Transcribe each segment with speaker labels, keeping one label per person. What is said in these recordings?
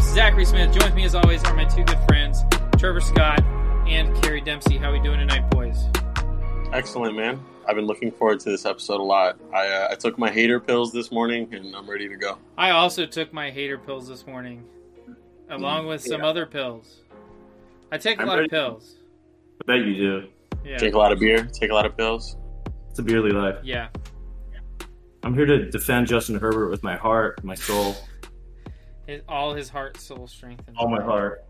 Speaker 1: Zachary Smith. Joins me as always are my two good friends, Trevor Scott and Carrie Dempsey. How we doing tonight, boys?
Speaker 2: Excellent, man. I've been looking forward to this episode a lot. I, uh, I took my hater pills this morning and I'm ready to go.
Speaker 1: I also took my hater pills this morning, along with some
Speaker 2: yeah.
Speaker 1: other pills. I take a
Speaker 3: I'm
Speaker 1: lot
Speaker 3: ready.
Speaker 1: of pills.
Speaker 3: I bet you do.
Speaker 1: Yeah.
Speaker 2: Take a lot of beer, take a lot of pills.
Speaker 3: It's a beerly life.
Speaker 1: Yeah.
Speaker 3: I'm here to defend Justin Herbert with my heart, my soul,
Speaker 1: His, all his heart, soul, strength, and
Speaker 3: all my heart.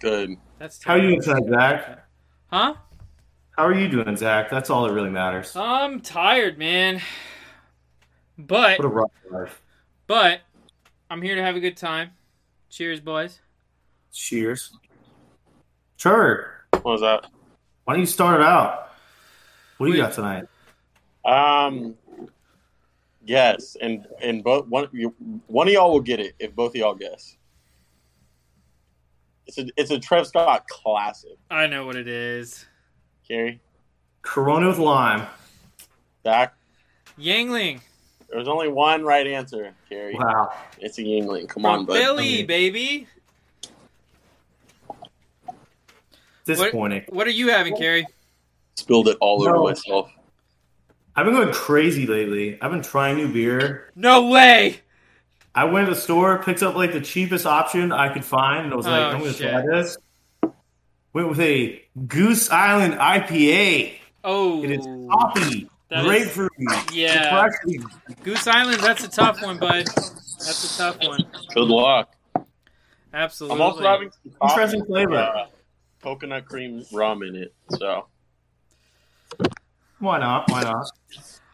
Speaker 2: Good.
Speaker 1: That's
Speaker 3: How are you
Speaker 1: terrible.
Speaker 3: inside, Zach?
Speaker 1: Huh?
Speaker 3: How are you doing, Zach? That's all that really matters. What
Speaker 1: I'm tired, man. But
Speaker 3: a rough life.
Speaker 1: but I'm here to have a good time. Cheers, boys.
Speaker 3: Cheers. Trevor,
Speaker 2: What was that?
Speaker 3: why don't you start it out? What do you
Speaker 1: Wait.
Speaker 3: got tonight?
Speaker 2: Um, yes, and and both one you- one of y'all will get it if both of y'all guess. It's a it's a Trev Scott classic,
Speaker 1: I know what it is.
Speaker 2: Gary.
Speaker 3: Corona with lime.
Speaker 2: Zach,
Speaker 1: Yangling
Speaker 2: there's only one right answer, Gary.
Speaker 3: Wow.
Speaker 2: It's a Yingling. Come
Speaker 1: from
Speaker 2: on, bud.
Speaker 1: Philly,
Speaker 3: Okay.
Speaker 1: baby.
Speaker 3: Disappointing.
Speaker 1: What are you having, Carrie?
Speaker 2: Spilled it all
Speaker 3: No.
Speaker 2: over myself.
Speaker 3: I've been going crazy lately. I've been trying new beer.
Speaker 1: No way.
Speaker 3: I went to the store, picked up like the cheapest option I could find, and I was like,
Speaker 1: Oh,
Speaker 3: I'm going to
Speaker 1: shit.
Speaker 3: try this. Went with a Goose Island IPA.
Speaker 1: Oh,
Speaker 3: It is coffee,
Speaker 1: That is-
Speaker 3: grapefruit,
Speaker 1: yeah.
Speaker 3: refreshing.
Speaker 1: Goose Island. That's a tough one, bud. That's a tough one.
Speaker 2: Good luck.
Speaker 1: Absolutely.
Speaker 2: I'm also having some coffee
Speaker 3: Interesting
Speaker 2: with,
Speaker 3: flavor.
Speaker 2: uh, coconut cream rum in it. So
Speaker 3: Why not? Why not?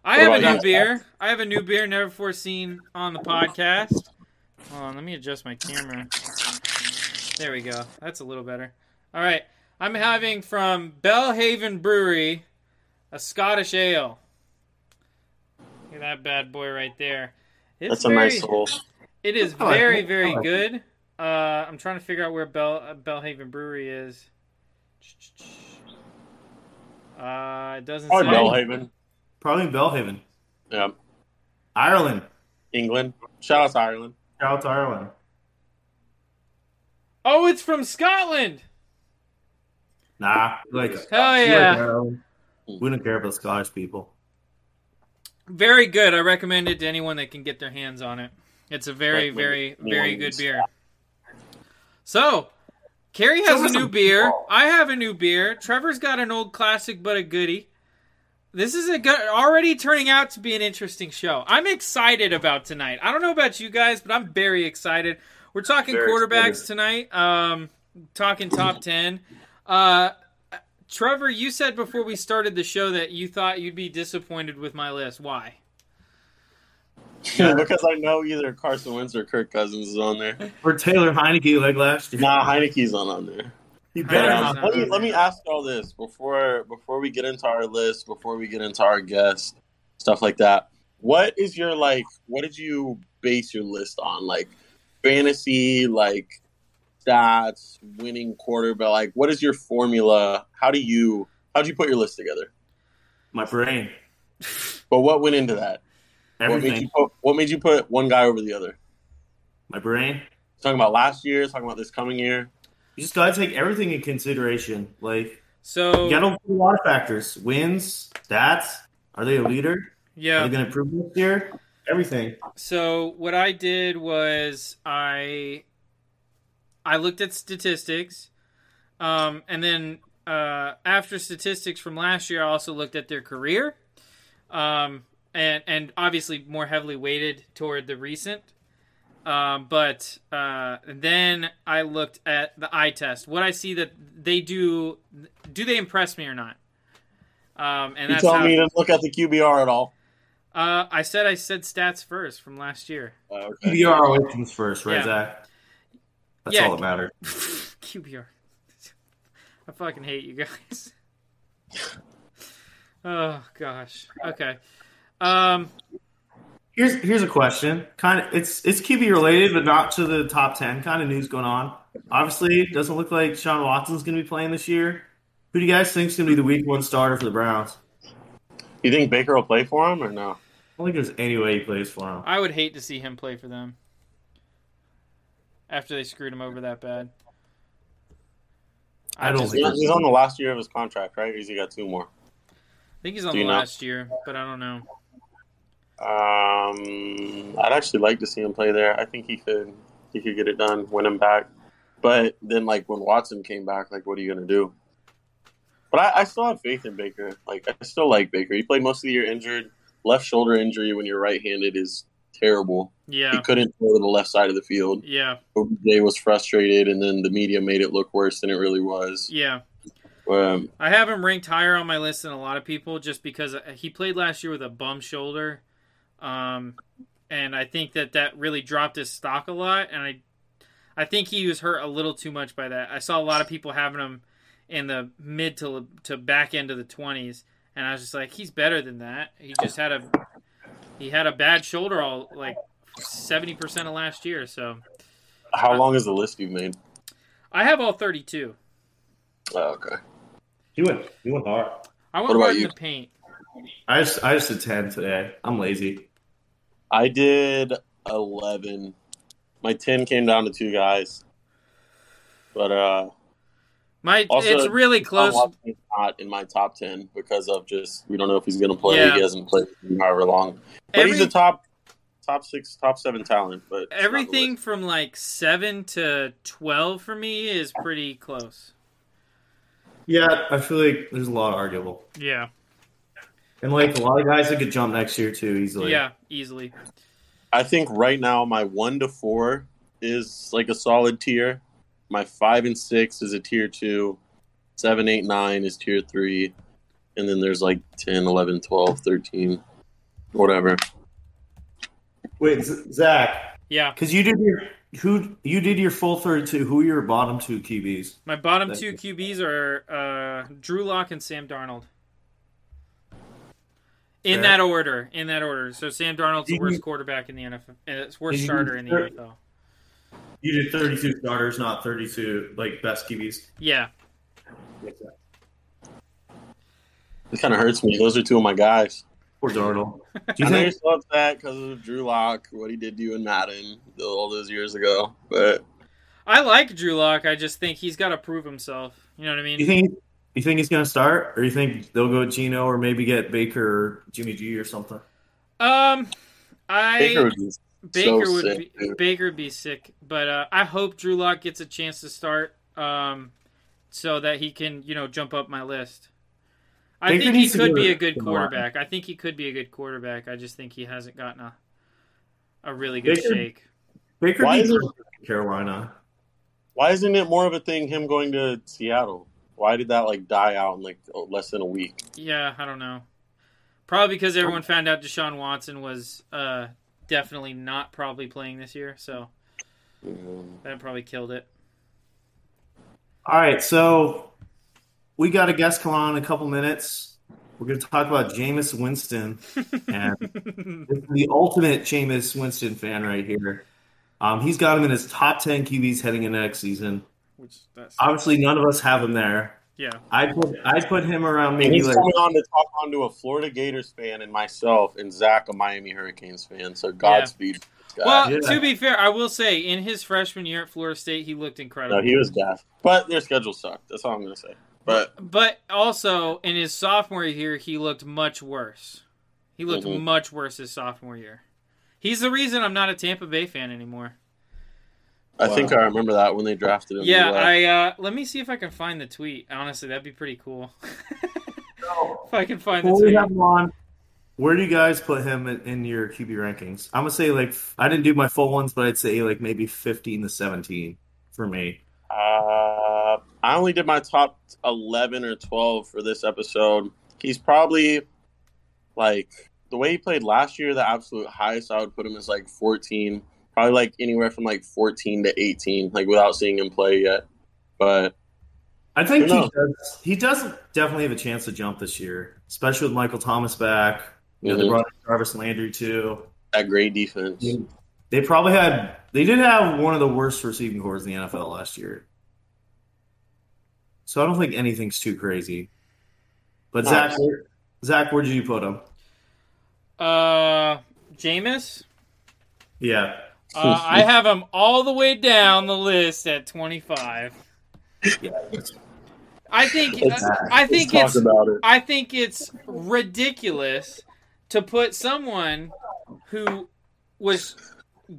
Speaker 1: I have
Speaker 2: What
Speaker 1: a
Speaker 2: about
Speaker 1: new
Speaker 2: you?
Speaker 1: beer. I have a new beer never before seen on the podcast. Hold on, let me adjust my camera. There we go. That's a little better. All right. I'm having from Bellhaven Brewery a Scottish ale. Look at that bad boy right there. It's
Speaker 2: that's a
Speaker 1: very,
Speaker 2: nice little.
Speaker 1: It is
Speaker 3: I like
Speaker 1: very,
Speaker 3: it. I
Speaker 1: very
Speaker 3: like it.
Speaker 1: good. Uh, I'm trying to figure out where Bell uh, Bellhaven Brewery is. Uh, it doesn't
Speaker 2: Probably
Speaker 1: say.
Speaker 2: Bellhaven.
Speaker 3: Probably in Belhaven,
Speaker 2: Yeah,
Speaker 3: Ireland.
Speaker 2: England. Shout out to Ireland.
Speaker 3: Shout out to Ireland.
Speaker 1: Oh, it's from Scotland.
Speaker 3: Nah, we like we like
Speaker 1: Hell yeah.
Speaker 3: Ireland. We don't care about Scottish people.
Speaker 1: Very good. I recommend it to anyone that can get their hands on it. It's a very,
Speaker 2: Recommend
Speaker 1: very,
Speaker 2: it.
Speaker 1: very
Speaker 2: Anyone
Speaker 1: good beer. So, Carrie has
Speaker 3: Show
Speaker 1: a
Speaker 3: us
Speaker 1: new
Speaker 3: some
Speaker 1: beer.
Speaker 3: football.
Speaker 1: I have a new beer. Trevor's got an old classic, but a goodie. This is a good, already turning out to be an interesting show. I'm excited about tonight. I don't know about you guys, but I'm very excited. We're talking
Speaker 3: Very
Speaker 1: quarterbacks tonight. Um, talking top ten. Uh, Trevor, you said before we started the show that you thought you'd be disappointed with my list. Why?
Speaker 2: because I know either Carson Wentz or Kirk Cousins is on there.
Speaker 3: Or Taylor Heineke like last year.
Speaker 2: Nah, Heineke's not on there.
Speaker 3: You
Speaker 2: But,
Speaker 3: better
Speaker 1: Heineke's
Speaker 2: um,
Speaker 3: not.
Speaker 1: not
Speaker 2: let me
Speaker 1: on
Speaker 2: let
Speaker 1: there.
Speaker 2: me ask all this before before we get into our list, before we get into our guests, stuff like that. What is your like? What did you base your list on? Like fantasy, like stats, winning quarterback. Like, what is your formula? How do you how do you put your list together?
Speaker 3: My brain.
Speaker 2: But what went into that? What made you
Speaker 3: Everything.
Speaker 2: put, what made you put one guy over the other?
Speaker 3: My brain.
Speaker 2: Talking about last year, talking about this coming year.
Speaker 3: You just gotta take everything in consideration. Like
Speaker 1: So
Speaker 3: you gotta look at a lot of factors. Wins, stats. Are they a leader? Are
Speaker 1: yeah.
Speaker 3: they gonna improve this year? Everything.
Speaker 1: So what I did was I I looked at statistics, um, and then uh, after statistics from last year, I also looked at their career, um, and and obviously more heavily weighted toward the recent. Um, but uh, then I looked at the eye test. What I see that they do, do they impress me or not? Um, and
Speaker 2: You
Speaker 1: that's
Speaker 2: telling
Speaker 1: how,
Speaker 2: me to look at the QBR at all?
Speaker 1: uh, I said I said stats first from last year.
Speaker 2: Uh, okay.
Speaker 3: QBR always comes first, right,
Speaker 1: Yeah.
Speaker 3: Zach? That's
Speaker 1: Yeah.
Speaker 3: all that matters.
Speaker 1: QBR. I fucking hate you guys. Oh gosh. Okay. Um.
Speaker 3: Here's here's a question. Kind of it's it's QB related, but not to the top ten. Kind of news going on. Obviously, it doesn't look like Sean Watson's going to be playing this year. Who do you guys think's going to be the Week One starter for the Browns?
Speaker 2: You think Baker will play for him or no?
Speaker 3: I don't think there's any way he plays for him.
Speaker 1: I would hate to see him play for them. after they screwed him over that bad.
Speaker 3: I don't
Speaker 1: just-
Speaker 3: think-
Speaker 2: He's on the last year of his contract, right? Or has he got two more?
Speaker 1: I think he's on
Speaker 2: Do
Speaker 1: the
Speaker 2: you know?
Speaker 1: last year, but I don't know.
Speaker 2: Um, I'd actually like to see him play there. I think he could he could get it done, win him back. But then, like when Watson came back, like what are you gonna do? But I, I still have faith in Baker. Like I still like Baker. He played most of the year injured. Left shoulder injury when you're right-handed is terrible. He
Speaker 1: Yeah,
Speaker 2: couldn't throw to the left side of the field.
Speaker 1: yeah,
Speaker 2: OBJ was frustrated, and then the media made it look worse than it really was.
Speaker 1: yeah.
Speaker 2: Um,
Speaker 1: I have him ranked higher on my list than a lot of people just because uh, he played last year with a bum shoulder. Um, and I think that that really dropped his stock a lot. And I, I think he was hurt a little too much by that. I saw a lot of people having him in the mid to, to back end of the 20s. And I was just like, he's better than that. He just had a, he had a bad shoulder all like 70% of last year. So
Speaker 2: how long is the list you've made?
Speaker 1: I have all 32.
Speaker 2: Oh, okay.
Speaker 3: He went, he went hard.
Speaker 1: I
Speaker 2: What
Speaker 1: went
Speaker 2: about
Speaker 1: right in
Speaker 2: you?
Speaker 1: the paint.
Speaker 3: I just, I just did 10 today. I'm lazy.
Speaker 2: I did eleven. My ten came down to two guys, but uh,
Speaker 1: My,
Speaker 2: Also,
Speaker 1: it's really
Speaker 2: Tom
Speaker 1: close.
Speaker 2: Watson is not in my top ten because of just we don't know if he's going to play.
Speaker 1: Yeah.
Speaker 2: He hasn't played in however long, but he's
Speaker 1: Every-
Speaker 2: a top top six, top seven talent. But it's not the
Speaker 1: Everything
Speaker 2: list.
Speaker 1: from like seven to twelve for me is pretty close.
Speaker 3: Yeah, I feel like there's a lot arguable.
Speaker 1: Yeah,
Speaker 3: And like a lot of guys that could jump next year too easily.
Speaker 1: yeah, easily.
Speaker 2: I think right now my one to four is like a solid tier. My five and six is a tier two. Seven, eight, nine is tier three, and then there's like 10, 11, 12, 13, whatever.
Speaker 3: Wait, Z- Zach,
Speaker 1: Yeah,
Speaker 3: because you did your who you did your full third two. Who are your bottom two QBs?
Speaker 1: my bottom
Speaker 3: Thank
Speaker 1: two QBs are uh, Drew Lock and Sam Darnold. In
Speaker 3: Fair.
Speaker 1: that order, in that order. So Sam Darnold's the
Speaker 3: Did
Speaker 1: worst
Speaker 3: you-
Speaker 1: quarterback in the NFL, and uh, it's worst
Speaker 3: Did you-
Speaker 1: starter in the NFL.
Speaker 3: You did 32 starters, not 32 like best QBs.
Speaker 1: Yeah,
Speaker 2: It kind of hurts me. Those are two of my guys.
Speaker 3: Poor Darnold. Do
Speaker 2: I
Speaker 3: you
Speaker 2: know you're
Speaker 3: think?
Speaker 2: so upset because of Drew Lock, what he did to you in Madden all those years ago. But
Speaker 1: I like Drew Lock. I just think he's got to prove himself. You know what I mean?
Speaker 3: You think? You think he's gonna start, or you think they'll go Gino, or maybe get Baker or Jimmy G or something?
Speaker 1: um, I
Speaker 2: Baker would be
Speaker 1: Baker
Speaker 2: so
Speaker 1: would
Speaker 2: sick.
Speaker 1: be,
Speaker 2: dude.
Speaker 1: Baker would be sick, but uh, I hope Drew Lock gets a chance to start, um, so that he can you know jump up my list. I
Speaker 3: Baker
Speaker 1: think he
Speaker 3: needs to
Speaker 1: could
Speaker 3: go
Speaker 1: be
Speaker 3: to-
Speaker 1: a good
Speaker 3: to the
Speaker 1: quarterback. I think he could be a good quarterback. I just think he hasn't gotten a a really good
Speaker 3: Baker-
Speaker 1: shake.
Speaker 3: Baker
Speaker 2: Why
Speaker 3: needs
Speaker 2: is it-
Speaker 3: to go to Carolina.
Speaker 2: Why isn't it more of a thing him going to Seattle? Why did that like die out in like oh, less than a week?
Speaker 1: Yeah, I don't know. Probably because
Speaker 3: Oh.
Speaker 1: everyone found out Deshaun Watson was uh, definitely not probably playing this year, so that probably killed it.
Speaker 3: All right, so we got a guest come on in a couple minutes. We're going to talk about Jameis Winston and this is the ultimate Jameis Winston fan right here. Um, he's got him in his top ten QBs heading into next season.
Speaker 1: Which that's
Speaker 3: Obviously, none of us have him there.
Speaker 1: yeah.
Speaker 3: I put I put him around
Speaker 2: And
Speaker 3: maybe
Speaker 2: he's
Speaker 3: like
Speaker 2: coming on to talk on to a Florida Gators fan and myself and Zach, a Miami Hurricanes fan. So Godspeed. to this guy.
Speaker 1: Well,
Speaker 3: Yeah.
Speaker 1: to be fair, I will say in his freshman year at Florida State, he looked incredible.
Speaker 2: no, he was deaf, but their schedule sucked. That's all I'm gonna say. But
Speaker 1: but also in his sophomore year, he looked much worse. He looked
Speaker 2: Mhm.
Speaker 1: much worse his sophomore year. He's the reason I'm not a Tampa Bay fan anymore.
Speaker 2: I think I remember that when they drafted him.
Speaker 1: Yeah,
Speaker 2: He left.
Speaker 1: I uh, let me see if I can find the tweet. Honestly, that'd be pretty cool. if I can find the
Speaker 3: before we
Speaker 1: tweet,
Speaker 3: have him on. Where do you guys put him in, in your QB rankings? I'm gonna say like I didn't do my full ones, but I'd say like maybe 15 to 17 for me.
Speaker 2: Uh, I only did my top 11 or 12 for this episode. He's probably like the way he played last year, the absolute highest I would put him is like 14, probably like anywhere from like 14 to 18, like without seeing him play yet. But
Speaker 3: I think
Speaker 2: Who knows?
Speaker 3: he does. He does definitely have a chance to jump this year, especially with Michael Thomas back. You know, they
Speaker 2: Mhm.
Speaker 3: brought in Jarvis Landry too.
Speaker 2: that great defense.
Speaker 3: They probably had. They did have one of the worst receiving cores in the NFL last year. So I don't think anything's too crazy. But
Speaker 2: No.
Speaker 3: Zach, where, Zach, where did you put him?
Speaker 1: uh, Jameis.
Speaker 3: Yeah,
Speaker 1: Uh, I have him all the way down the list at 25. I think uh, I think
Speaker 2: Let's
Speaker 1: it's
Speaker 2: talk about it.
Speaker 1: I think it's ridiculous to put someone who was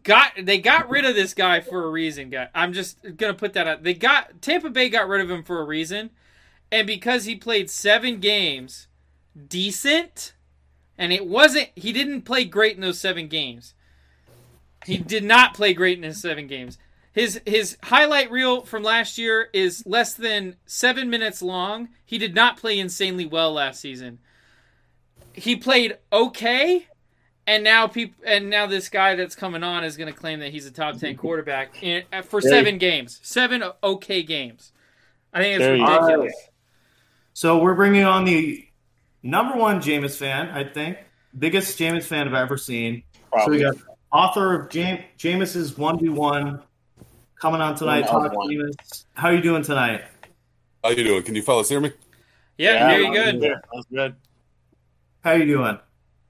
Speaker 1: got they got rid of this guy for a reason. Guy, I'm just gonna put that out. They got Tampa Bay got rid of him for a reason, and because he played seven games, decent, and it wasn't he didn't play great in those seven games. He did not play great in his seven games. His his highlight reel from last year is less than seven minutes long. He did not play insanely well last season. He played okay, and now people and now this guy that's coming on is going to claim that he's a top ten quarterback in, for
Speaker 2: There you-
Speaker 1: seven games, seven okay games. I think it's
Speaker 2: There you-
Speaker 1: ridiculous.
Speaker 3: So we're bringing on the number one Jameis fan, I think, biggest Jameis fan I've ever seen.
Speaker 2: Probably.
Speaker 3: So we got author of Jam- Jameis's one v one coming on tonight. Todd
Speaker 2: 1v1.
Speaker 3: Jameis, how are you doing tonight?
Speaker 4: How you doing? Can you fellas hear me?
Speaker 1: Yeah,
Speaker 2: Yeah,
Speaker 1: very good.
Speaker 2: That was good.
Speaker 3: How you doing?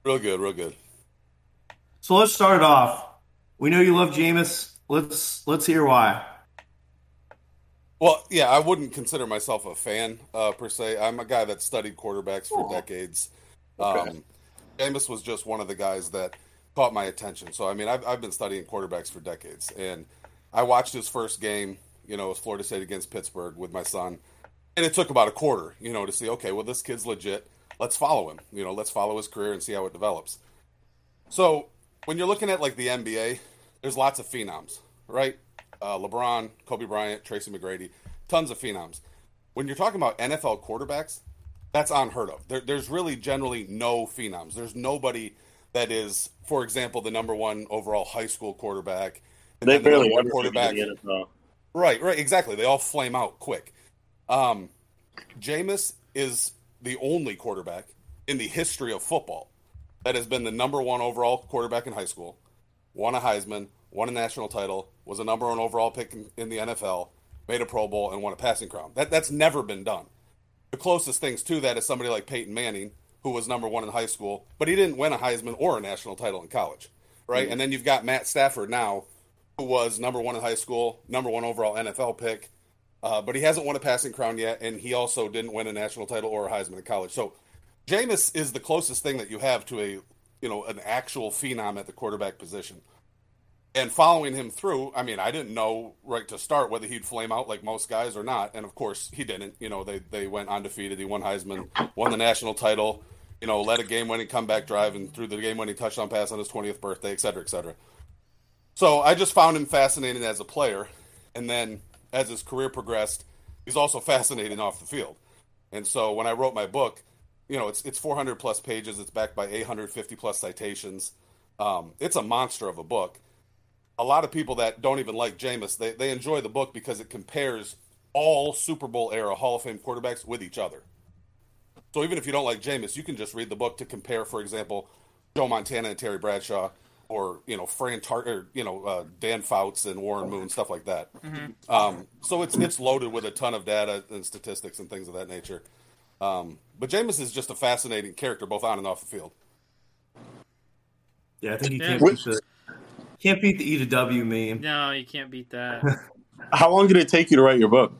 Speaker 4: Real good, real good.
Speaker 3: So let's start it off. We know you love Jameis. Let's let's hear why.
Speaker 4: Well, yeah, I wouldn't consider myself a fan uh, per se. I'm a guy that studied quarterbacks for decades.
Speaker 2: Okay.
Speaker 4: Um, Jameis was just one of the guys that caught my attention. So, I mean, I've, I've been studying quarterbacks for decades, and I watched his first game. You know, it was Florida State against Pittsburgh with my son, and it took about a quarter, you know, to see okay, well, this kid's legit. Let's follow him. You know, let's follow his career and see how it develops. So, when you're looking at like the NBA, there's lots of phenoms, right? Uh, LeBron, Kobe Bryant, Tracy McGrady, tons of phenoms. When you're talking about NFL quarterbacks, that's unheard of. There, there's really generally no phenoms. There's nobody that is, for example, the number one overall high school quarterback. and
Speaker 2: They
Speaker 4: then the
Speaker 2: barely
Speaker 4: number one
Speaker 2: ever quarterback. in the NFL.
Speaker 4: Right, right, exactly. They all flame out quick. Um, Jameis is the only quarterback in the history of football that has been the number one overall quarterback in high school, won a Heisman, won a national title, was a number one overall pick in, in the NFL, made a Pro Bowl, and won a passing crown. That that's never been done. The closest things to that is somebody like Peyton Manning, who was number one in high school, but he didn't win a Heisman or a national title in college, right? And then you've got Matt Stafford now, who was number one in high school, number one overall NFL pick, uh, but he hasn't won a passing crown yet, and he also didn't win a national title or a Heisman in college. So, Jameis is the closest thing that you have to a you know an actual phenom at the quarterback position. And following him through, I mean, I didn't know right to start whether he'd flame out like most guys or not, and of course he didn't. You know, they they went undefeated. He won Heisman, won the national title. You know, led a game-winning comeback drive and threw the game-winning touchdown pass on his 20th birthday, et cetera, et cetera. So I just found him fascinating as a player, and then as his career progressed, he's also fascinating off the field. And so when I wrote my book, you know, it's it's 400 plus pages. It's backed by 850 plus citations. Um, it's a monster of a book. A lot of people that don't even like Jameis, they they enjoy the book because it compares all Super Bowl era Hall of Fame quarterbacks with each other. So even if you don't like Jameis, you can just read the book to compare, for example, Joe Montana and Terry Bradshaw, or you know Fran Tar- or you know uh, Dan Fouts and Warren Moon, stuff like that. Um, so it's it's loaded with a ton of data and statistics and things of that nature. Um, but Jameis is just a fascinating character, both on and off the field.
Speaker 3: Yeah, I think you
Speaker 1: Yeah.
Speaker 3: can't beat the can't beat the E to W meme.
Speaker 1: No, you can't beat that.
Speaker 2: How long did it take you to write your book?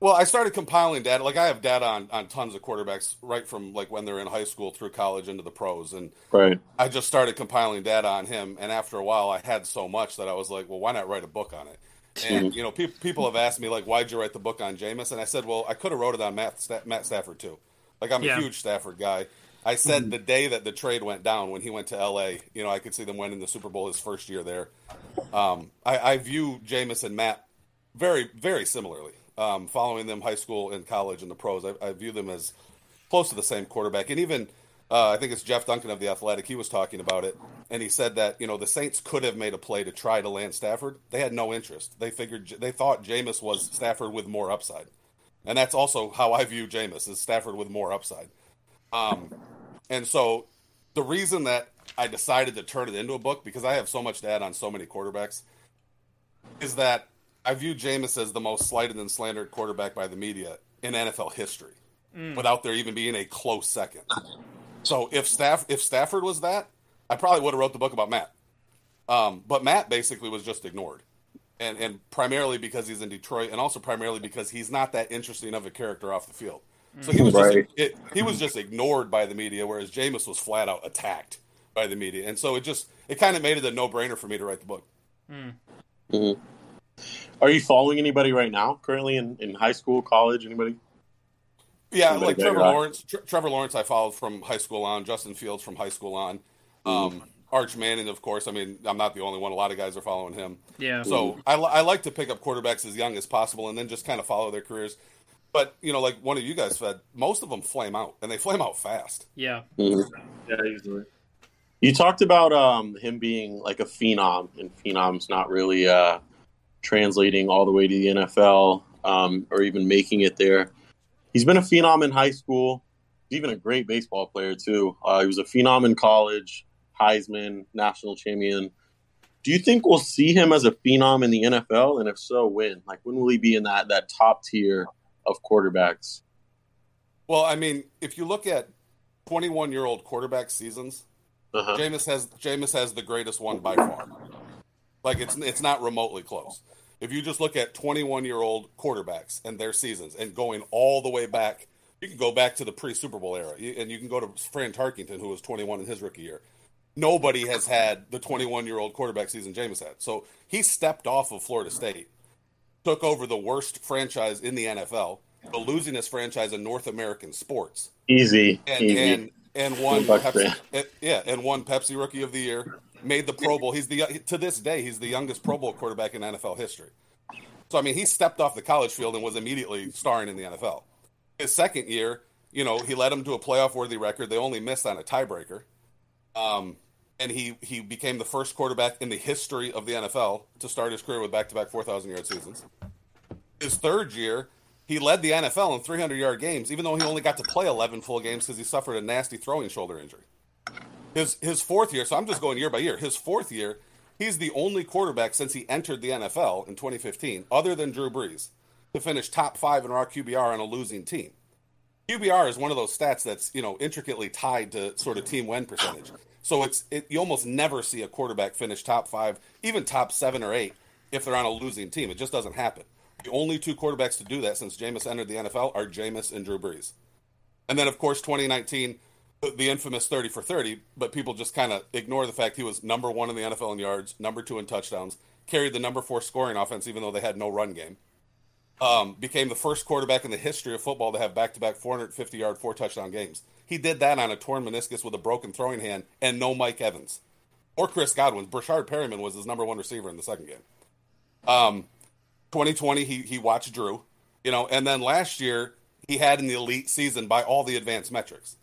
Speaker 4: Well, I started compiling data. Like I have data on on tons of quarterbacks, right from like when they're in high school through college into the pros, and
Speaker 2: Right.
Speaker 4: I just started compiling data on him, and after a while, I had so much that I was like, "Well, why not write a book on it?" And you know, pe- people have asked me like, "Why'd you write the book on Jameis?" And I said, "Well, I could have wrote it on Matt, Sta- Matt Stafford too. Like, I'm
Speaker 1: Yeah.
Speaker 4: a huge Stafford guy. I said the day that the trade went down when he went to L.A., you know, I could see them winning the Super Bowl his first year there. Um, I, I view Jameis and Matt very, very similarly. Um, following them high school and college and the pros, I, I view them as close to the same quarterback. And even uh, I think it's Jeff Duncan of the Athletic. He was talking about it, and he said that you know the Saints could have made a play to try to land Stafford. They had no interest. They figured they thought Jameis was Stafford with more upside, and that's also how I view Jameis is Stafford with more upside. Um, and so the reason that I decided to turn it into a book because I have so much to add on so many quarterbacks is that I view Jameis as the most slighted and slandered quarterback by the media in NFL history, without there even being a close second. So if Staff if Stafford was that, I probably would have wrote the book about Matt. Um, but Matt basically was just ignored, and and primarily because he's in Detroit, and also primarily because he's not that interesting of a character off the field. So he was
Speaker 2: Right.
Speaker 4: just it, he was just ignored by the media, whereas Jameis was flat out attacked by the media, and so it just it kind of made it a no brainer for me to write the book.
Speaker 2: Are you following anybody right now? Currently in, in high school, college, anybody?
Speaker 4: Yeah,
Speaker 2: Somebody
Speaker 4: like
Speaker 2: big
Speaker 4: Trevor
Speaker 2: rock.
Speaker 4: Lawrence. Tre- Trevor Lawrence, I followed from high school on. Justin Fields from high school on. Um, Arch Manning, of course. I mean, I'm not the only one. A lot of guys are following him.
Speaker 1: Yeah.
Speaker 4: So I, li- I like to pick up quarterbacks as young as possible and then just kind of follow their careers. But you know, like one of you guys said, most of them flame out and they flame out fast.
Speaker 1: yeah.
Speaker 3: Yeah, usually.
Speaker 2: You talked about um, him being like a phenom, and phenoms not really uh, translating all the way to the NFL um, or even making it there. He's been a phenom in high school. He's even a great baseball player too. Uh, he was a phenom in college, Heisman, national champion. Do you think we'll see him as a phenom in the NFL, and if so, when? Like, when will he be in that that top tier of quarterbacks?
Speaker 4: Well, I mean, if you look at 21 year old quarterback seasons,
Speaker 2: Uh-huh.
Speaker 4: Jameis has Jameis has the greatest one by far. Like it's it's not remotely close. If you just look at 21 year old quarterbacks and their seasons and going all the way back, you can go back to the pre Super Bowl era you- and you can go to Fran Tarkington who was 21 in his rookie year. Nobody has had the 21 year old quarterback season Jameis had. So he stepped off of Florida State, took over the worst franchise in the NFL, the losingest franchise in North American sports
Speaker 2: Easy,
Speaker 4: and
Speaker 2: easy.
Speaker 4: and, and won
Speaker 2: Bucks
Speaker 4: Pepsi,
Speaker 2: fan.
Speaker 4: and- yeah, and won Pepsi Rookie of the Year. Made the Pro Bowl. He's the to this day he's the youngest Pro Bowl quarterback in NFL history. So I mean, he stepped off the college field and was immediately starring in the NFL. His second year, you know, he led him to a playoff worthy record. They only missed on a tiebreaker. Um, and he he became the first quarterback in the history of the NFL to start his career with back to back 4,000 yard seasons. His third year, he led the NFL in 300 yard games, even though he only got to play 11 full games because he suffered a nasty throwing shoulder injury. His his fourth year, so I'm just going year by year. His fourth year, he's the only quarterback since he entered the NFL in 2015, other than Drew Brees, to finish top five in our QBR on a losing team. QBR is one of those stats that's you know intricately tied to sort of team win percentage. So it's it, you almost never see a quarterback finish top five, even top seven or eight, if they're on a losing team. It just doesn't happen. The only two quarterbacks to do that since Jameis entered the NFL are Jameis and Drew Brees. And then, of course, 2019, the- the infamous 30 for 30, but people just kind of ignore the fact he was number one in the NFL in yards, number two in touchdowns, carried the number four scoring offense, even though they had no run game. Um, became the first quarterback in the history of football to have back to back 450 yard, four touchdown games. He did that on a torn meniscus with a broken throwing hand and no Mike Evans or Chris Godwin. Brashard Perryman was his number one receiver in the second game. Um, 2020 he he watched Drew, you know, and then last year he had an elite season by all the advanced metrics.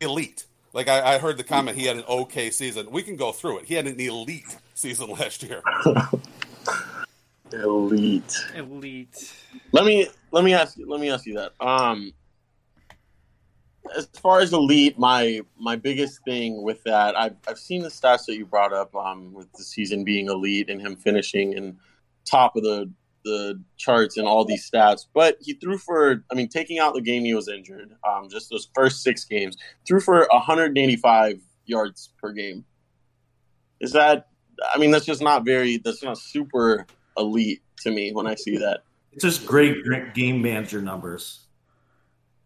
Speaker 4: Elite. Like I, I heard the comment he had an okay season. We can go through it. He had an elite season last year.
Speaker 2: Elite.
Speaker 1: Elite.
Speaker 2: Let me let me ask you let me ask you that. Um as far as elite, my my biggest thing with that, I've I've seen the stats that you brought up um with the season being elite and him finishing in top of the the charts and all these stats, but he threw for I mean, taking out the game he was injured, um just those first six games, threw for 185 yards per game. Is that I mean, that's just not very that's not super elite to me when I see that.
Speaker 3: It's just great, great game manager numbers.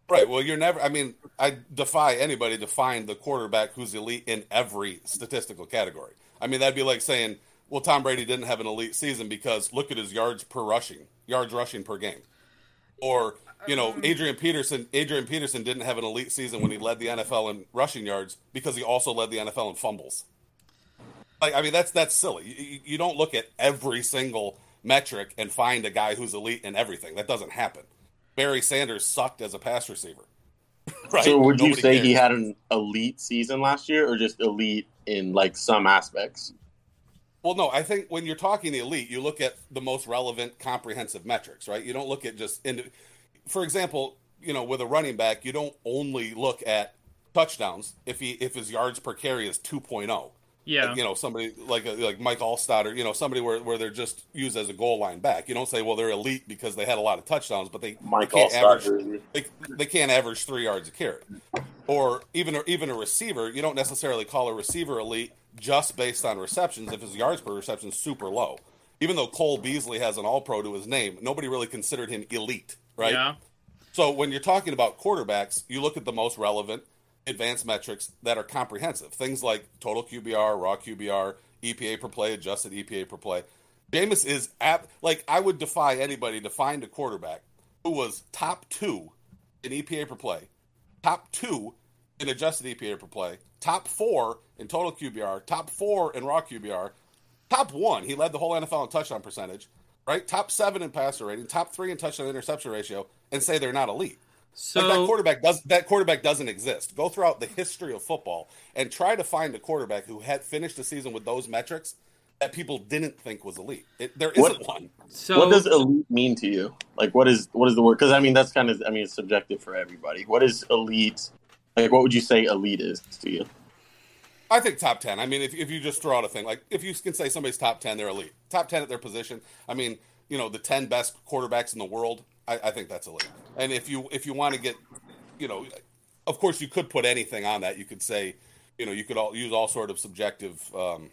Speaker 4: Right. Well, you're never. I mean, I defy anybody to find the quarterback who's elite in every statistical category. I mean, that'd be like saying, well, Tom Brady didn't have an elite season because look at his yards per rushing, yards rushing per game, or you know, Adrian Peterson. Adrian Peterson didn't have an elite season when he led the NFL in rushing yards because he also led the NFL in fumbles. Like, I mean, that's that's silly. You- You, you don't look at every single metric and find a guy who's elite in everything. That doesn't happen. Barry Sanders sucked as a pass receiver. Right?
Speaker 2: So would you
Speaker 4: Nobody
Speaker 2: say he
Speaker 4: cares.
Speaker 2: had an elite season last year, or just elite in like some aspects?
Speaker 4: Well, no, I think when you're talking elite, you look at the most relevant, comprehensive metrics, right? You don't look at just, indi- for example, you know, with a running back, you don't only look at touchdowns if he if his yards per carry is 2.0.
Speaker 1: Yeah.
Speaker 4: Like, you know, somebody like a, like Mike Allstott or you know somebody where, where they're just used as a goal line back. You don't say, well, they're elite because they had a lot of touchdowns, but they, they
Speaker 2: Mike
Speaker 4: can't
Speaker 2: Allstott
Speaker 4: average
Speaker 2: jersey.
Speaker 4: they, they can't average three yards a carry. or even even a receiver, you don't necessarily call a receiver elite just based on receptions if his yards per reception is super low. Even though Cole Beasley has an All Pro to his name, nobody really considered him elite, right?
Speaker 1: Yeah.
Speaker 4: So when you're talking about quarterbacks, you look at the most relevant advanced metrics that are comprehensive. Things like total QBR, raw QBR, EPA E per play, adjusted EPA per play. Jameis is at like I would defy anybody to find a quarterback who was top two in EPA per play, top two in adjusted EPA per play, top four in total QBR, top four in raw QBR, top one. He led the whole NFL in touchdown percentage, right? Top seven in passer rating, top three in touchdown interception ratio, and say they're not elite.
Speaker 1: So
Speaker 4: Like, that quarterback does that quarterback doesn't exist. Go throughout the history of football and try to find a quarterback who had finished the season with those metrics that people didn't think was elite. It, there
Speaker 2: What-
Speaker 4: isn't one.
Speaker 1: so
Speaker 2: what does elite mean to you? Like, what is what is the word? Because I mean, that's kind of I mean, it's subjective for everybody. What is elite? Like, what would you say elite is to you?
Speaker 4: I think top ten. I mean, if if you just throw out a thing like if you can say somebody's top ten, they're elite. Top ten at their position. I mean, you know, the ten best quarterbacks in the world. I, I think that's elite. And if you if you want to get, you know, of course you could put anything on that. You could say, you know, you could all use all sort of subjective, um,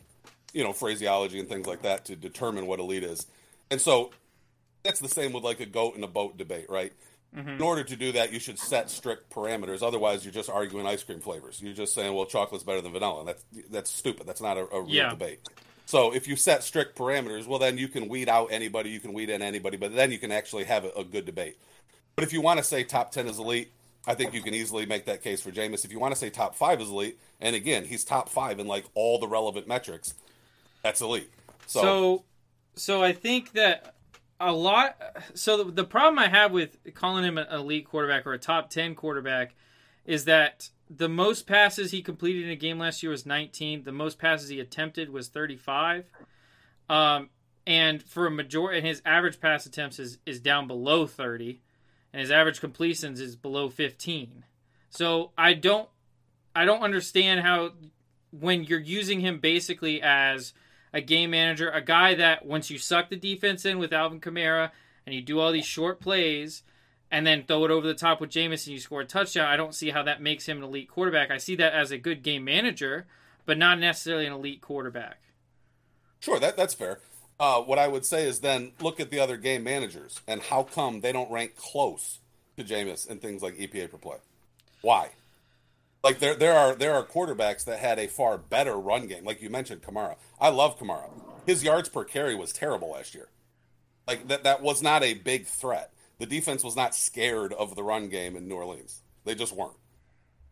Speaker 4: you know, phraseology and things like that to determine what elite is. And so that's the same with like a goat and a boat debate, right?
Speaker 1: Mhm.
Speaker 4: In order to do that, you should set strict parameters. Otherwise, you're just arguing ice cream flavors. You're just saying, "Well, chocolate's better than vanilla." And that's that's stupid. That's not a, a real
Speaker 1: Yeah.
Speaker 4: debate. So if you set strict parameters, well, then you can weed out anybody. You can weed in anybody, but then you can actually have a, a good debate. But if you want to say top ten is elite, I think you can easily make that case for Jameis. If you want to say top five is elite, and again, he's top five in like all the relevant metrics. That's elite. So,
Speaker 1: so so I think that a lot. So the, the problem I have with calling him an elite quarterback or a top ten quarterback is that the most passes he completed in a game last year was 19. The most passes he attempted was 35. Um, and for a majority, and his average pass attempts is, is down below 30, and his average completions is below 15. So I don't, I don't understand how when you're using him basically as a game manager, a guy that once you suck the defense in with Alvin Kamara and you do all these short plays and then throw it over the top with Jameis and you score a touchdown, I don't see how that makes him an elite quarterback. I see that as a good game manager, but not necessarily an elite quarterback.
Speaker 4: Sure, that that's fair. Uh, what I would say is then look at the other game managers and how come they don't rank close to Jameis in things like EPA per play. Why? Like there there are there are quarterbacks that had a far better run game. Like you mentioned, Kamara. I love Kamara. His yards per carry was terrible last year. Like that that was not a big threat. The defense was not scared of the run game in New Orleans. They just weren't.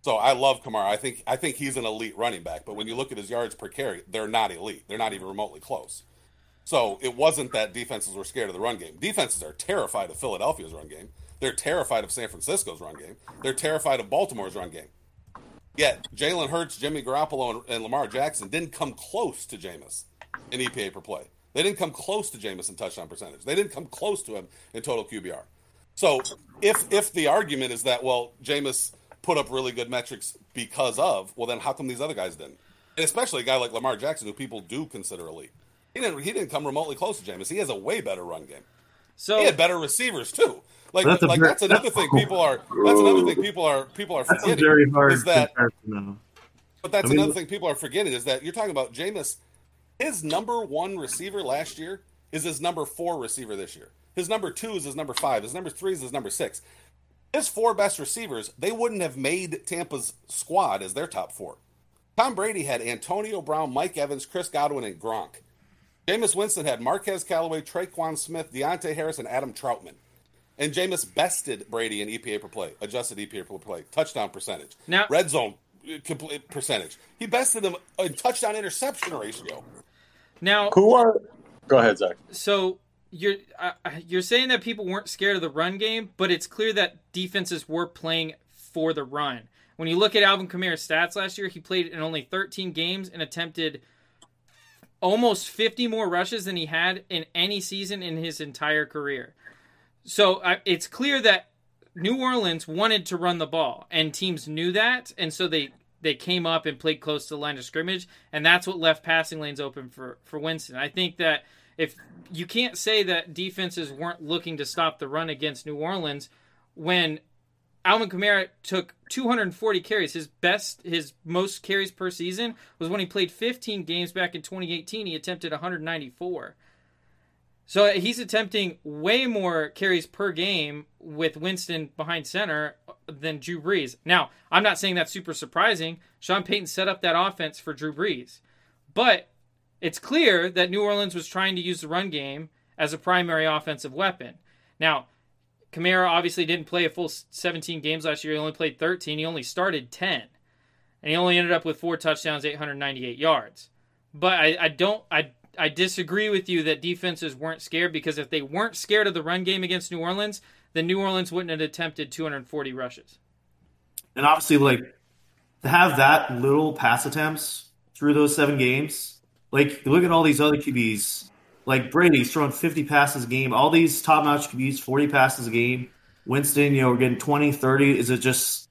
Speaker 4: So I love Kamara. I think I think he's an elite running back, but when you look at his yards per carry, they're not elite. They're not even remotely close. So it wasn't that defenses were scared of the run game. Defenses are terrified of Philadelphia's run game. They're terrified of San Francisco's run game. They're terrified of Baltimore's run game. Yet Jalen Hurts, Jimmy Garoppolo, and, and Lamar Jackson didn't come close to Jameis in EPA per play. They didn't come close to Jameis in touchdown percentage. They didn't come close to him in total QBR. So if if the argument is that well, Jameis put up really good metrics because of, well, then how come these other guys didn't? And especially a guy like Lamar Jackson, who people do consider elite. He didn't he didn't come remotely close to Jameis. He has a way better run game.
Speaker 1: So
Speaker 4: He had better receivers too. Like
Speaker 3: That's a
Speaker 4: like
Speaker 3: ver-
Speaker 4: that's another
Speaker 3: that's-
Speaker 4: thing people are that's another thing people are people are
Speaker 3: That's a
Speaker 4: forgetting
Speaker 3: very hard
Speaker 4: is that
Speaker 3: comparison, though.
Speaker 4: but that's
Speaker 3: I mean-
Speaker 4: another thing people are forgetting is that you're talking about Jameis. His number one receiver last year is his number four receiver this year. His number two is his number five. His number three is his number six. His four best receivers, they wouldn't have made Tampa's squad as their top four. Tom Brady had Antonio Brown, Mike Evans, Chris Godwin, and Gronk. Jameis Winston had Marquez Callaway, Traquan Smith, Deontay Harris, and Adam Troutman. And Jameis bested Brady in EPA per play, adjusted EPA per play, touchdown percentage,
Speaker 1: Now-
Speaker 4: red zone uh, complete percentage. He bested him in touchdown interception ratio.
Speaker 1: now
Speaker 2: Who are? Go ahead, Zach.
Speaker 1: so you're uh, you're saying that people weren't scared of the run game, but it's clear that defenses were playing for the run. When you look at Alvin Kamara's stats last year, he played in only 13 games and attempted almost 50 more rushes than he had in any season in his entire career. So uh, it's clear that New Orleans wanted to run the ball, and teams knew that, and so they they came up and played close to the line of scrimmage, and that's what left passing lanes open for for Winston. I think that if you can't say that defenses weren't looking to stop the run against New Orleans when Alvin Kamara took 240 carries. His best, his most carries per season was when he played 15 games back in 2018. He attempted 194. So he's attempting way more carries per game with Winston behind center than Drew Brees. Now, I'm not saying that's super surprising. Sean Payton set up that offense for Drew Brees. But it's clear that New Orleans was trying to use the run game as a primary offensive weapon. Now, Kamara obviously didn't play a full 17 games last year. He only played 13. He only started 10. And he only ended up with four touchdowns, 898 yards. But I, I don't I I disagree with you that defenses weren't scared because if they weren't scared of the run game against New Orleans, then New Orleans wouldn't have attempted 240 rushes.
Speaker 3: And obviously, like to have that little pass attempts through those seven games, like look at all these other QBs. Like Brady's throwing 50 passes a game. All these top notch QBs, 40 passes a game. Winston, you know, we're getting 20, 30. Is it just,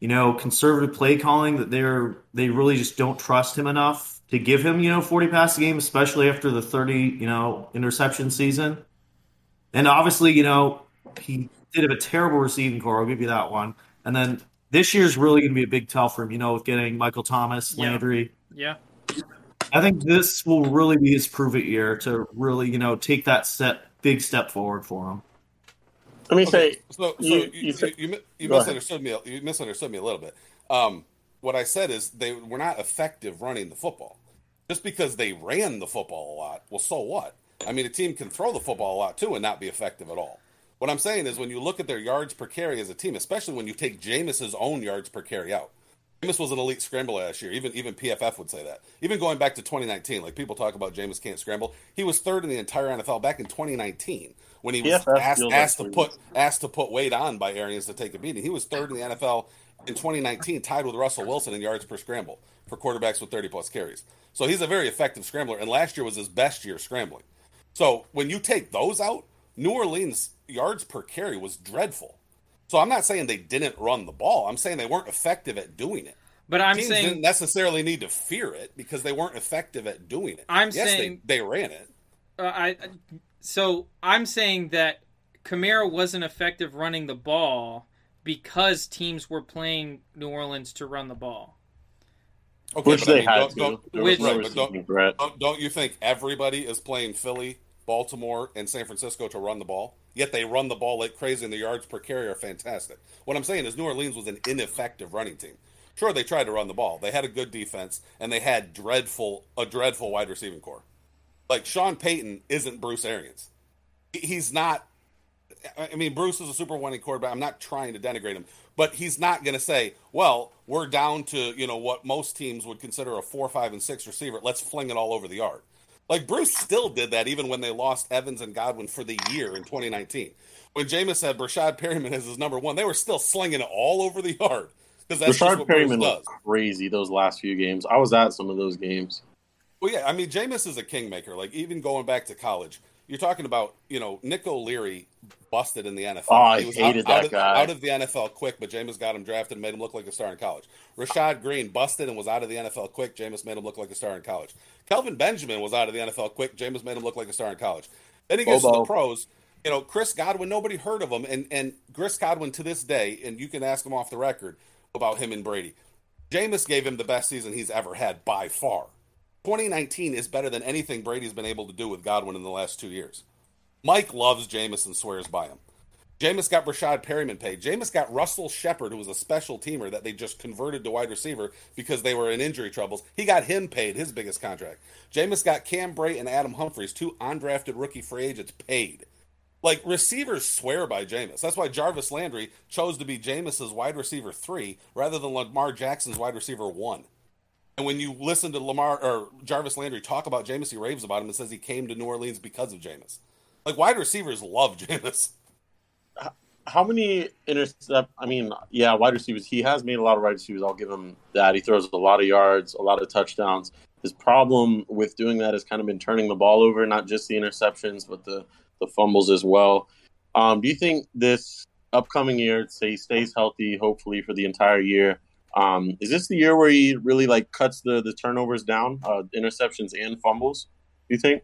Speaker 3: you know, conservative play calling that they're they really just don't trust him enough to give him, you know, 40 passes a game, especially after the 30, you know, interception season. And obviously, you know, he did have a terrible receiving core. I'll give you that one. And then this year's really going to be a big tell for him, you know, with getting Michael Thomas,
Speaker 1: Yeah.
Speaker 3: Landry.
Speaker 1: Yeah.
Speaker 3: I think this will really be his prove it year to really, you know, take that step, big step forward for him.
Speaker 2: Let me
Speaker 4: Okay,
Speaker 2: say,
Speaker 4: so, so
Speaker 2: you-
Speaker 4: you,
Speaker 2: you
Speaker 4: you,
Speaker 2: said-
Speaker 4: you, mi- you
Speaker 2: go ahead.
Speaker 4: misunderstood me. You misunderstood me a little bit. Um, what I said is they were not effective running the football. Just because they ran the football a lot, well, so what? I mean, a team can throw the football a lot too and not be effective at all. What I'm saying is when you look at their yards per carry as a team, especially when you take Jameis's own yards per carry out. Jameis was an elite scrambler last year. Even even PFF would say that. Even going back to 2019, like people talk about Jameis can't scramble. He was third in the entire NFL back in 2019 when he was
Speaker 2: PFF
Speaker 4: asked,
Speaker 2: feels
Speaker 4: asked
Speaker 2: like
Speaker 4: to
Speaker 2: three.
Speaker 4: put asked to put weight on by Arians to take a beating. He was third in the NFL in 2019, tied with Russell Wilson in yards per scramble for quarterbacks with 30 plus carries. So he's a very effective scrambler, and last year was his best year scrambling. So when you take those out, New Orleans yards per carry was dreadful. So I'm not saying they didn't run the ball. I'm saying they weren't effective at doing it.
Speaker 1: But I'm
Speaker 4: Teams
Speaker 1: saying
Speaker 4: didn't necessarily need to fear it because they weren't effective at doing it.
Speaker 1: I'm
Speaker 4: yes,
Speaker 1: saying-
Speaker 4: they, they ran it.
Speaker 1: Uh, I so I'm saying that Kamara wasn't effective running the ball because teams were playing New Orleans to run the ball.
Speaker 4: Okay,
Speaker 2: which
Speaker 4: but I
Speaker 2: they
Speaker 4: mean,
Speaker 2: had
Speaker 4: don't-
Speaker 2: to.
Speaker 4: don't-
Speaker 2: There
Speaker 1: Which-
Speaker 2: was no
Speaker 4: right, but don't-
Speaker 2: receiving threat.
Speaker 4: Don't, don't you think everybody is playing Philly, Baltimore, and San Francisco to run the ball? Yet they run the ball like crazy, and the yards per carry are fantastic. What I'm saying is New Orleans was an ineffective running team. Sure, they tried to run the ball. They had a good defense, and they had dreadful a dreadful wide receiving core. Like Sean Payton isn't Bruce Arians. He- He's not. I I mean, Bruce is a super winning quarterback. I'm not trying to denigrate him, but he's not going to say, "Well, we're down to you know what most teams would consider a four, five, and six receiver. Let's fling it all over the yard." Like Bruce still did that even when they lost Evans and Godwin for the year in 2019. When Jameis had Brashad Perryman as his number one, they were still slinging it all over the yard because that's just
Speaker 2: Rashard
Speaker 4: what Bruce
Speaker 2: Perryman
Speaker 4: does.
Speaker 2: was crazy those last few games. I was at some of those games.
Speaker 4: Well, yeah, I mean, Jameis is a kingmaker. Like even going back to college, you're talking about you know Nick O'Leary busted in the NFL.
Speaker 2: Oh, I
Speaker 4: He was
Speaker 2: hated
Speaker 4: out,
Speaker 2: that
Speaker 4: out of,
Speaker 2: guy.
Speaker 4: out of the NFL quick, but Jameis got him drafted and made him look like a star in college. Rashad Green busted and was out of the NFL quick. Jameis made him look like a star in college. Kelvin Benjamin was out of the NFL quick. Jameis made him look like a star in college. Then he gets to
Speaker 2: Bobo.
Speaker 4: the pros. You know, Chris Godwin, nobody heard of him, and and Chris Godwin to this day, and you can ask him off the record about him and Brady. Jameis gave him the best season he's ever had by far. 2019 is better than anything Brady's been able to do with Godwin in the last two years. Mike loves Jameis and swears by him. Jameis got Brashad Perryman paid. Jameis got Russell Shepard, who was a special teamer that they just converted to wide receiver because they were in injury troubles. He got him paid, his biggest contract. Jameis got Cam Bray and Adam Humphries, two undrafted rookie free agents, paid. Like receivers swear by Jameis. That's why Jarvis Landry chose to be Jameis's wide receiver three rather than Lamar Jackson's wide receiver one. And when you listen to Lamar or Jarvis Landry talk about Jameis, he raves about him and says he came to New Orleans because of Jameis. Like wide receivers love Jameis.
Speaker 2: How many intercept? I mean, yeah, wide receivers. He has made a lot of wide receivers. I'll give him that. He throws a lot of yards, a lot of touchdowns. His problem with doing that has kind of been turning the ball over, not just the interceptions, but the the fumbles as well. Um, do you think this upcoming year, say, he stays healthy, hopefully for the entire year? Um, is this the year where he really like cuts the the turnovers down, uh, interceptions and fumbles? Do you think?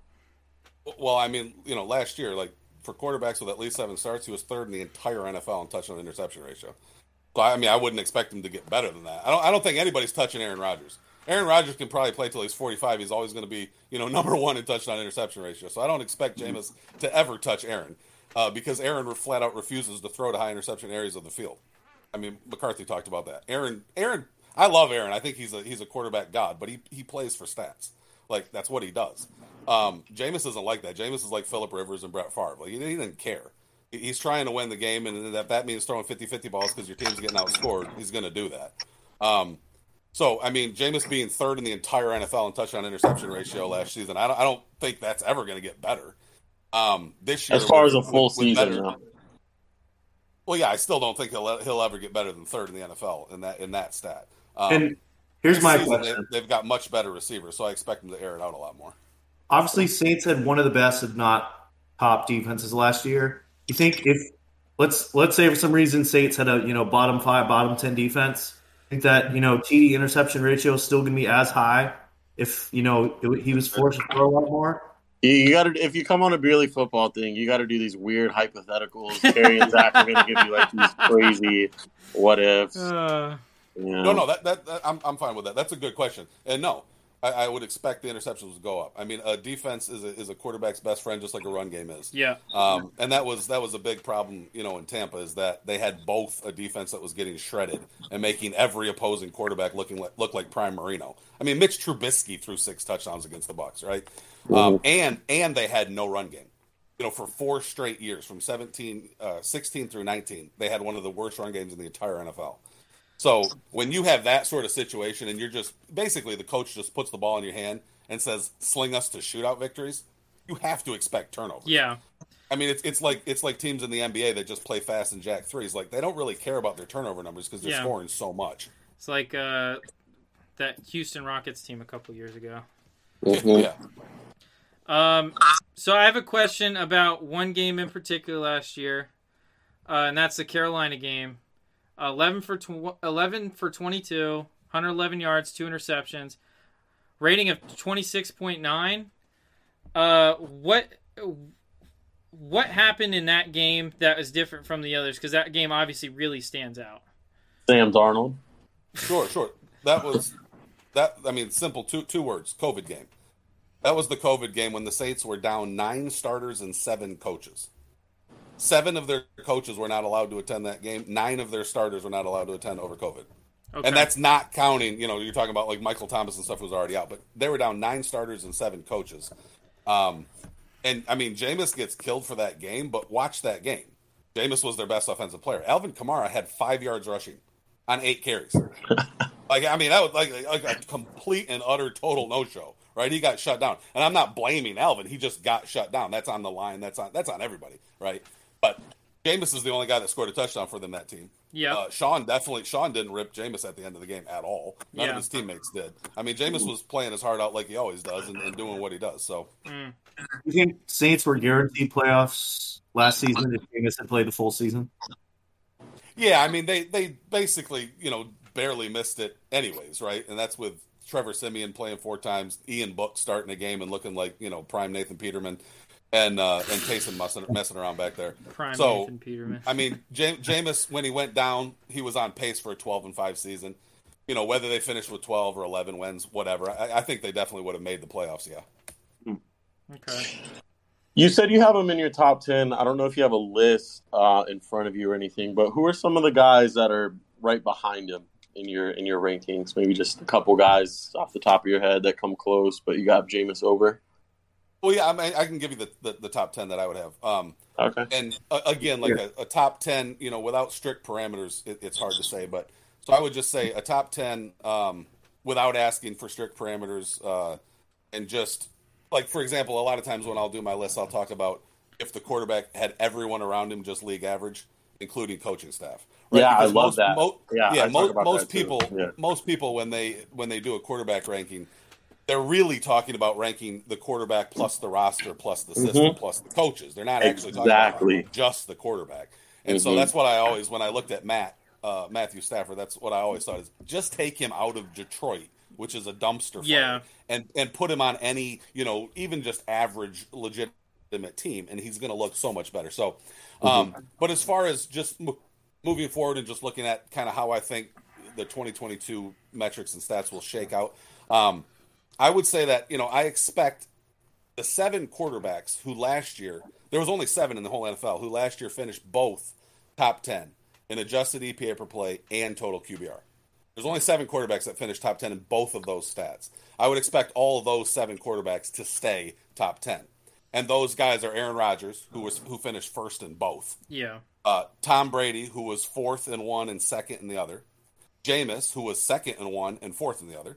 Speaker 4: Well, I mean, you know, last year, like for quarterbacks with at least seven starts, he was third in the entire NFL in touchdown interception ratio. So I mean, I wouldn't expect him to get better than that. I don't. I don't think anybody's touching Aaron Rodgers. Aaron Rodgers can probably play till he's 45. He's always going to be, you know, number one in touchdown interception ratio. So I don't expect Jameis to ever touch Aaron uh, because Aaron flat out refuses to throw to high interception areas of the field. I mean, McCarthy talked about that. Aaron, Aaron, I love Aaron. I think he's a he's a quarterback god, but he he plays for stats. Like that's what he does. Um, Jameis isn't like that. Jameis is like Philip Rivers and Brett Favre. Like he, he didn't care. He- He's trying to win the game, and if that means throwing 50-50 balls because your team's getting outscored, he's going to do that. Um, so, I mean, Jameis being third in the entire NFL in touchdown interception ratio last season, I don't, I don't think that's ever going to get better. Um, this year,
Speaker 2: As far
Speaker 4: with-
Speaker 2: as a full
Speaker 4: with- with
Speaker 2: season,
Speaker 4: better-
Speaker 2: though.
Speaker 4: well, yeah, I still don't think he'll he'll ever get better than third in the NFL in that in that stat. Um,
Speaker 3: And here's
Speaker 4: this
Speaker 3: my
Speaker 4: season,
Speaker 3: question.
Speaker 4: They, have got much better receivers, so I expect them to air it out a lot more.
Speaker 3: Obviously, Saints had one of the best, if not top, defenses last year. You think if let's let's say for some reason Saints had a you know bottom five, bottom ten defense, think that you know TD interception ratio is still going to be as high if you know it, he was forced to throw a lot more.
Speaker 2: You, you got to if you come on a purely football thing, you got to do these weird hypotheticals. Terry and Zach are going to give you like these crazy what ifs.
Speaker 1: Uh,
Speaker 2: Yeah.
Speaker 3: Mm.
Speaker 4: No, no, that, that, that I'm I'm fine with that. That's a good question. And no, I, I would expect the interceptions to go up. I mean, a defense is a, is a quarterback's best friend, just like a run game is.
Speaker 1: yeah.
Speaker 4: Um, and that was that was a big problem, you know, in Tampa is that they had both a defense that was getting shredded and making every opposing quarterback looking like look like Prime Marino. I mean, Mitch Trubisky threw six touchdowns against the Bucks, right? Um, and and they had no run game. You know, for four straight years, from 17, uh, 16 through nineteen, they had one of the worst run games in the entire NFL. So when you have that sort of situation and you're just basically the coach just puts the ball in your hand and says, "Sling us to shootout victories," you have to expect turnovers.
Speaker 1: Yeah.
Speaker 4: I mean, it's it's like it's like teams in the NBA that just play fast and jack threes. Like they don't really care about their turnover numbers because they're
Speaker 1: Yeah.
Speaker 4: scoring so much.
Speaker 1: It's like uh, that Houston Rockets team a couple years ago.
Speaker 2: Mhm.
Speaker 4: Yeah,
Speaker 1: Um, so I have a question about one game in particular last year, uh, and that's the Carolina game. Eleven for tw- eleven for twenty two, 111 yards, two interceptions, rating of twenty six point nine. Uh, what what happened in that game that was different from the others? Because that game obviously really stands out.
Speaker 2: Sam Darnold.
Speaker 4: sure, sure. That was that. I mean, simple two two words. COVID game. That was the COVID game when the Saints were down nine starters and seven coaches. Seven of their coaches were not allowed to attend that game. Nine of their starters were not allowed to attend over COVID.
Speaker 1: Okay.
Speaker 4: And that's not counting, you know, you're talking about like Michael Thomas and stuff was already out, but they were down nine starters and seven coaches. Um, and I mean, Jameis gets killed for that game, but watch that game. Jameis was their best offensive player. Alvin Kamara had five yards rushing on eight carries. like, I mean, that was like, like a complete and utter total no show, right? He got shut down. And I'm not blaming Alvin. He just got shut down. That's on the line. That's on, that's on everybody, right? But Jameis is the only guy that scored a touchdown for them that team.
Speaker 1: yeah.
Speaker 4: Uh, Sean definitely Sean didn't rip Jameis at the end of the game at all. None
Speaker 1: Yeah.
Speaker 4: of his teammates did. I mean, Jameis was playing his heart out like he always does and, and doing what he does. So
Speaker 1: Mm.
Speaker 3: You think Saints were guaranteed playoffs last season if Jameis had played the full season?
Speaker 4: yeah, I mean they they basically you know barely missed it anyways, right? And that's with Trevor Simeon playing four times, Ian Book starting a game and looking like you know prime Nathan Peterman, and uh, and Taysom messing, messing around back there.
Speaker 1: Prime
Speaker 4: so-
Speaker 1: Nathan Peterman.
Speaker 4: I mean, Jam- Jameis when he went down, he was on pace for a 12 and five season. You know, whether they finished with 12 or 11 wins, whatever, I, I think they definitely would have made the playoffs. Yeah.
Speaker 1: Okay.
Speaker 2: You said you have them in your top ten. I don't know if you have a list uh, in front of you or anything, but who are some of the guys that are right behind him in your in your rankings? Maybe just a couple guys off the top of your head that come close, but you got Jameis over.
Speaker 4: Well, yeah, I, mean, I can give you the, the, the top 10 that I would have. Um,
Speaker 2: Okay.
Speaker 4: and uh, again, like a, a top 10, you know, without strict parameters, it, it's hard to say. But so I would just say a top 10 um, without asking for strict parameters uh, and just like, for example, a lot of times when I'll do my list, I'll talk about if the quarterback had everyone around him just league average, including coaching staff.
Speaker 2: Yeah, I
Speaker 4: Because
Speaker 2: love
Speaker 4: most,
Speaker 2: that.
Speaker 4: mo-
Speaker 2: Yeah,
Speaker 4: yeah,
Speaker 2: I talk
Speaker 4: mo-
Speaker 2: about
Speaker 4: most
Speaker 2: that too.
Speaker 4: people,
Speaker 2: Yeah.
Speaker 4: most people when they when they do a quarterback ranking, they're really talking about ranking the quarterback plus the roster plus the system plus the coaches. They're not actually talking
Speaker 2: Exactly.
Speaker 4: about just the quarterback. And so
Speaker 2: Mhm.
Speaker 4: that's what I always when I looked at Matt uh, Matthew Stafford, that's what I always thought is just take him out of Detroit, which is a dumpster fire,
Speaker 1: Yeah.
Speaker 4: and and put him on any you know even just average legitimate team, and he's going to look so much better. So, um, but as far as just m- moving forward and just looking at kind of how I think the 2022 metrics and stats will shake out, um, I would say that you know I expect the seven quarterbacks who last year there was only seven in the whole NFL who last year finished both top ten in adjusted EPA per play and total QBR. There's only seven quarterbacks that finished top ten in both of those stats. I would expect all of those seven quarterbacks to stay top ten, and those guys are Aaron Rodgers, who was who finished first in both,
Speaker 1: Yeah.
Speaker 4: uh, Tom Brady, who was fourth in one and second in the other, Jameis, who was second in one and fourth in the other,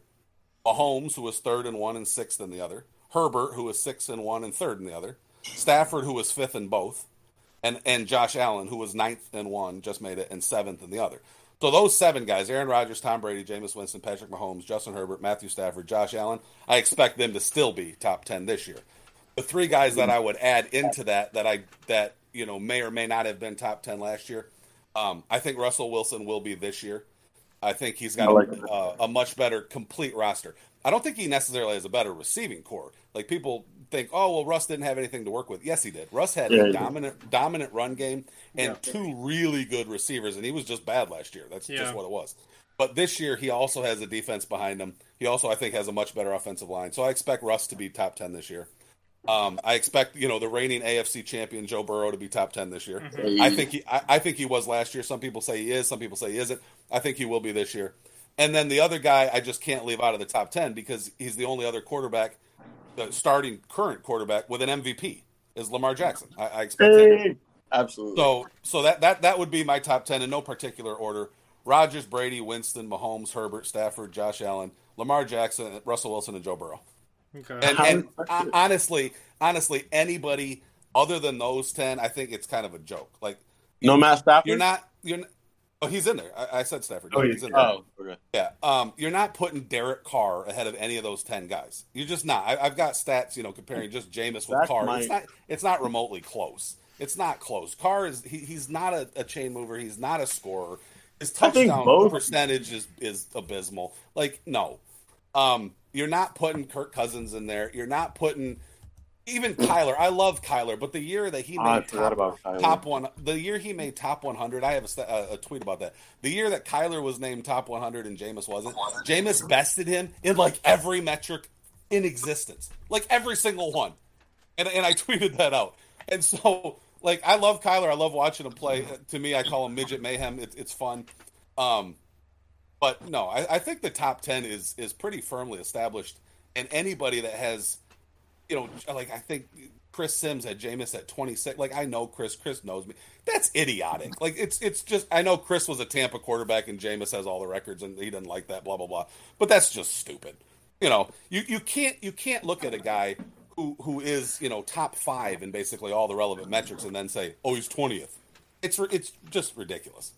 Speaker 4: Mahomes, who was third in one and sixth in the other, Herbert, who was sixth in one and third in the other, Stafford, who was fifth in both, and and Josh Allen, who was ninth in one, just made it, and seventh in the other. So those seven guys: Aaron Rodgers, Tom Brady, Jameis Winston, Patrick Mahomes, Justin Herbert, Matthew Stafford, Josh Allen. I expect them to still be top ten this year. The three guys
Speaker 2: Mm.
Speaker 4: that I would add into that that I that you know may or may not have been top ten last year. Um, I think Russell Wilson will be this year. I think he's got
Speaker 2: I like
Speaker 4: a, uh, a much better complete roster. I don't think he necessarily has a better receiving core. Like people think, oh well, Russ didn't have anything to work with. Yes, he did. Russ had
Speaker 2: Yeah, he
Speaker 4: a
Speaker 2: did.
Speaker 4: dominant dominant run game and two really good receivers, and he was just bad last year. That's
Speaker 1: Yeah.
Speaker 4: just what it was. But this year, he also has a defense behind him. He also, I think, has a much better offensive line. So I expect Russ to be top ten this year. Um, I expect you know the reigning AFC champion Joe Burrow to be top ten this
Speaker 1: Mm-hmm.
Speaker 4: year. I think he, I, I think he was last year. Some people say he is. Some people say he isn't. I think he will be this year. And then the other guy, I just can't leave out of the top ten because he's the only other quarterback, the starting current quarterback with an MVP is Lamar Jackson. I, I
Speaker 2: Uh,
Speaker 4: expect him.
Speaker 2: Hey. Absolutely.
Speaker 4: So so that that that would be my top ten in no particular order: Rogers, Brady, Winston, Mahomes, Herbert, Stafford, Josh Allen, Lamar Jackson, Russell Wilson, and Joe Burrow.
Speaker 1: Okay.
Speaker 4: And,
Speaker 2: How
Speaker 4: and
Speaker 2: impressive.
Speaker 4: uh, honestly, honestly, anybody other than those ten, I think it's kind of a joke. Like
Speaker 2: no Matt Stafford.
Speaker 4: you're not, you're. Not, oh, he's in there. I, I said Stafford.
Speaker 3: Oh,
Speaker 4: he's
Speaker 3: yeah.
Speaker 4: in there.
Speaker 2: Oh, okay.
Speaker 4: Yeah. Um, you're not putting Derek Carr ahead of any of those ten guys. You're just not. I, I've got stats, you know, comparing just Jameis with
Speaker 2: That's
Speaker 4: Carr.
Speaker 2: my-
Speaker 4: It's not. It's not remotely close. It's not close. Carr is. He, he's not a, a chain mover. He's not a scorer. His
Speaker 2: I think
Speaker 4: touchdown
Speaker 2: both-
Speaker 4: percentage is is abysmal. Like no, um, you're not putting Kirk Cousins in there. You're not putting even Kyler. I love Kyler, but the year that he made
Speaker 2: Ah, I forgot
Speaker 4: top
Speaker 2: about Kyler.
Speaker 4: top one the year he made top 100 i have a, st- a, a tweet about that the year that kyler was named top 100 and Jameis wasn't Jameis bested him in like every metric in existence like every single one and, and i tweeted that out and so like i love kyler i love watching him play to me i call him midget mayhem it, it's fun um but no I, I think the top 10 is is pretty firmly established and anybody that has you know, like I think Chris Sims had Jameis at 26. Like I know Chris. Chris knows me. That's idiotic. Like it's it's just I know Chris was a Tampa quarterback and Jameis has all the records and he doesn't like that. Blah blah blah. But that's just stupid. You know, you you can't you can't look at a guy who who is you know top five in basically all the relevant metrics and then say oh he's 20th. It's ri- it's just ridiculous.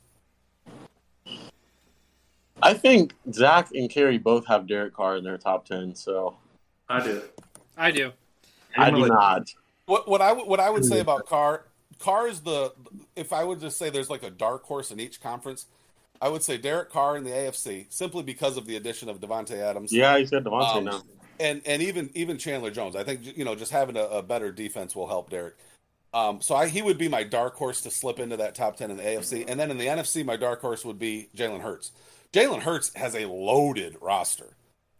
Speaker 2: I think Zach and Carrie both have Derek Carr in their top ten. So
Speaker 3: I do.
Speaker 1: I do.
Speaker 2: I do not.
Speaker 4: What what I would- what I would say about Carr Carr is the if I would just say there's like a dark horse in each conference, I would say Derek Carr in the AFC simply because of the addition of Devonte Adams.
Speaker 2: Yeah, you said Devontae
Speaker 4: Um,
Speaker 2: now.
Speaker 4: and and even even Chandler Jones. I think you know just having a, a better defense will help Derek. Um, so I, he would be my dark horse to slip into that top ten in the AFC, and then in the NFC, my dark horse would be Jalen Hurts. Jalen Hurts has a loaded roster.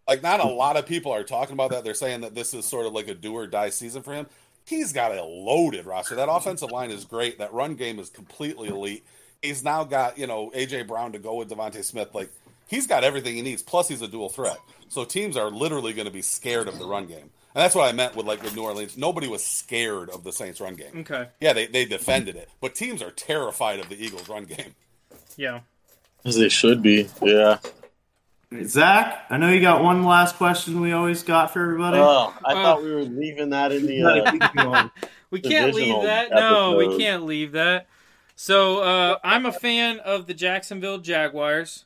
Speaker 4: Like not a lot of people are talking about that. They're saying that this is sort of like a do or die season for him. He's got a loaded roster. That offensive line is great. That run game is completely elite. He's now got you know AJ Brown to go with Devontae Smith. Like he's got everything he needs. Plus, he's a dual threat. So teams are literally going to be scared of the run game, and that's what I meant with like with New Orleans. Nobody was scared of the Saints run game.
Speaker 1: Okay.
Speaker 4: Yeah, they they defended it, but teams are terrified of the Eagles run game.
Speaker 1: Yeah.
Speaker 2: As they should be. Yeah.
Speaker 3: Zach, I know you got one last question we always got for everybody.
Speaker 2: Oh, I
Speaker 1: Uh,
Speaker 2: thought we were leaving that in the.
Speaker 3: Like,
Speaker 2: Uh,
Speaker 3: we can go on.
Speaker 1: We can't leave
Speaker 2: Divisional
Speaker 1: that. No, we
Speaker 2: episode.
Speaker 1: can't leave that. So uh, I'm a fan of the Jacksonville Jaguars.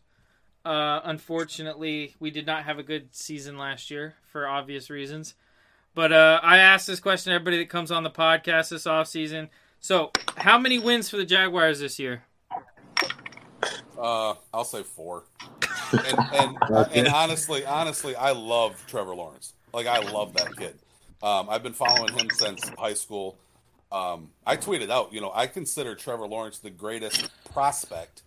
Speaker 1: Uh, unfortunately, we did not have a good season last year for obvious reasons. But uh, I asked this question to everybody that comes on the podcast this offseason. So, how many wins for the Jaguars this year?
Speaker 4: Uh, I'll say four. And and, and honestly, honestly, I love Trevor Lawrence. Like I love that kid. Um, I've been following him since high school. Um, I tweeted out, you know, I consider Trevor Lawrence the greatest prospect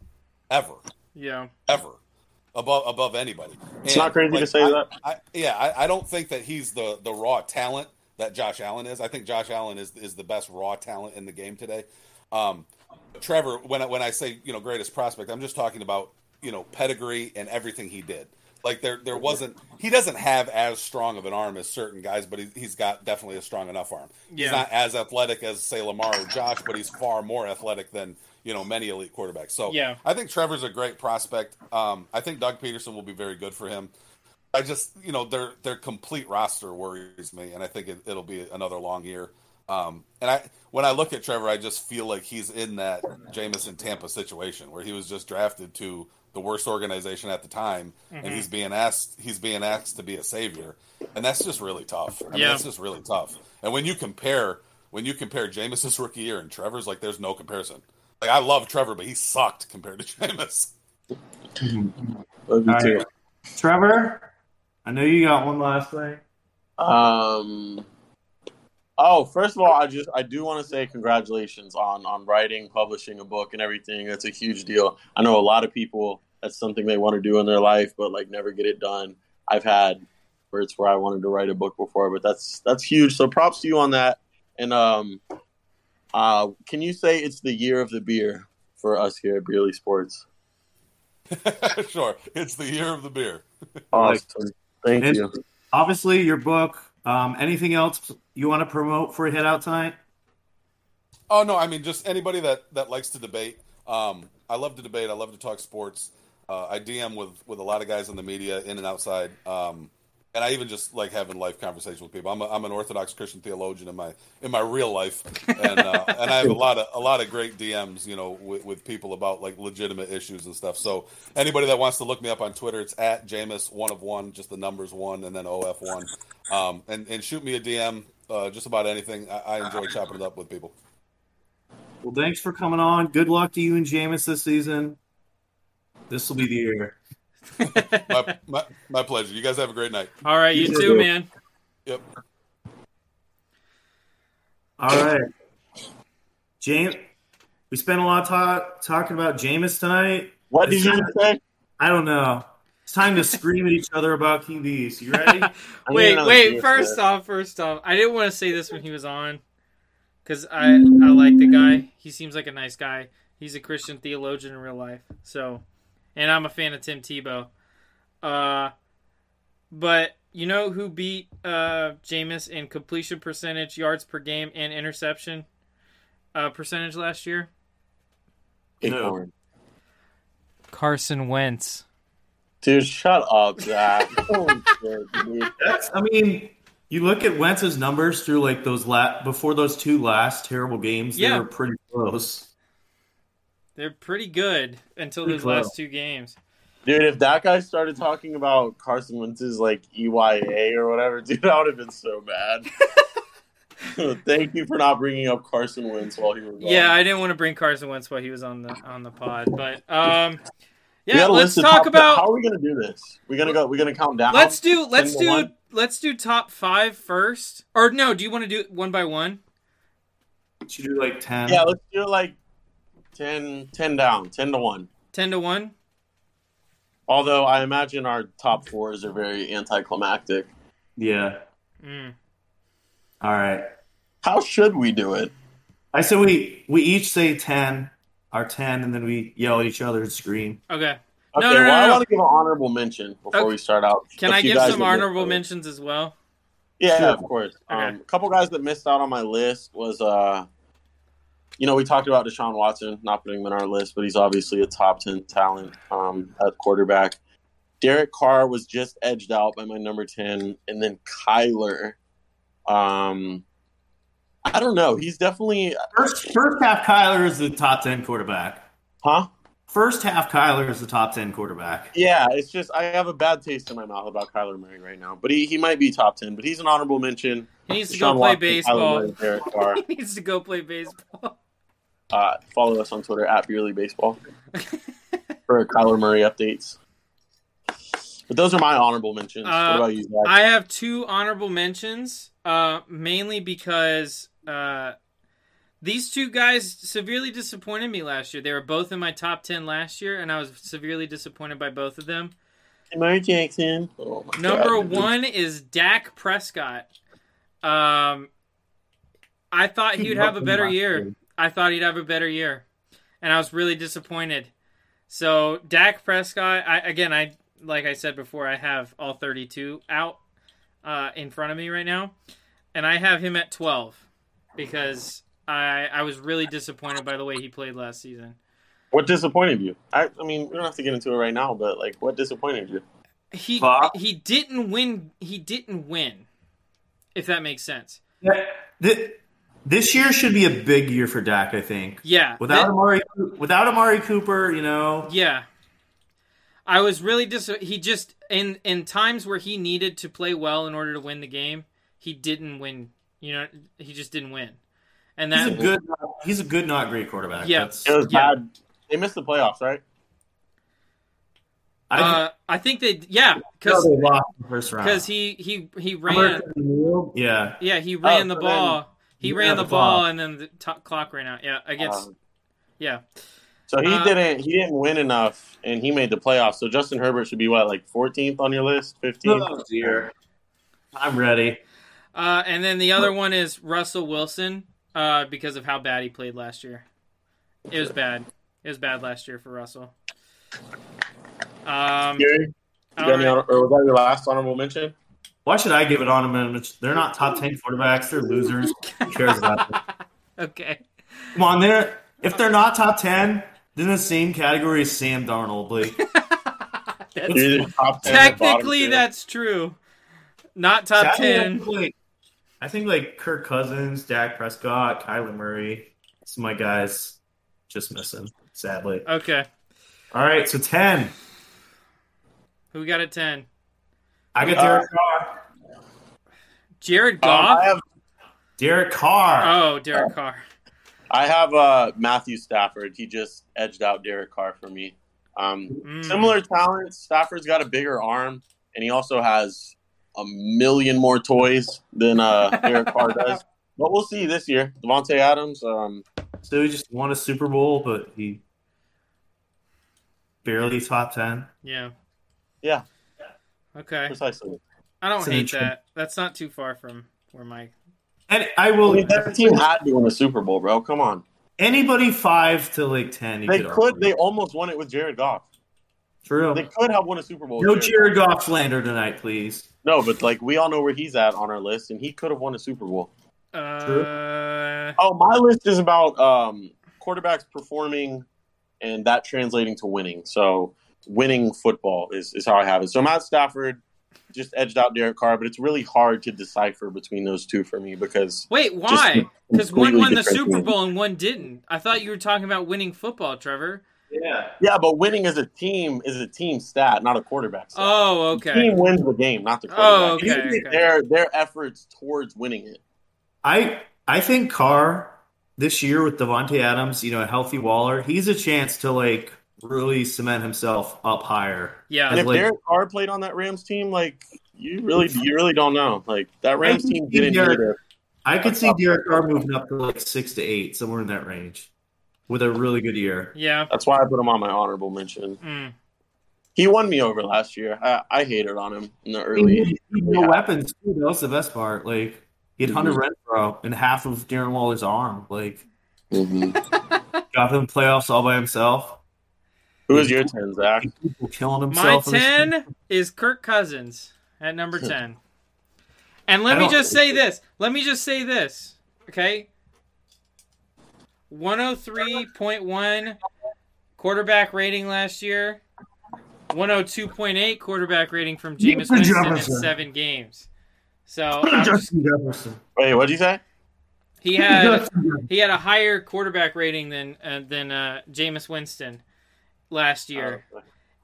Speaker 4: ever,
Speaker 1: Yeah.
Speaker 4: ever, above above anybody.
Speaker 2: It's not crazy to say
Speaker 4: I-
Speaker 2: that.
Speaker 4: I, yeah, I, I don't think that he's the the raw talent that Josh Allen is. I think Josh Allen is is the best raw talent in the game today. Um, Trevor, when I, when I say you know greatest prospect, I'm just talking about you know pedigree and everything he did. Like there there wasn't he doesn't have as strong of an arm as certain guys, but he, he's got definitely a strong enough arm.
Speaker 1: Yeah.
Speaker 4: He's not as athletic as say Lamar or Josh, but he's far more athletic than you know many elite quarterbacks. So
Speaker 1: Yeah.
Speaker 4: I think Trevor's a great prospect. Um, I think Doug Peterson will be very good for him. I just, you know, their their complete roster worries me, and I think it, it'll be another long year. Um, and I, when I look at Trevor, I just feel like he's in that Jamison Tampa situation where he was just drafted to the worst organization at the time, and he's being asked he's being asked to be a savior, and that's just really tough. I mean,
Speaker 1: Yeah.
Speaker 4: that's just really tough. And when you compare when you compare Jamison's rookie year and Trevor's, like, there's no comparison. Like, I love Trevor, but he sucked compared to Jameis.
Speaker 2: Love you
Speaker 3: All
Speaker 2: too.
Speaker 3: Trevor, I know you got one last thing.
Speaker 2: Um. Oh, first of all, I just I do want to say congratulations on on writing, publishing a book, and everything. That's a huge deal. I know a lot of people that's something they want to do in their life, but like never get it done. I've had where it's where I wanted to write a book before, but that's that's huge. So props to you on that. And um, uh, can you say it's the year of the beer for us here at Beerly Sports?
Speaker 4: sure, it's the year of the beer.
Speaker 3: Like-
Speaker 2: Awesome. Thank
Speaker 3: And
Speaker 2: you.
Speaker 3: obviously, your book. Um, anything else you want to promote for a hit out tonight?
Speaker 4: Oh no, I mean just anybody that that likes to debate. Um, I love to debate. I love to talk sports. Uh, I DM with with a lot of guys in the media, in and outside, um, and I even just like having life conversations with people. I'm, a, I'm an Orthodox Christian theologian in my in my real life, and uh, and I have a lot of a lot of great DMs, you know, with, with people about like legitimate issues and stuff. So anybody that wants to look me up on Twitter, it's at Jameis one of one, just the numbers one, and then OF one, um, and and shoot me a DM. Uh, just about anything. I, I enjoy chopping it up with people.
Speaker 3: Well, thanks for coming on. Good luck to you and Jameis this season. This will be the year.
Speaker 4: my, my, my pleasure. You guys have a great night.
Speaker 1: All right, you
Speaker 3: You
Speaker 1: too,
Speaker 3: too.
Speaker 1: man.
Speaker 4: Yep.
Speaker 3: All right, James. We spent a lot of talk, talking about Jameis tonight.
Speaker 2: What did you say?
Speaker 3: I don't know. It's time to scream at each other about QBs. You ready?
Speaker 2: I need
Speaker 1: Wait,
Speaker 2: another
Speaker 1: wait.
Speaker 2: beer,
Speaker 1: First
Speaker 2: man.
Speaker 1: off, first off, I didn't want to say this when he was on because I I like the guy. He seems like a nice guy. He's a Christian theologian in real life. So, and I'm a fan of Tim Tebow. Uh, but you know who beat uh Jameis in completion percentage, yards per game, and interception uh, percentage last year?
Speaker 2: Acorn.
Speaker 1: Carson Wentz.
Speaker 2: Dude, shut up, Zach. Oh, shit, dude.
Speaker 3: That's. I mean, you look at Wentz's numbers through like those la- before those two last terrible games.
Speaker 1: Yeah.
Speaker 3: They were pretty close.
Speaker 1: They're pretty good until
Speaker 3: Pretty
Speaker 1: those
Speaker 3: close.
Speaker 1: last two games.
Speaker 2: Dude, if that guy started talking about Carson Wentz's like EYA or whatever, dude, I would have been so mad. Thank you for not bringing up Carson Wentz while he was gone.
Speaker 1: Yeah, I didn't want to bring Carson Wentz while he was on the on the pod, but um,
Speaker 2: We
Speaker 1: yeah,
Speaker 2: gotta
Speaker 1: let's
Speaker 2: list the
Speaker 1: talk
Speaker 2: top- How
Speaker 1: about
Speaker 2: are we gonna do this? We're gonna go. We're gonna count down.
Speaker 1: let's do let's
Speaker 2: to
Speaker 1: do
Speaker 2: one?
Speaker 1: let's do top five first. Or no, do you want to do it one by one?
Speaker 3: Should do like ten.
Speaker 2: Yeah, let's do like 10, 10 down, ten to one.
Speaker 1: Ten to one.
Speaker 2: Although I imagine our top fours are very anticlimactic.
Speaker 3: yeah.
Speaker 1: Mm.
Speaker 3: All right.
Speaker 2: How should we do it?
Speaker 3: I said we we each say ten, our ten, and then we yell at each other and scream.
Speaker 1: Okay,
Speaker 2: Okay,
Speaker 1: No, no, no,
Speaker 2: well, I
Speaker 1: no.
Speaker 2: want to give an honorable mention before
Speaker 1: Okay.
Speaker 2: we start out.
Speaker 1: can
Speaker 2: A
Speaker 1: I
Speaker 2: few
Speaker 1: give
Speaker 2: guys
Speaker 1: some
Speaker 2: that missed
Speaker 1: honorable
Speaker 2: out.
Speaker 1: mentions as well?
Speaker 2: Yeah,
Speaker 3: Sure.
Speaker 2: of course. Um,
Speaker 1: Okay.
Speaker 2: a couple guys that missed out on my list was, uh, you know, we talked about Deshaun Watson, not putting him in our list, but he's obviously a top 10 talent um, at quarterback. Derek Carr was just edged out by my number 10. And then Kyler. Um, I don't know. He's definitely,
Speaker 3: First first half, Kyler is the top ten quarterback.
Speaker 2: huh?
Speaker 3: First half, Kyler is the top ten quarterback.
Speaker 2: Yeah, it's just I have a bad taste in my mouth about Kyler Murray right now, but he, he might be top ten. But he's an honorable mention.
Speaker 1: He needs to
Speaker 2: Deshaun
Speaker 1: go play
Speaker 2: Watson, Kyler
Speaker 1: baseball.
Speaker 2: Murray, Derek Carr.
Speaker 1: He needs to go play baseball.
Speaker 2: Uh, follow us on Twitter at Beerly Baseball for Kyler Murray updates. But those are my honorable mentions.
Speaker 1: Uh,
Speaker 2: what about you, Zach?
Speaker 1: I have two honorable mentions, uh, mainly because uh, These two guys severely disappointed me last year. They were both in my top 10 last year, and I was severely disappointed by both of them.
Speaker 2: Lamar Jackson. Oh my
Speaker 1: Number
Speaker 2: God.
Speaker 1: one is Dak Prescott. Um, I thought he would have a better year. I thought he'd have a better year, and I was really disappointed. So Dak Prescott, I, again, I like I said before, I have all 32 out uh, in front of me right now, and I have him at 12 because I I was really disappointed by the way he played last season.
Speaker 2: What disappointed you? I, I mean, we don't have to get into it right now, but like, what disappointed you?
Speaker 1: He
Speaker 3: Fuck.
Speaker 1: he didn't win. He didn't win. If that makes sense.
Speaker 3: Yeah, thi- This year should be a big year for Dak, I think.
Speaker 1: Yeah.
Speaker 3: Without
Speaker 1: thi-
Speaker 3: Amari, without Amari Cooper, you know,
Speaker 1: Yeah. I was really dis he just in in times where he needed to play well in order to win the game, he didn't win. You know, he just didn't win. And
Speaker 3: he's a
Speaker 1: that
Speaker 3: good, he's a good, not great quarterback.
Speaker 1: Yeah.
Speaker 3: That's-
Speaker 2: It was
Speaker 1: Yeah.
Speaker 2: bad. They missed the playoffs, right?
Speaker 1: I,
Speaker 3: I
Speaker 1: uh, I think they yeah,
Speaker 3: think
Speaker 1: cuz
Speaker 3: they lost in the first round.
Speaker 1: cuz he he he ran
Speaker 3: yeah,
Speaker 1: yeah, he ran
Speaker 2: Oh,
Speaker 1: the
Speaker 2: so
Speaker 1: ball. He
Speaker 3: you
Speaker 1: ran
Speaker 3: have
Speaker 1: the
Speaker 3: the
Speaker 1: ball
Speaker 3: ball.
Speaker 1: and then the to clock ran out. Yeah, against
Speaker 2: Um,
Speaker 1: yeah.
Speaker 2: So he
Speaker 1: Uh,
Speaker 2: didn't. He didn't win enough, and he made the playoffs. So Justin Herbert should be what, like 14th on your list, 15th?
Speaker 3: Oh, dear. I'm ready.
Speaker 1: Uh, and then the other one is Russell Wilson uh, because of how bad he played last year. It was bad. It was bad last year for Russell. Um,
Speaker 2: Gary, you got
Speaker 1: all
Speaker 2: any
Speaker 1: right.
Speaker 2: honor- or was that your last honorable mention?
Speaker 3: Why should I give it on them? They're not top ten quarterbacks. They're losers. Who cares about them?
Speaker 1: okay.
Speaker 3: Come on, they're if they're not top ten, then the same category as Sam Darnold. Like,
Speaker 1: That's-
Speaker 2: You're either top 10 or bottom
Speaker 1: technically,
Speaker 2: two.
Speaker 1: that's true. Not top
Speaker 3: sadly, I
Speaker 1: ten.
Speaker 3: think, like, I think like Kirk Cousins, Dak Prescott, Kyler Murray. Some of my guys just missing, sadly.
Speaker 1: Okay.
Speaker 3: All right, so ten.
Speaker 1: Who got a ten?
Speaker 3: I got
Speaker 2: Uh,
Speaker 3: Derek Carr.
Speaker 1: Jared
Speaker 2: Um,
Speaker 1: Goff.
Speaker 2: I have
Speaker 3: Derek Carr.
Speaker 1: oh, Derek Carr.
Speaker 2: I have uh, Matthew Stafford. He just edged out Derek Carr for me. Um,
Speaker 1: Mm.
Speaker 2: Similar talent. Stafford's got a bigger arm, and he also has a million more toys than uh, Derek Carr does. But we'll see this year. Devontae Adams. Um,
Speaker 3: So he just won a Super Bowl, but he barely top ten.
Speaker 1: Yeah.
Speaker 2: Yeah.
Speaker 1: Okay.
Speaker 2: precisely.
Speaker 1: I don't
Speaker 3: It's an
Speaker 1: hate
Speaker 3: intro.
Speaker 1: that. That's not too far from where my
Speaker 3: And
Speaker 2: I
Speaker 3: I will
Speaker 2: mean, that team had to win a Super Bowl, bro. Come on.
Speaker 3: anybody five to like ten. you
Speaker 2: They
Speaker 3: argue.
Speaker 2: could. They almost won it with Jared Goff.
Speaker 3: true.
Speaker 2: They could have won a Super Bowl. with
Speaker 3: no
Speaker 2: Jared
Speaker 3: Jared Goff slander tonight, please.
Speaker 2: No, but like we all know where he's at on our list, and he could have won a Super Bowl.
Speaker 1: uh
Speaker 2: Oh, my list is about um, quarterbacks performing and that translating to winning. So winning football is, is how I have it. So Matt Stafford just edged out Derek Carr, but it's really hard to decipher between those two for me because
Speaker 1: Wait, why? Because one
Speaker 2: completely
Speaker 1: won the
Speaker 2: different
Speaker 1: Super
Speaker 2: teams.
Speaker 1: Bowl and one didn't. I thought you were talking about winning football, Trevor.
Speaker 3: Yeah.
Speaker 2: yeah, but winning as a team is a team stat, not a quarterback stat.
Speaker 1: Oh,
Speaker 2: The
Speaker 1: okay.
Speaker 2: Team wins the game, not the quarterback.
Speaker 1: Oh, okay,
Speaker 2: Usually
Speaker 1: okay.
Speaker 2: Their their efforts towards winning it.
Speaker 3: I I think Carr this year with Devontae Adams, you know, a healthy Waller, he's a chance to like really cement himself up higher.
Speaker 2: And
Speaker 1: Yeah.
Speaker 2: if
Speaker 3: like-
Speaker 2: Derek Carr played on that Rams team, like you really you really don't know. Like that Rams
Speaker 3: think
Speaker 2: team didn't
Speaker 3: Derek-
Speaker 2: need it.
Speaker 3: I could see Derek Carr moving up to like six to eight, somewhere in that range, with a really good year.
Speaker 1: Yeah.
Speaker 2: That's why I put him on my honorable mention.
Speaker 1: Mm.
Speaker 2: He won me over last year. I, I hated on him in the
Speaker 3: He
Speaker 2: early.
Speaker 3: had no weapons too. That was the best part. Like he
Speaker 2: Mm-hmm.
Speaker 3: had Hunter Renfro and half of Darren Waller's arm. Like
Speaker 2: Mm-hmm.
Speaker 3: got him playoffs all by himself.
Speaker 2: Who was your ten, Zach?
Speaker 3: People killing
Speaker 1: My
Speaker 3: himself. in the street.
Speaker 1: 10 is Kirk Cousins at number 10. And let
Speaker 3: I
Speaker 1: me
Speaker 3: don't-
Speaker 1: just say this. Let me just say this. Okay. 103.1 quarterback rating last year. 102.8 quarterback rating from
Speaker 3: You
Speaker 1: Jameis Winston
Speaker 3: could
Speaker 1: in
Speaker 3: Jefferson.
Speaker 1: seven games. So I'm just-
Speaker 3: Justin Jefferson.
Speaker 2: Wait, what'd you say?
Speaker 1: he had
Speaker 3: Justin Jefferson.
Speaker 1: He had a higher quarterback rating than uh, than uh, Jameis Winston last year,
Speaker 2: Uh,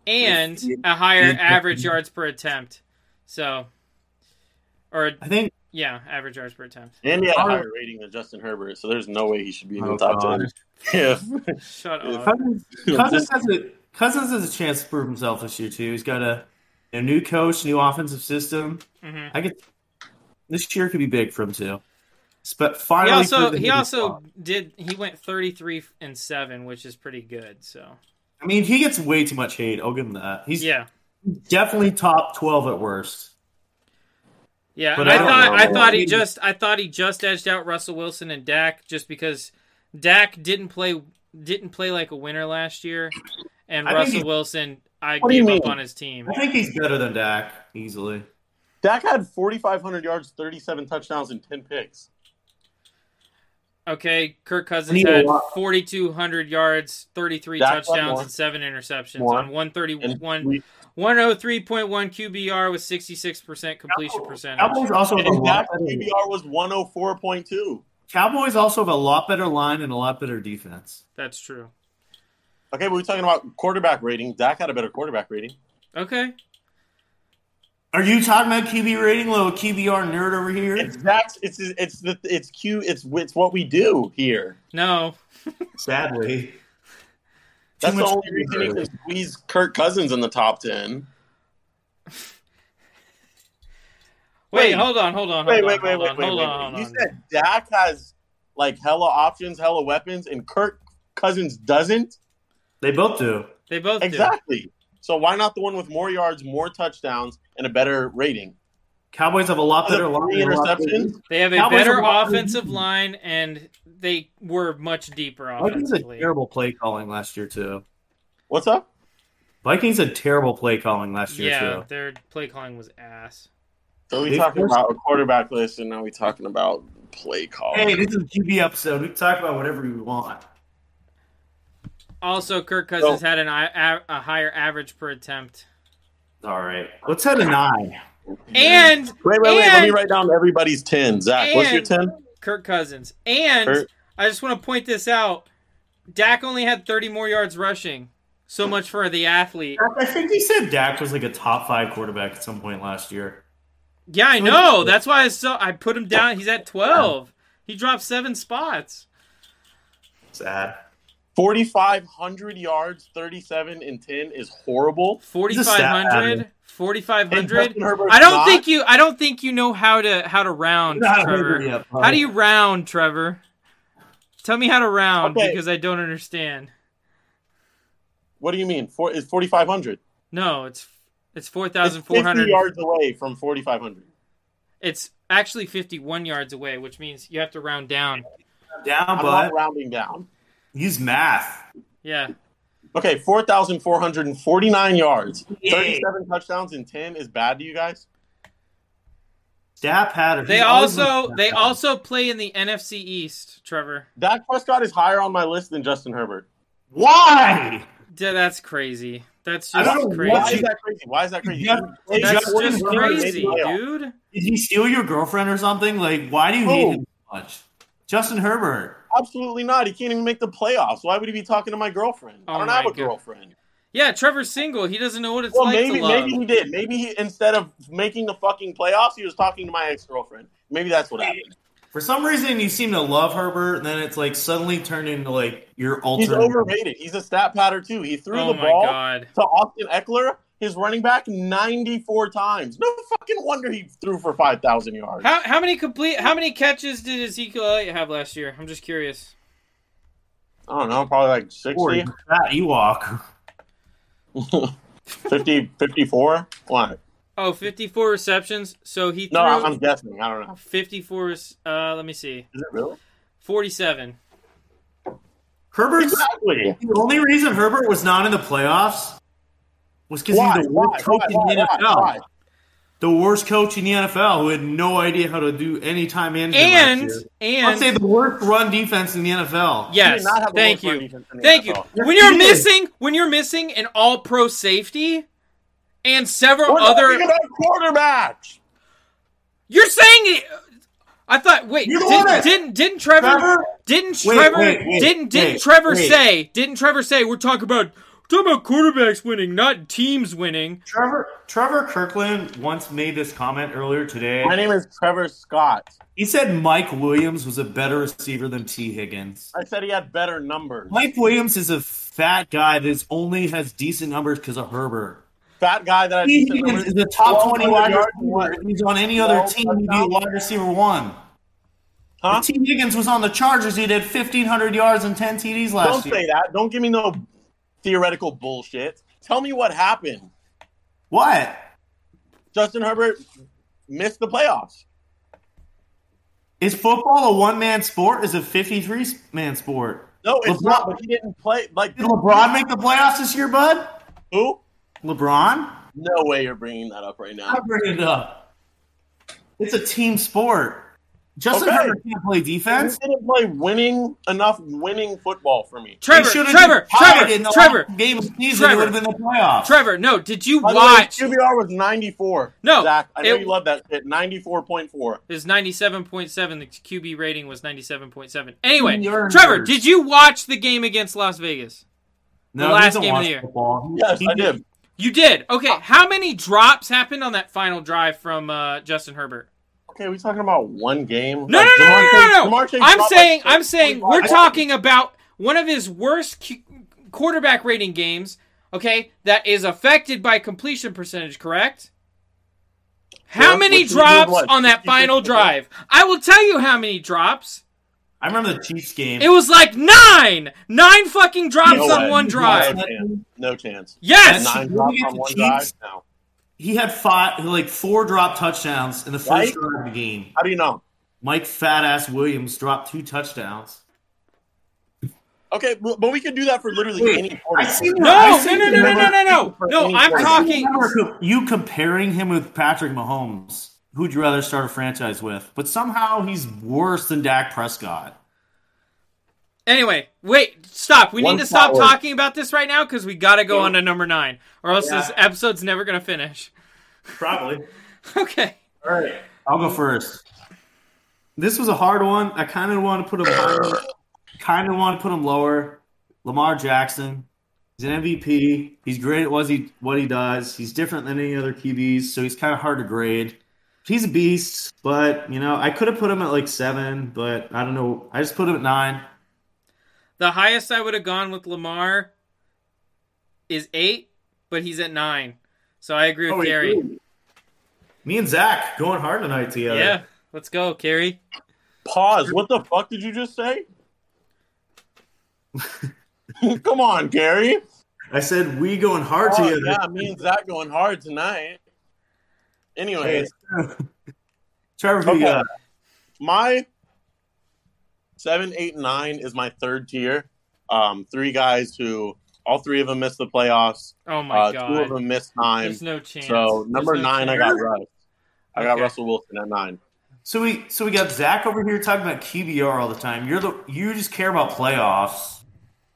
Speaker 1: and a higher
Speaker 3: Oh. Yeah.
Speaker 1: average yards per attempt. So, or
Speaker 3: I think
Speaker 1: yeah, average yards per attempt.
Speaker 2: And he had a higher rating than Justin Herbert, so there's no way he should be in the
Speaker 3: Oh,
Speaker 2: top
Speaker 3: God.
Speaker 2: ten. Yeah.
Speaker 1: Shut
Speaker 2: Yeah.
Speaker 1: up.
Speaker 3: Cousins, Cousins, has a, Cousins has a chance to prove himself this year too. He's got a, a new coach, new offensive system.
Speaker 1: hmm
Speaker 3: I could this year could be big for him too. But
Speaker 1: He
Speaker 3: finally,
Speaker 1: also
Speaker 3: proved that
Speaker 1: he
Speaker 3: can
Speaker 1: also
Speaker 3: block.
Speaker 1: did he went 33 and 7, which is pretty good, so.
Speaker 3: I mean, he gets way too much hate. I'll give him that. He's
Speaker 1: Yeah.
Speaker 3: definitely top twelve at worst.
Speaker 1: Yeah,
Speaker 3: But
Speaker 1: I,
Speaker 3: I don't
Speaker 1: thought
Speaker 3: know.
Speaker 1: I thought he
Speaker 3: Maybe-
Speaker 1: just I thought he just edged out Russell Wilson and Dak just because Dak didn't play didn't play like a winner last year, and
Speaker 3: I think
Speaker 1: Russell
Speaker 3: he-
Speaker 1: Wilson I
Speaker 2: What do you
Speaker 1: gave up
Speaker 2: mean?
Speaker 1: on his team.
Speaker 3: I think he's better than Dak easily.
Speaker 2: Dak had 4,500 yards, 37 touchdowns, and 10 picks.
Speaker 1: Okay, Kirk Cousins
Speaker 3: Need a
Speaker 1: had
Speaker 3: lot.
Speaker 1: 4,200 yards, 33
Speaker 2: Dak got
Speaker 1: touchdowns,
Speaker 2: more.
Speaker 1: and seven interceptions
Speaker 2: More.
Speaker 1: on 131
Speaker 2: And we-
Speaker 1: 103.1 QBR with 66% completion
Speaker 2: Cowboys-
Speaker 1: percentage.
Speaker 3: Cowboys also have a
Speaker 2: and
Speaker 3: lot
Speaker 2: Dak's
Speaker 3: better.
Speaker 2: PBR was 104.2.
Speaker 3: Cowboys also have a lot better line and a lot better defense.
Speaker 1: That's true.
Speaker 2: Okay, but we're talking about quarterback rating. Dak had a better quarterback rating.
Speaker 1: Okay.
Speaker 3: Are you talking about QB rating, little QBR nerd over here?
Speaker 2: It's Dak's. It's it's the it's Q. It's it's what we do here.
Speaker 1: No.
Speaker 3: Sadly,
Speaker 2: That's
Speaker 3: Too
Speaker 2: the
Speaker 3: much
Speaker 2: only reason he
Speaker 3: QB.
Speaker 2: can squeeze Kirk Cousins in the top ten.
Speaker 1: Wait,
Speaker 2: Wait.
Speaker 1: hold on, hold on, hold
Speaker 2: Wait,
Speaker 1: on,
Speaker 2: wait, wait,
Speaker 1: hold
Speaker 2: wait,
Speaker 1: on,
Speaker 2: wait,
Speaker 1: hold
Speaker 2: wait,
Speaker 1: on,
Speaker 2: wait. You
Speaker 1: hold on.
Speaker 2: said Dak has like hella options, hella weapons, and Kirk Cousins doesn't.
Speaker 3: they both do.
Speaker 1: They both do.
Speaker 2: Exactly. So why not the one with more yards, more touchdowns, and a better rating?
Speaker 3: Cowboys have a lot
Speaker 2: Other
Speaker 3: better line.
Speaker 2: three
Speaker 3: and a lot better
Speaker 2: interceptions?
Speaker 3: defense.
Speaker 1: They have a
Speaker 3: Cowboys
Speaker 1: better
Speaker 3: are walking-
Speaker 1: offensive line, and they were much deeper
Speaker 3: Vikings had
Speaker 1: offensively.
Speaker 3: terrible play calling last year too.
Speaker 2: What's up?
Speaker 3: Vikings had terrible play calling last year
Speaker 1: Yeah,
Speaker 3: too.
Speaker 1: their play calling was ass.
Speaker 2: So we
Speaker 3: They
Speaker 2: talking
Speaker 3: forced-
Speaker 2: about a quarterback list, and now we talking about play call.
Speaker 3: Hey, this is a QB episode. We can talk about whatever we want.
Speaker 1: Also, Kirk Cousins
Speaker 2: So-
Speaker 1: had an, i- a a higher average per attempt.
Speaker 3: All right, let's head to nine.
Speaker 1: And
Speaker 2: wait, wait, wait. Let me
Speaker 1: and-
Speaker 2: write down everybody's ten. Zach, what's your
Speaker 1: and-
Speaker 2: ten?
Speaker 1: Kirk Cousins. And
Speaker 2: Kirk-
Speaker 1: I just want to point this out Dak only had 30 more yards rushing. So much for the athlete.
Speaker 3: I think he said Dak was like a top five quarterback at some point last year.
Speaker 1: Yeah, I know. That's why I saw I put him down. He's at 12. He dropped seven spots.
Speaker 3: Sad.
Speaker 2: 4,500 yards, 37 and 10 is horrible.
Speaker 3: a stat
Speaker 1: 4500
Speaker 3: addict.
Speaker 1: 4500
Speaker 2: And Justin Herbert's
Speaker 1: I don't
Speaker 2: not-
Speaker 1: think you I don't think you know how to how to round
Speaker 3: Not a
Speaker 1: Trevor.
Speaker 3: hurry up,
Speaker 1: how do you round Trevor? Tell me how to round
Speaker 2: Okay.
Speaker 1: because I don't understand.
Speaker 2: What do you mean? Four is 4,500.
Speaker 1: No, it's it's
Speaker 2: It's 50
Speaker 1: 4400
Speaker 2: yards away from 4,500.
Speaker 1: It's actually 51 yards away, which means you have to round down.
Speaker 3: down,
Speaker 2: I'm
Speaker 3: but
Speaker 2: not rounding down.
Speaker 3: use math.
Speaker 1: Yeah.
Speaker 2: Okay, 4,449 yards,
Speaker 3: Yay.
Speaker 2: 37 touchdowns and 10 is bad to you guys?
Speaker 3: Stat pattern.
Speaker 1: They
Speaker 3: He's always
Speaker 1: also
Speaker 3: been-
Speaker 1: they also play in the NFC East, Trevor.
Speaker 2: Dak Prescott is higher on my list than Justin Herbert.
Speaker 3: why?
Speaker 1: Yeah, that's crazy. That's
Speaker 3: I
Speaker 1: just
Speaker 3: don't know
Speaker 1: crazy.
Speaker 2: Why
Speaker 3: you-
Speaker 2: is that crazy? Why is that crazy?
Speaker 3: Yeah,
Speaker 2: Hey,
Speaker 1: That's
Speaker 2: Justin
Speaker 1: just
Speaker 2: Herbert made
Speaker 1: crazy,
Speaker 2: the playoffs.
Speaker 1: dude.
Speaker 3: Did he steal your girlfriend or something? Like, why do you hate
Speaker 2: Who?
Speaker 3: him so much? Justin Herbert.
Speaker 2: Absolutely not. He can't even make the playoffs. Why would he be talking to my girlfriend?
Speaker 1: Oh
Speaker 2: I don't
Speaker 1: my
Speaker 2: have a
Speaker 1: God.
Speaker 2: girlfriend.
Speaker 1: Yeah, Trevor's single. He doesn't know what it's
Speaker 2: Well,
Speaker 1: like
Speaker 2: maybe
Speaker 1: to love.
Speaker 2: maybe he did. Maybe he instead of making the fucking playoffs, he was talking to my ex girlfriend. Maybe that's what happened.
Speaker 3: For some reason, you seem to love Herbert, and then it's like suddenly turned into like your
Speaker 2: He's
Speaker 3: alternate.
Speaker 2: overrated. He's a stat patter too. He threw
Speaker 1: oh
Speaker 2: the
Speaker 1: my
Speaker 2: ball
Speaker 1: god.
Speaker 2: to Austin Eckler, his running back, ninety-four times. No fucking wonder he threw for five thousand yards.
Speaker 1: How how many complete how many catches did Ezekiel Elliott have last year? I'm just curious.
Speaker 2: I don't know, probably like 60,
Speaker 3: Boy, he's a fat Ewok.
Speaker 2: 50, 54? What?
Speaker 1: Oh, 54 receptions. So he threw
Speaker 2: No, I- I'm guessing. I don't know.
Speaker 1: 54 s- uh let me see.
Speaker 2: Is it really?
Speaker 1: 47.
Speaker 3: Herbert's
Speaker 2: Exactly.
Speaker 3: the only reason Herbert was not in the playoffs was because
Speaker 2: Why?
Speaker 3: he's the
Speaker 2: Why?
Speaker 3: worst
Speaker 2: Why?
Speaker 3: coach
Speaker 2: Why?
Speaker 3: in the
Speaker 2: Why?
Speaker 3: NFL.
Speaker 2: Why?
Speaker 3: The worst coach in the NFL who had no idea how to do any time management. last
Speaker 1: And
Speaker 3: year. I'd
Speaker 1: and
Speaker 3: say the worst run defense in the
Speaker 2: He
Speaker 3: NFL.
Speaker 2: did
Speaker 1: Yes.
Speaker 2: not have the
Speaker 1: Thank
Speaker 2: worst run
Speaker 1: you.
Speaker 2: defense in the
Speaker 1: Thank you.
Speaker 2: NFL.
Speaker 1: When you're
Speaker 3: Yes, he is.
Speaker 1: missing, when you're missing an all-pro safety and several
Speaker 2: We're
Speaker 1: other,
Speaker 2: talking about quarterbacks.
Speaker 1: you're saying. it- I thought. Wait,
Speaker 3: You
Speaker 1: didn't,
Speaker 3: want it.
Speaker 1: didn't didn't Trevor,
Speaker 3: Trevor?
Speaker 1: didn't
Speaker 3: Wait,
Speaker 1: Trevor
Speaker 3: wait, wait,
Speaker 1: didn't didn't
Speaker 3: wait,
Speaker 1: Trevor
Speaker 3: wait.
Speaker 1: say didn't Trevor say we're talking about we're talking about quarterbacks winning, not teams winning.
Speaker 3: Trevor Trevor Kirkland once made this comment earlier today.
Speaker 2: My name is Trevor Scott.
Speaker 3: He said Mike Williams was a better receiver than T. Higgins.
Speaker 2: I said he had better numbers.
Speaker 3: Mike Williams is a fat guy that only has decent numbers because of Herbert.
Speaker 2: Fat guy that I
Speaker 3: T.
Speaker 2: just said
Speaker 3: Higgins
Speaker 2: numbers.
Speaker 3: is a top 20
Speaker 2: 1,200
Speaker 3: wide
Speaker 2: yards
Speaker 3: receiver.
Speaker 2: and
Speaker 3: If he's on any other
Speaker 2: Twelve
Speaker 3: team, he'd be a
Speaker 2: touchdowns?
Speaker 3: wide receiver one.
Speaker 2: Huh?
Speaker 3: If T. Higgins was on the Chargers, he'd had 1,500 yards and 10 TDs
Speaker 2: Don't
Speaker 3: last year.
Speaker 2: say that. Don't give me no theoretical bullshit. Tell me what happened.
Speaker 3: What?
Speaker 2: Justin Herbert missed the playoffs.
Speaker 3: Is football a one man sport? Is it a 53 man sport?
Speaker 2: No, it's
Speaker 3: LeBron-
Speaker 2: not. But he didn't play. Like
Speaker 3: Did LeBron make the playoffs this year, bud?
Speaker 2: who?
Speaker 3: LeBron?
Speaker 2: No way you're bringing that up right now.
Speaker 3: I bring it up. It's a team sport. Justin
Speaker 2: Okay.
Speaker 3: Herbert can't play
Speaker 2: He
Speaker 3: defense.
Speaker 2: didn't play winning enough winning football for me.
Speaker 1: Trevor,
Speaker 3: They should've
Speaker 1: Trevor,
Speaker 3: been tied
Speaker 1: Trevor,
Speaker 3: in the
Speaker 1: Trevor,
Speaker 3: last game of the season. It
Speaker 1: Trevor.
Speaker 3: would have been the playoffs.
Speaker 1: Trevor. No, did you
Speaker 2: By the
Speaker 1: watch?
Speaker 2: way, QBR was 94.
Speaker 1: No,
Speaker 2: Zach, I know
Speaker 1: it-
Speaker 2: you love that shit. 94.4.
Speaker 1: Is ninety seven point seven. The QB rating was ninety seven point seven. Anyway,
Speaker 3: You're
Speaker 1: Trevor,
Speaker 3: nerds.
Speaker 1: did you watch the game against Las Vegas?
Speaker 3: no,
Speaker 1: the
Speaker 3: he
Speaker 1: last
Speaker 3: doesn't
Speaker 1: game of
Speaker 3: watch
Speaker 1: the year.
Speaker 3: Football. He-
Speaker 2: Yes,
Speaker 3: he-
Speaker 2: I did.
Speaker 1: You did. Okay. How many drops happened on that final drive from uh, Justin Herbert?
Speaker 2: Okay, we talking about one game?
Speaker 1: No, no,
Speaker 2: Like,
Speaker 1: no, no,
Speaker 2: DeMar
Speaker 1: no,
Speaker 2: Chase-
Speaker 1: no,
Speaker 2: DeMar
Speaker 1: no.
Speaker 2: Chase
Speaker 1: I'm
Speaker 2: dropped, like,
Speaker 1: saying, I'm
Speaker 2: six
Speaker 1: saying,
Speaker 2: points.
Speaker 1: we're
Speaker 2: I-
Speaker 1: talking about one of his worst Q- quarterback rating games. Okay, that is affected by completion percentage. Correct. How
Speaker 2: Yeah,
Speaker 1: many
Speaker 2: which we did
Speaker 1: drops
Speaker 2: what,
Speaker 1: on that
Speaker 2: 66%?
Speaker 1: final drive? I will tell you how many drops.
Speaker 3: I remember the Chiefs game.
Speaker 1: It was like nine, nine fucking drops
Speaker 2: No
Speaker 1: on
Speaker 2: way.
Speaker 1: one drive.
Speaker 2: No chance. No chance.
Speaker 1: Yes,
Speaker 3: Nine.
Speaker 2: Nine drops
Speaker 3: Really
Speaker 2: on one
Speaker 3: against the
Speaker 2: drive?
Speaker 3: Chiefs?
Speaker 2: No.
Speaker 3: he had five, like four drop touchdowns in the
Speaker 2: Right?
Speaker 3: first drive of the game.
Speaker 2: How do you know?
Speaker 3: Mike Fat Ass Williams dropped two touchdowns.
Speaker 2: Okay, but but we could do that for literally
Speaker 3: Wait,
Speaker 2: any
Speaker 3: I
Speaker 2: quarterback.
Speaker 3: see
Speaker 1: no, no, no, no, no, no, no, no. No, I'm
Speaker 2: I see
Speaker 1: talking.
Speaker 3: you comparing him with Patrick Mahomes. Who'd you rather start a franchise with? But somehow he's worse than Dak Prescott.
Speaker 1: Anyway, wait, stop. We
Speaker 2: One
Speaker 1: need to stop
Speaker 2: flower.
Speaker 1: talking about this right now because we gotta go on to number nine, or else this
Speaker 3: Yeah.
Speaker 1: episode's never gonna finish.
Speaker 3: Probably.
Speaker 1: Okay.
Speaker 3: All right. I'll go first. This was a hard one. I kind of want to put him higher. Kind of want to put him lower. Lamar Jackson. He's an MVP. He's great at what he, what he does. He's different than any other QBs, so he's kind of hard to grade. He's a beast, but, you know, I could have put him at like seven, but I don't know. I just put him at nine.
Speaker 1: The highest I would have gone with Lamar is eight, but he's at nine. So I agree with Gary.
Speaker 3: Me and Zach going hard tonight
Speaker 1: Yeah.
Speaker 3: together.
Speaker 1: Let's go, Carrie.
Speaker 2: Pause. What the fuck did you just say? Come on, Gary.
Speaker 3: I said we going hard
Speaker 2: Oh,
Speaker 3: together.
Speaker 2: yeah, me and Zach going hard tonight. Anyways,
Speaker 3: Trevor, who you
Speaker 2: Okay.
Speaker 3: got?
Speaker 2: my seven, eight, and nine is my third tier. Um, three guys who all three of them missed the playoffs.
Speaker 1: Oh my
Speaker 2: Uh, two of
Speaker 1: god.
Speaker 2: them missed time.
Speaker 1: There's no chance.
Speaker 2: So
Speaker 1: There's
Speaker 2: number
Speaker 1: no
Speaker 2: nine, I
Speaker 1: chance.
Speaker 2: got Russ. I got
Speaker 1: Okay.
Speaker 2: Russell Wilson at nine.
Speaker 3: So we so we got Zach over here talking about QBR all the time. You're the you just care about playoffs.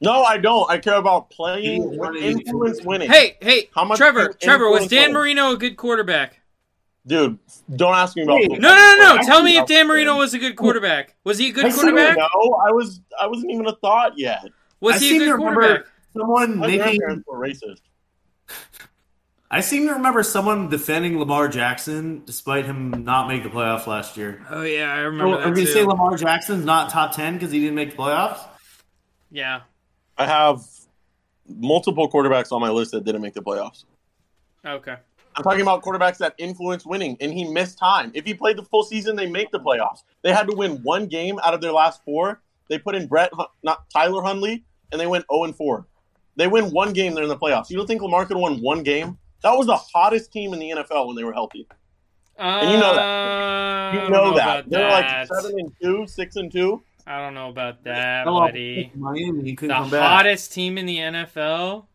Speaker 2: No, I don't. I care about playing
Speaker 3: You
Speaker 2: with
Speaker 3: wanted-
Speaker 2: influence winning.
Speaker 1: Hey, hey,
Speaker 2: How much
Speaker 1: Trevor,
Speaker 2: you
Speaker 1: Trevor, was
Speaker 2: influence
Speaker 1: Dan
Speaker 2: on-
Speaker 1: Marino a good quarterback?
Speaker 2: dude, don't ask me about.
Speaker 3: Wait,
Speaker 2: football.
Speaker 1: No, no, no, no.
Speaker 2: Ask
Speaker 1: Tell me if
Speaker 2: about
Speaker 1: Dan Marino
Speaker 2: football.
Speaker 1: was a good quarterback. Was he a
Speaker 3: I
Speaker 1: good
Speaker 3: said
Speaker 1: quarterback?
Speaker 2: No, I was. I wasn't even a thought yet.
Speaker 3: I
Speaker 1: Was he a
Speaker 3: seem to
Speaker 1: good
Speaker 3: remember
Speaker 1: quarterback?
Speaker 3: someone
Speaker 2: My
Speaker 3: making
Speaker 2: grandparents were racist.
Speaker 3: I seem to remember someone defending Lamar Jackson despite him not make the playoffs last year.
Speaker 1: Oh yeah, I
Speaker 3: Oh,
Speaker 1: remember
Speaker 3: are
Speaker 1: that
Speaker 3: we
Speaker 1: too.
Speaker 3: gonna say Lamar Jackson's not top ten because he didn't make the playoffs?
Speaker 1: yeah.
Speaker 2: I have multiple quarterbacks on my list that didn't make the playoffs.
Speaker 1: Okay.
Speaker 2: I'm talking about quarterbacks that influence winning, and he missed time. If he played the full season, they make the playoffs. They had to win one game out of their last four. They put in Brett, Hun- not Tyler Hunley, and they went 0 and 4. They win one game, they're in the playoffs. You don't think Lamar could have won one game? That was the hottest team in the NFL when they were healthy.
Speaker 1: And
Speaker 2: you know that.
Speaker 1: that.
Speaker 2: You know that.
Speaker 1: About
Speaker 2: They're like
Speaker 1: that.
Speaker 2: seven and two, six and two.
Speaker 1: I don't know about that,
Speaker 3: Fell off
Speaker 1: buddy.
Speaker 3: Miami, he couldn't
Speaker 1: The
Speaker 3: come back.
Speaker 1: hottest team in the NFL.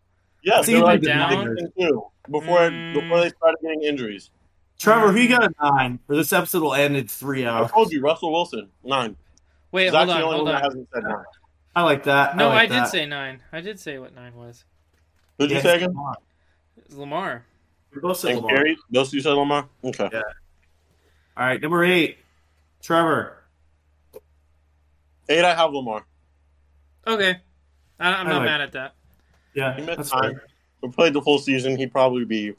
Speaker 2: Yeah,
Speaker 3: It's
Speaker 2: they're
Speaker 3: even
Speaker 2: like
Speaker 1: down.
Speaker 2: six and two before
Speaker 1: Mm.
Speaker 2: before they started getting injuries.
Speaker 3: Trevor, who you got at nine? Or this episode will end in three
Speaker 2: I
Speaker 3: hours.
Speaker 2: told you, Russell Wilson nine.
Speaker 1: Wait,
Speaker 2: Zach's
Speaker 1: hold on,
Speaker 2: the only
Speaker 1: hold
Speaker 2: one
Speaker 1: on.
Speaker 2: that hasn't said nine.
Speaker 3: I like that.
Speaker 1: No, I,
Speaker 3: like
Speaker 1: did
Speaker 3: that.
Speaker 1: say nine. I did say what nine was.
Speaker 2: Who'd you
Speaker 3: Yeah,
Speaker 2: say again?
Speaker 3: Lamar.
Speaker 1: It's Lamar.
Speaker 3: We both said
Speaker 2: And
Speaker 3: Lamar.
Speaker 2: Gary, those two said Lamar. Okay.
Speaker 3: Yeah. All right, number eight, Trevor.
Speaker 2: Eight, I have Lamar.
Speaker 1: Okay. I, I'm
Speaker 3: I
Speaker 1: not
Speaker 3: like-
Speaker 1: mad at that.
Speaker 3: Yeah,
Speaker 2: He missed
Speaker 3: that's
Speaker 2: time.
Speaker 3: fair.
Speaker 2: If he played the full season, he'd probably be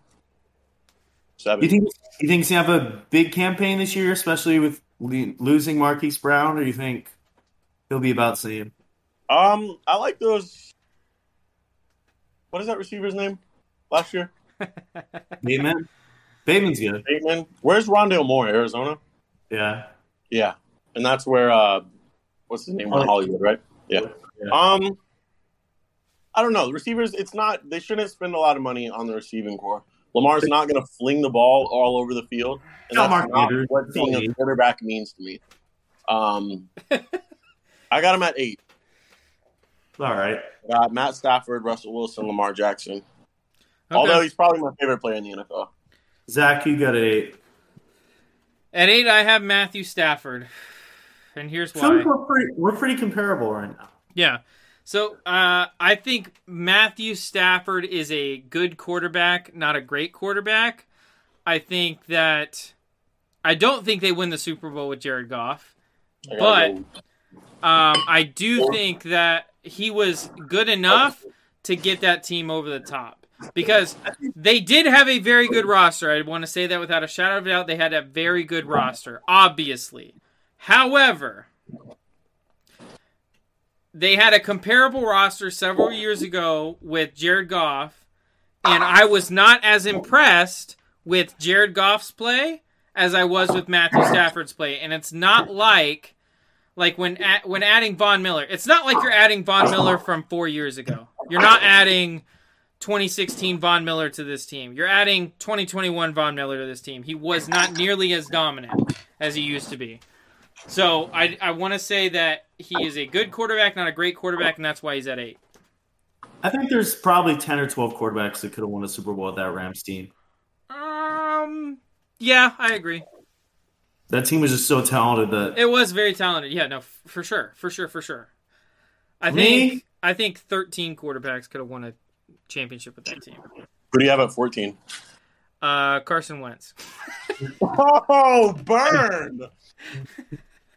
Speaker 2: seven.
Speaker 3: You think you think he's gonna have a big campaign this year, especially with le- losing Marquise Brown, or you think he'll be about same?
Speaker 2: um, I like those. What is that receiver's name? Last year,
Speaker 3: Bateman, Bateman's good.
Speaker 2: Bateman. Where's Rondale Moore? Arizona.
Speaker 3: Yeah,
Speaker 2: Yeah, and that's where uh, what's his name on Hollywood, right? Yeah. Um, I don't know. The receivers, it's not. They shouldn't spend a lot of money on the receiving core. Lamar's not going to fling the ball all over the field, and
Speaker 3: Tell
Speaker 2: that's
Speaker 3: Mark
Speaker 2: not
Speaker 3: Andrews.
Speaker 2: what being a quarterback means to me. Um, I got him at eight.
Speaker 3: All right.
Speaker 2: Got Matt Stafford, Russell Wilson, Lamar Jackson. Although he's probably my favorite player in the NFL.
Speaker 3: Zach, you got an eight.
Speaker 1: At eight, I have Matthew Stafford, and here's
Speaker 3: So
Speaker 1: why.
Speaker 3: we're pretty, we're pretty comparable right now.
Speaker 1: Yeah. So uh, I think Matthew Stafford is a good quarterback, not a great quarterback. I think that I don't think they win the Super Bowl with Jared Goff.
Speaker 2: I gotta
Speaker 1: But-
Speaker 2: go-
Speaker 1: Um, I do think that he was good enough to get that team over the top because they did have a very good roster. I want to say that without a shadow of a doubt, they had a very good roster, obviously. However, they had a comparable roster several years ago with Jared Goff, and I was not as impressed with Jared Goff's play as I was with Matthew Stafford's play. And it's not like like when a- when adding Von Miller, it's not like you're adding Von Miller from four years ago. You're not adding 2016 Von Miller to this team. You're adding 2021 Von Miller to this team. He was not nearly as dominant as he used to be. So I I want to say that he is a good quarterback, not a great quarterback, and that's why he's at eight.
Speaker 3: I think there's probably 10 or 12 quarterbacks that could have won a Super Bowl with that Rams team.
Speaker 1: Um, yeah, I agree.
Speaker 3: That team was just so talented that
Speaker 1: It was very talented. Yeah, no, f- for sure, for sure, for sure. I
Speaker 3: Me?
Speaker 1: think I think 13 quarterbacks could have won a championship with that team.
Speaker 2: Who do you have at fourteen?
Speaker 1: Uh, Carson Wentz.
Speaker 2: Oh, burn!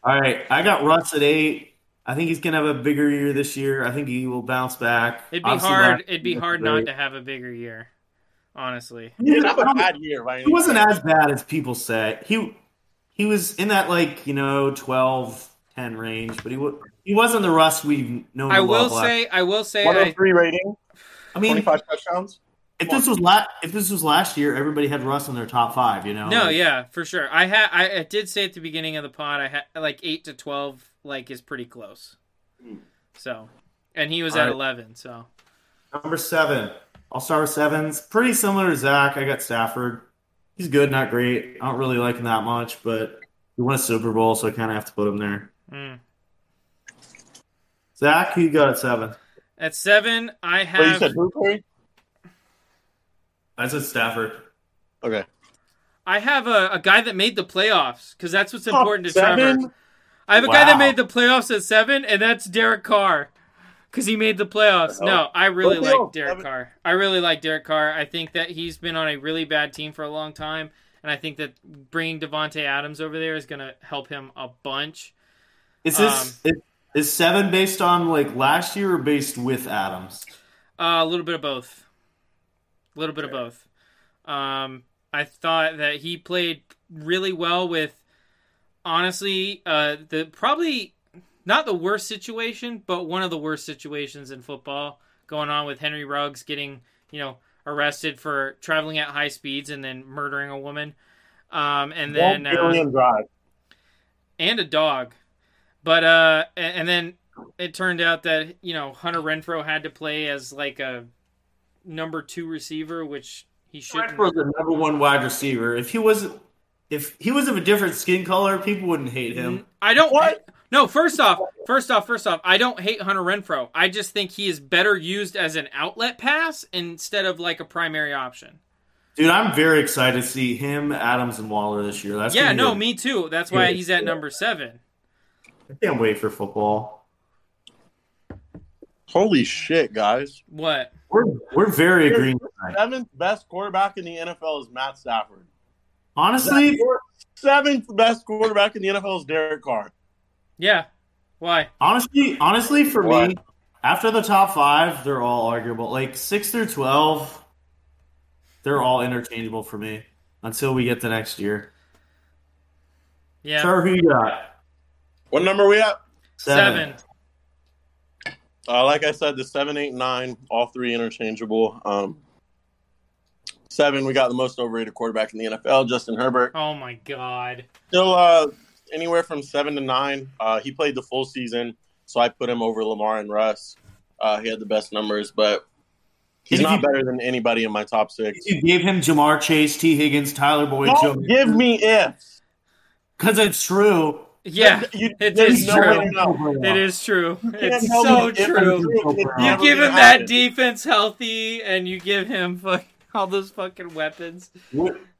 Speaker 3: All right, I got Russ at eight. I think he's gonna have a bigger year this year. I think he will bounce back.
Speaker 1: It'd be hard. It'd be hard not to have a bigger year. Honestly,
Speaker 2: He didn't have a bad year, right?
Speaker 3: He wasn't as bad as people say. He he was in that like you know 12, 10 range, but he wa- he wasn't the Russ we've known.
Speaker 1: I
Speaker 3: and
Speaker 1: will
Speaker 3: loved last-
Speaker 1: say. I will say.
Speaker 2: One
Speaker 1: I,
Speaker 2: hundred three rating,
Speaker 3: I
Speaker 2: twenty
Speaker 3: mean,
Speaker 2: five touchdowns.
Speaker 3: if this was la- if this was last year, everybody had Russ in their top five. You know,
Speaker 1: no,
Speaker 3: Like,
Speaker 1: yeah, for sure. I had. I, I did say at the beginning of the pod. I had like eight to twelve. Like is pretty close. So, and he was at
Speaker 3: Alright.
Speaker 1: eleven. So
Speaker 3: Number seven, I'll start with sevens. Pretty similar to Zach. I got Stafford. He's good, not great. I don't really like him that much, but he won a Super Bowl, so I kind of have to put him there.
Speaker 1: mm.
Speaker 3: Zach, who you got at seven?
Speaker 1: at seven, I
Speaker 2: Wait, you
Speaker 1: have.
Speaker 2: said who? Corey?
Speaker 3: I said Stafford.
Speaker 2: Okay.
Speaker 1: I have a, a guy that made the playoffs because that's what's
Speaker 2: Top
Speaker 1: important to Trevor.
Speaker 2: seven?
Speaker 1: I have a guy that
Speaker 3: Wow.
Speaker 1: made the playoffs at seven, and that's Derek Carr because he made the playoffs.
Speaker 2: Well,
Speaker 1: No, I really
Speaker 2: well,
Speaker 1: like
Speaker 2: no,
Speaker 1: Derek
Speaker 2: seven-
Speaker 1: Carr. I really like Derek Carr. I think that he's been on a really bad team for a long time, and I think that bringing Devonte Adams over there is going to help him a bunch.
Speaker 3: Is this is, is seven based on like last year or based with Adams?
Speaker 1: Uh, a little bit of both. A little bit of both. Um, I thought that he played really well with, honestly, uh, the probably not the worst situation, but one of the worst situations in football going on with Henry Ruggs getting, you know, arrested for traveling at high speeds and then murdering a woman, um, and then
Speaker 2: One
Speaker 1: uh,
Speaker 2: billion drive.
Speaker 1: and a dog. But uh, a- and then it turned out that you know Hunter Renfro had to play as like a number two receiver, which he shouldn't.
Speaker 3: Renfro's the number one wide receiver. If he was if he was of a different skin color, people wouldn't hate him.
Speaker 1: I don't.
Speaker 2: What?
Speaker 1: No, first off, first off, first off, I don't hate Hunter Renfro. I just think he is better used as an outlet pass instead of like a primary option.
Speaker 3: Dude, I'm very excited to see him, Adams, and Waller this year. That's
Speaker 1: yeah,
Speaker 3: gonna be
Speaker 1: no,
Speaker 3: a-
Speaker 1: me too. That's why he's at number seven.
Speaker 3: I can't wait for football.
Speaker 2: Holy shit, guys!
Speaker 1: What?
Speaker 3: We're we're very agreeing tonight.
Speaker 2: Seventh best quarterback in the NFL is Matt Stafford.
Speaker 3: Honestly,
Speaker 2: Seventh best quarterback in the NFL is Derek Carr.
Speaker 1: Yeah. Why?
Speaker 3: honestly, honestly, for me,
Speaker 2: What?
Speaker 3: after the top five, they're all arguable. Like six through twelve, they're all interchangeable for me until we get to next year.
Speaker 1: Yeah.
Speaker 3: Sir, who you got?
Speaker 2: What number are we at?
Speaker 1: Seven.
Speaker 2: Uh, like I said, the seven, eight, nine, all three interchangeable. Um, seven, we got the most overrated quarterback in the NFL, Justin Herbert.
Speaker 1: Oh my god.
Speaker 2: Still, uh, anywhere from seven to nine. Uh, he played the full season, so I put him over Lamar and Russ. Uh, he had the best numbers, but he's
Speaker 3: If
Speaker 2: not
Speaker 3: you-
Speaker 2: better than anybody in my top six.
Speaker 3: You gave him Jamar Chase, T. Higgins, Tyler Boyd, Joe.
Speaker 2: Don't give me ifs.
Speaker 3: Because it's true.
Speaker 1: Yeah,
Speaker 2: You-
Speaker 1: it
Speaker 2: there's
Speaker 1: is
Speaker 2: no
Speaker 1: true.
Speaker 2: way no.
Speaker 1: It is true.
Speaker 2: You can't
Speaker 1: It's
Speaker 2: tell
Speaker 1: so
Speaker 2: me if I'm
Speaker 1: true.
Speaker 2: true. It's
Speaker 3: You
Speaker 1: You
Speaker 2: never
Speaker 1: give
Speaker 2: gonna
Speaker 1: him that
Speaker 2: happen.
Speaker 1: defense healthy, and you give him fuck, all those fucking weapons.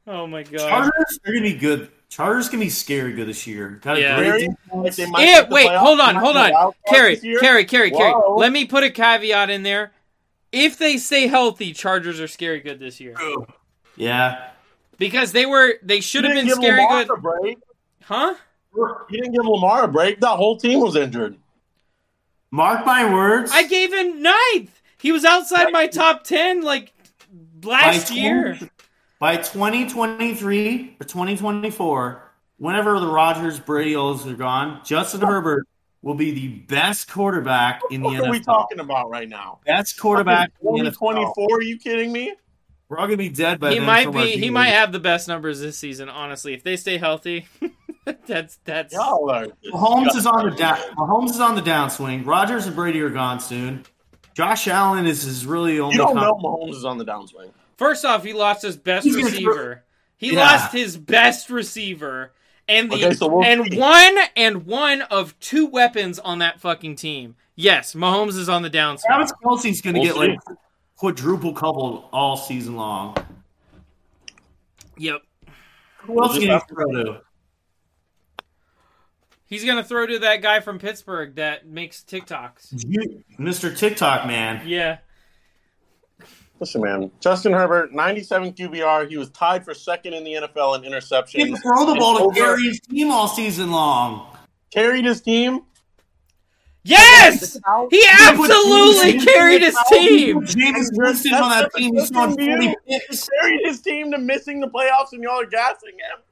Speaker 1: Oh my god!
Speaker 3: Chargers are going to be good. Chargers can be scary good this year. Got a
Speaker 1: Yeah.
Speaker 3: great
Speaker 2: Very- Like, they might
Speaker 1: Yeah,
Speaker 2: make the
Speaker 1: wait,
Speaker 2: playoffs,
Speaker 1: hold
Speaker 2: they
Speaker 1: on,
Speaker 2: might
Speaker 1: hold
Speaker 2: be a
Speaker 1: on,
Speaker 2: wild card
Speaker 1: Carrie,
Speaker 2: this year.
Speaker 1: Carrie, Carrie, Carrie.
Speaker 2: Whoa.
Speaker 1: Let me put a caveat in there. If they stay healthy, Chargers are scary good this year
Speaker 3: Yeah.
Speaker 1: because they were they
Speaker 2: You
Speaker 1: should have
Speaker 2: didn't
Speaker 1: been
Speaker 2: give
Speaker 1: scary
Speaker 2: Lamar
Speaker 1: good,
Speaker 2: A break.
Speaker 1: huh?
Speaker 2: You didn't give Lamar a break. That whole team was injured.
Speaker 3: Mark my words.
Speaker 1: I gave him ninth. He was outside my top ten like last
Speaker 3: By
Speaker 1: year.
Speaker 3: 20 by 2023 or 2024, whenever the Rodgers Bradyos are gone, Justin Herbert will be the best quarterback in the
Speaker 2: What are we
Speaker 3: NFL.
Speaker 2: talking about right now?
Speaker 3: Best quarterback in the NFL.
Speaker 2: 2024? Are you kidding me?
Speaker 3: We're all gonna be dead by
Speaker 1: He
Speaker 3: then
Speaker 1: might
Speaker 3: from our
Speaker 1: be. He
Speaker 3: team.
Speaker 1: might have the best numbers this season. Honestly, if they stay healthy, that's that's.
Speaker 2: Y'all are
Speaker 3: Mahomes is on the down.
Speaker 2: disgusting.
Speaker 3: Mahomes is on the downswing. Rodgers and Brady are gone soon. Josh Allen is his really only.
Speaker 2: You don't
Speaker 3: con-
Speaker 2: know Mahomes is on the downswing.
Speaker 1: First off, he lost his best
Speaker 3: He's gonna throw-
Speaker 1: receiver. He
Speaker 3: Yeah.
Speaker 1: lost his best receiver and the
Speaker 2: Okay, so we'll
Speaker 1: and
Speaker 2: see.
Speaker 1: one and one of two weapons on that fucking team. Yes, Mahomes is on the downswing.
Speaker 3: Travis Kelsey's gonna
Speaker 2: We'll
Speaker 3: get
Speaker 2: see.
Speaker 3: like quadruple coupled all season long.
Speaker 1: Yep.
Speaker 3: Who else
Speaker 2: just
Speaker 3: can you
Speaker 2: have to-
Speaker 3: throw to?
Speaker 1: He's gonna throw to that guy from Pittsburgh that makes TikToks.
Speaker 3: You- Mr. TikTok man.
Speaker 1: Yeah.
Speaker 2: Listen, man, Justin Herbert, 97 QBR. He was tied for second in the NFL in
Speaker 3: You
Speaker 2: interceptions.
Speaker 3: can throw the
Speaker 2: And
Speaker 3: ball to
Speaker 2: over-
Speaker 3: Gary's team all season long.
Speaker 2: Carried his team.
Speaker 1: Yes! He absolutely
Speaker 3: Put James
Speaker 1: carried his
Speaker 3: Winston-
Speaker 1: team.
Speaker 3: James Winston on that team. He's throwing
Speaker 2: Listen to
Speaker 3: 40
Speaker 2: you. He carried his team to missing the playoffs, and y'all are gassing him.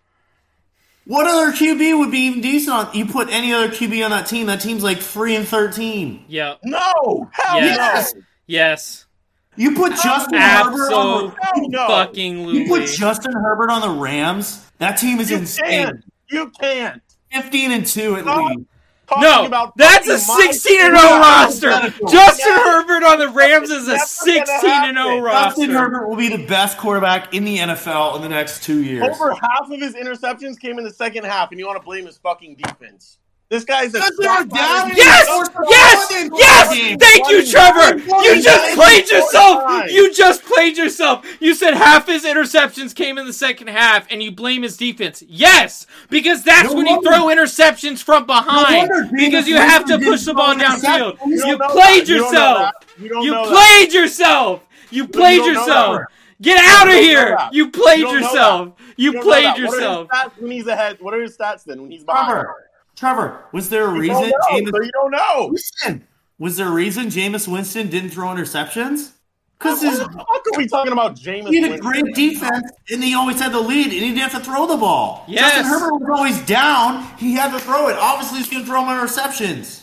Speaker 3: What other QB would be even decent on? You put any other QB on that team, that team's like three and thirteen.
Speaker 1: Yep.
Speaker 2: No, hell
Speaker 1: Yes. Yes.
Speaker 3: You put Justin Herbert on
Speaker 1: Absolutely.
Speaker 3: the,
Speaker 2: no, hell no.
Speaker 1: Fucking
Speaker 3: you put
Speaker 1: Louis.
Speaker 3: Justin Herbert on the Rams. That team is
Speaker 2: You
Speaker 3: insane.
Speaker 2: can't. You can't.
Speaker 3: Fifteen and two at
Speaker 2: No.
Speaker 3: least.
Speaker 2: Talking
Speaker 1: No,
Speaker 2: about
Speaker 1: that's a
Speaker 2: fucking
Speaker 1: 16 and 0
Speaker 2: Mike-
Speaker 1: roster.
Speaker 3: hypothetical.
Speaker 1: Justin
Speaker 2: No.
Speaker 1: Herbert on the Rams is a
Speaker 2: That's
Speaker 1: 16 and 0
Speaker 2: never gonna
Speaker 1: roster.
Speaker 3: Justin Herbert will be the best quarterback in the NFL in the next two years.
Speaker 2: Over half of his interceptions came in the second half, and you want to blame his fucking defense. This guy's a
Speaker 3: Because they're down.
Speaker 1: Yes, yes, yes. Thank you, Trevor. You just played yourself. You just played yourself. You said half his interceptions came in the second half, and you blame his defense. Yes, because that's
Speaker 3: No
Speaker 1: when you
Speaker 3: wonder-
Speaker 1: throw interceptions from behind.
Speaker 3: wonder Jameis
Speaker 1: because you have to
Speaker 3: Winston
Speaker 1: push the
Speaker 3: didn't
Speaker 1: ball
Speaker 3: throw
Speaker 1: downfield.
Speaker 3: interceptions. You
Speaker 1: You
Speaker 2: don't know
Speaker 1: played
Speaker 2: that. You don't know
Speaker 1: yourself.
Speaker 2: that. You don't
Speaker 1: You
Speaker 2: know that.
Speaker 1: played yourself. You played
Speaker 2: don't know
Speaker 1: yourself.
Speaker 2: that.
Speaker 1: Get out of
Speaker 2: don't know
Speaker 1: here.
Speaker 2: that.
Speaker 1: You played
Speaker 2: You don't know
Speaker 1: yourself. You
Speaker 2: don't know
Speaker 1: played
Speaker 2: that.
Speaker 1: yourself.
Speaker 2: What are his stats when he's ahead? What are his stats then when he's behind?
Speaker 3: Trevor. Trevor, was there a
Speaker 2: You
Speaker 3: reason
Speaker 2: don't know,
Speaker 3: Jameis
Speaker 2: so you don't know.
Speaker 3: Winston? Was there a reason Jameis Winston didn't throw interceptions? Because
Speaker 2: What
Speaker 3: his
Speaker 2: the fuck are we talking about, Jameis?
Speaker 3: He had a
Speaker 2: Winston?
Speaker 3: great defense, and he always had the lead, and he didn't have to throw the ball.
Speaker 1: Yes.
Speaker 3: Justin Herbert was always down. He had to throw it. Obviously, he's going to throw him interceptions.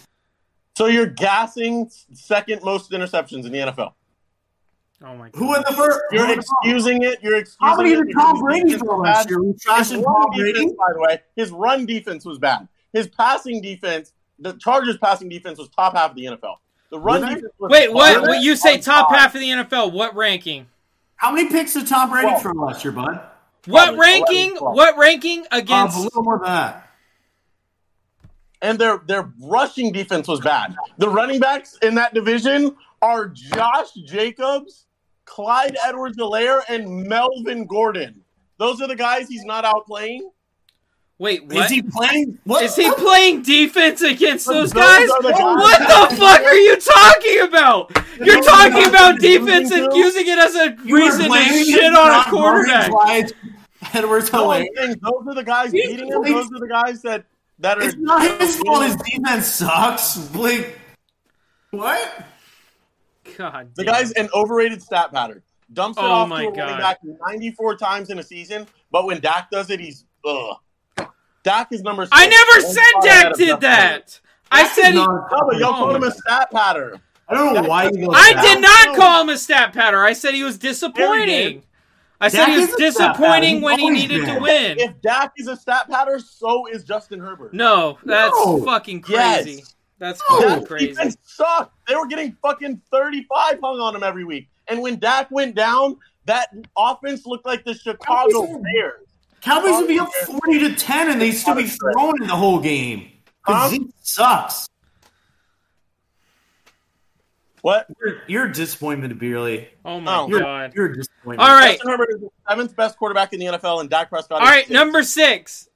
Speaker 2: So you're gassing second most interceptions in the NFL.
Speaker 1: Oh my god.
Speaker 3: Who in the first?
Speaker 2: You're
Speaker 3: who in the first?
Speaker 2: excusing it. You're excusing
Speaker 3: How many
Speaker 2: it.
Speaker 3: did Tom Brady throw last year? We
Speaker 2: His
Speaker 3: trashing
Speaker 2: run
Speaker 3: Tom Brady.
Speaker 2: defense, by the way, his run defense was bad. His passing defense, the Chargers' passing defense was top half of the NFL. The run
Speaker 3: Really?
Speaker 2: defense was
Speaker 1: Wait, what?
Speaker 2: Really?
Speaker 1: What you say?
Speaker 2: On
Speaker 1: Top
Speaker 2: par.
Speaker 1: half of the NFL. What ranking?
Speaker 3: How many picks did Tom Brady
Speaker 2: Well,
Speaker 3: throw last year, bud?
Speaker 1: What
Speaker 2: Probably
Speaker 1: ranking?
Speaker 2: 11, 12.
Speaker 1: What ranking
Speaker 3: Uh,
Speaker 1: against?
Speaker 3: a little more than that.
Speaker 2: And their their rushing defense was bad. The running backs in that division are Josh Jacobs, Clyde Edwards Alaire, and Melvin Gordon. Those are the guys he's not out playing.
Speaker 1: Wait,
Speaker 3: Is
Speaker 1: what? Is
Speaker 3: he playing? What
Speaker 1: he playing defense against those
Speaker 2: Those
Speaker 1: guys?
Speaker 2: are the guys.
Speaker 1: What the fuck are you talking about? You're
Speaker 2: Those are
Speaker 1: talking
Speaker 2: the
Speaker 1: about
Speaker 2: guys you're
Speaker 1: defense
Speaker 2: losing
Speaker 1: and
Speaker 2: to.
Speaker 1: using it as a
Speaker 3: You were
Speaker 1: reason to
Speaker 3: blaming
Speaker 1: shit
Speaker 3: John
Speaker 1: on a
Speaker 3: Murray,
Speaker 1: quarterback.
Speaker 3: Clyde Edwards
Speaker 2: No, I'm
Speaker 3: Hilaire.
Speaker 2: saying those are the guys
Speaker 3: He's
Speaker 2: beating him.
Speaker 3: playing-
Speaker 2: Those are the guys that that are.
Speaker 3: It's not his fault. His defense sucks. Like what?
Speaker 1: God,
Speaker 2: The
Speaker 1: damn.
Speaker 2: guy's an overrated stat pattern. Dumps it
Speaker 1: Oh
Speaker 2: off
Speaker 1: my
Speaker 2: to a running
Speaker 1: God.
Speaker 2: back 94 times in a season, but when Dak does it, he's ugh. Dak is number. Six.
Speaker 1: I never
Speaker 2: One
Speaker 1: said
Speaker 2: star out
Speaker 1: Dak
Speaker 2: of
Speaker 1: did
Speaker 2: nothing.
Speaker 1: that. I said he,
Speaker 3: No,
Speaker 2: No, but y'all
Speaker 1: Oh
Speaker 2: called him
Speaker 1: my
Speaker 2: a stat pattern.
Speaker 3: I don't know why you go.
Speaker 1: I
Speaker 3: down.
Speaker 1: did
Speaker 2: Dak
Speaker 1: not
Speaker 2: knows.
Speaker 1: call him a stat patter. I said he was disappointing. I said
Speaker 3: Dak
Speaker 1: he was
Speaker 3: is a stat pattern.
Speaker 1: disappointing
Speaker 3: He's
Speaker 1: when he
Speaker 3: always
Speaker 1: needed to
Speaker 3: been.
Speaker 1: win.
Speaker 2: If Dak is a stat pattern, so is Justin Herbert.
Speaker 1: No, that's
Speaker 3: No.
Speaker 1: fucking
Speaker 2: Yes.
Speaker 1: crazy. That's
Speaker 3: No.
Speaker 1: fucking
Speaker 2: That
Speaker 1: crazy.
Speaker 2: defense sucked. They were getting fucking 35 hung on them every week. And when Dak went down, that offense looked like the Chicago
Speaker 3: Obviously.
Speaker 2: Bears.
Speaker 3: Cowboys would be up forty to ten, and they'd still be thrown in the whole game.
Speaker 2: Huh?
Speaker 3: Because Zeke sucks.
Speaker 2: What?
Speaker 3: You're, you're a disappointment, Beerly.
Speaker 1: Oh my
Speaker 2: Oh.
Speaker 3: You're,
Speaker 1: god.
Speaker 3: you're a disappointment.
Speaker 1: All right.
Speaker 2: Justin Herbert is the seventh best quarterback in the NFL, and Dak Prescott
Speaker 1: All
Speaker 2: is
Speaker 1: right,
Speaker 2: sixth.
Speaker 1: number 6.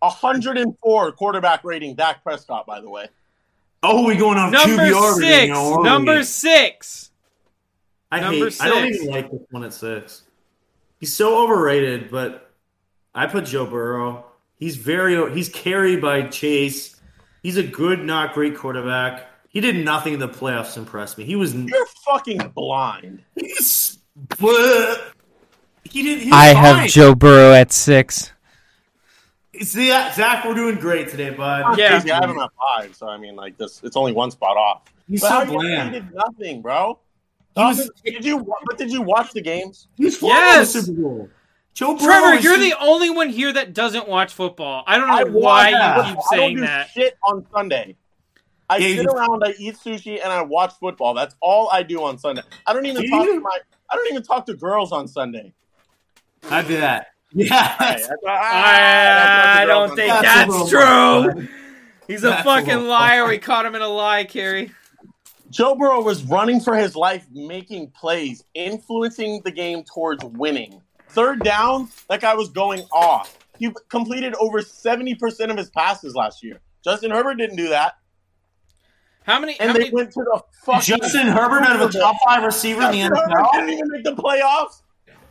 Speaker 2: 104 quarterback rating, Dak Prescott, by the way.
Speaker 3: Oh, we going off
Speaker 1: Number
Speaker 3: QBR.
Speaker 1: 6.
Speaker 3: now, aren't
Speaker 1: Number
Speaker 3: we?
Speaker 1: 6.
Speaker 3: I
Speaker 1: number
Speaker 3: hate. I don't
Speaker 1: six.
Speaker 3: even like this one at six. He's so overrated, but I put Joe Burrow. He's very. He's carried by Chase. He's a good, not great quarterback. He did nothing in the playoffs to impress me. He was.
Speaker 2: You're fucking blind.
Speaker 3: He's, bleh. he did. He was
Speaker 1: I have
Speaker 3: fine.
Speaker 1: Joe Burrow at 6.
Speaker 3: See, uh, Zach, we're doing great today, bud.
Speaker 1: Yeah.
Speaker 2: Basically, I have him at five, so I mean, like, this, it's only one spot off.
Speaker 3: He's
Speaker 2: But
Speaker 3: so
Speaker 2: how you
Speaker 3: bland.
Speaker 2: did nothing, bro.
Speaker 3: He was-
Speaker 2: did you? But did you watch the games?
Speaker 3: He's flying
Speaker 1: Yes!
Speaker 3: in the Super Bowl. Joe Burrow.
Speaker 1: Trevor,
Speaker 3: is
Speaker 1: you're
Speaker 3: just-
Speaker 1: the only one here that doesn't watch football. I don't know
Speaker 2: I
Speaker 1: why
Speaker 3: watch-
Speaker 1: you keep
Speaker 2: I don't
Speaker 1: saying
Speaker 2: do
Speaker 1: that.
Speaker 2: shit on Sunday. I
Speaker 3: Yeah,
Speaker 2: sit
Speaker 3: you-
Speaker 2: around, I eat sushi, and I watch football. That's all I do on Sunday. I don't even
Speaker 3: Do
Speaker 2: talk
Speaker 3: you?
Speaker 2: to my. I don't even talk to girls on Sunday.
Speaker 3: I'd be that. Yeah.
Speaker 2: Hey, that's-
Speaker 1: I,
Speaker 2: I
Speaker 1: don't
Speaker 2: don't talk to girls on
Speaker 1: think
Speaker 2: Sunday.
Speaker 3: That's a
Speaker 1: that's
Speaker 3: little-
Speaker 1: true. He's a
Speaker 3: That's a
Speaker 1: fucking
Speaker 3: little-
Speaker 1: liar. We caught him in a lie, Carrie.
Speaker 2: Joe Burrow was running for his life, making plays, influencing the game towards winning. Third down, that guy was going off. He completed over seventy percent of his passes last year. Justin Herbert didn't do that,
Speaker 1: How many?
Speaker 2: and
Speaker 1: how
Speaker 2: they
Speaker 1: many-
Speaker 2: went to the fucking.
Speaker 3: Justin Herbert out of a top five receiver in the
Speaker 2: Justin Herbert
Speaker 3: NFL.
Speaker 2: didn't even make the playoffs.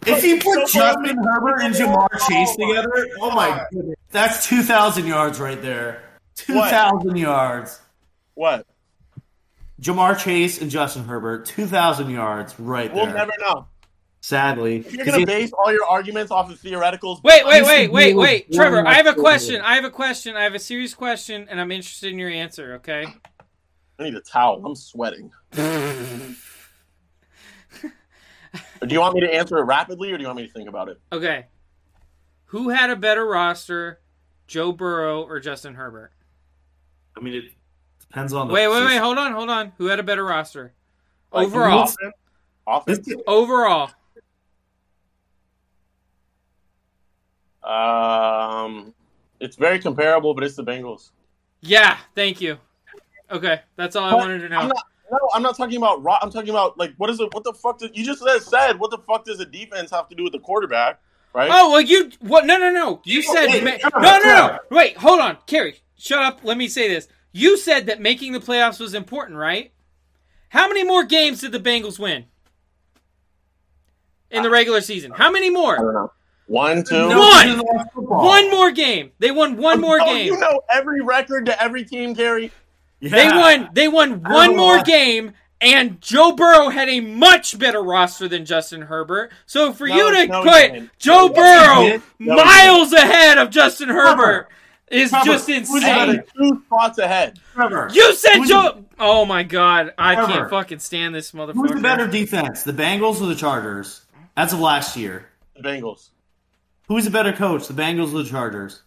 Speaker 3: If you put
Speaker 2: So far,
Speaker 3: Justin Herbert and Jamar Chase together, oh my goodness, that's two thousand yards right there. Two thousand yards.
Speaker 2: What?
Speaker 3: Jamar Chase and Justin Herbert, two thousand yards right
Speaker 2: We'll
Speaker 3: there.
Speaker 2: never know.
Speaker 3: Sadly,
Speaker 2: If you're gonna base all your arguments off of theoreticals,
Speaker 1: Wait, wait,
Speaker 3: He's
Speaker 1: wait,
Speaker 3: the
Speaker 1: wait,
Speaker 3: dude with
Speaker 1: wait.
Speaker 3: one
Speaker 1: Trevor, I have a
Speaker 3: left
Speaker 1: question.
Speaker 3: over.
Speaker 1: I have a question. I have a serious question, and I'm interested in your answer, okay?
Speaker 2: I need a towel. I'm sweating. do you want me to answer it rapidly, or do you want me to think about it?
Speaker 1: Okay. Who had a better roster, Joe Burrow or Justin Herbert?
Speaker 3: I mean, it depends on the
Speaker 1: Wait, wait, wait.
Speaker 3: position.
Speaker 1: Hold on, hold on. Who had a better roster?
Speaker 2: Like,
Speaker 1: Overall.
Speaker 2: Offense.
Speaker 3: This-
Speaker 1: Overall.
Speaker 2: Um, it's very comparable, but it's the Bengals.
Speaker 1: Yeah, thank you. Okay, that's all I
Speaker 2: But
Speaker 1: wanted to
Speaker 2: I'm
Speaker 1: know.
Speaker 2: not. No, I'm not talking about. Ro- I'm talking about like what is it? What the fuck? Did, you just said- said what the fuck does a defense have to do with the quarterback, right?
Speaker 1: Oh, well, you. What? No, no, no. You said.
Speaker 3: wait,
Speaker 1: ma-
Speaker 3: Trevor,
Speaker 1: no, no, no.
Speaker 3: Trevor.
Speaker 1: Wait, hold on. Carrie, shut up. Let me say this. You said that making the playoffs was important, right? How many more games did the Bengals win in
Speaker 2: Uh,
Speaker 1: the regular season? How many
Speaker 2: I
Speaker 1: more?
Speaker 2: don't know. One, two,
Speaker 3: No,
Speaker 1: One!
Speaker 3: this is the last football.
Speaker 1: One more game. They won one more
Speaker 2: Oh,
Speaker 1: game.
Speaker 2: You know every record to every team, Gary.
Speaker 3: Yeah.
Speaker 1: They won. They won
Speaker 3: don't
Speaker 1: one
Speaker 3: know
Speaker 1: more
Speaker 3: why.
Speaker 1: game, and Joe Burrow had a much better roster than Justin Herbert. So for
Speaker 2: No,
Speaker 1: you to
Speaker 2: no, he
Speaker 1: put
Speaker 2: didn't.
Speaker 1: Joe
Speaker 2: No, he
Speaker 1: Burrow
Speaker 3: didn't.
Speaker 2: No, he
Speaker 1: miles ahead of Justin Herbert is
Speaker 3: Trevor,
Speaker 1: just
Speaker 3: who's
Speaker 2: He's got
Speaker 1: insane.
Speaker 2: a two spots ahead.
Speaker 3: Trevor.
Speaker 1: You said
Speaker 3: Who's-
Speaker 1: Joe. Oh my god, I can't
Speaker 3: Trevor.
Speaker 1: fucking stand this motherfucker.
Speaker 3: Who's the better defense, the Bengals or the Chargers? As of last year,
Speaker 2: The Bengals.
Speaker 3: who's the better coach, the Bengals or the Chargers?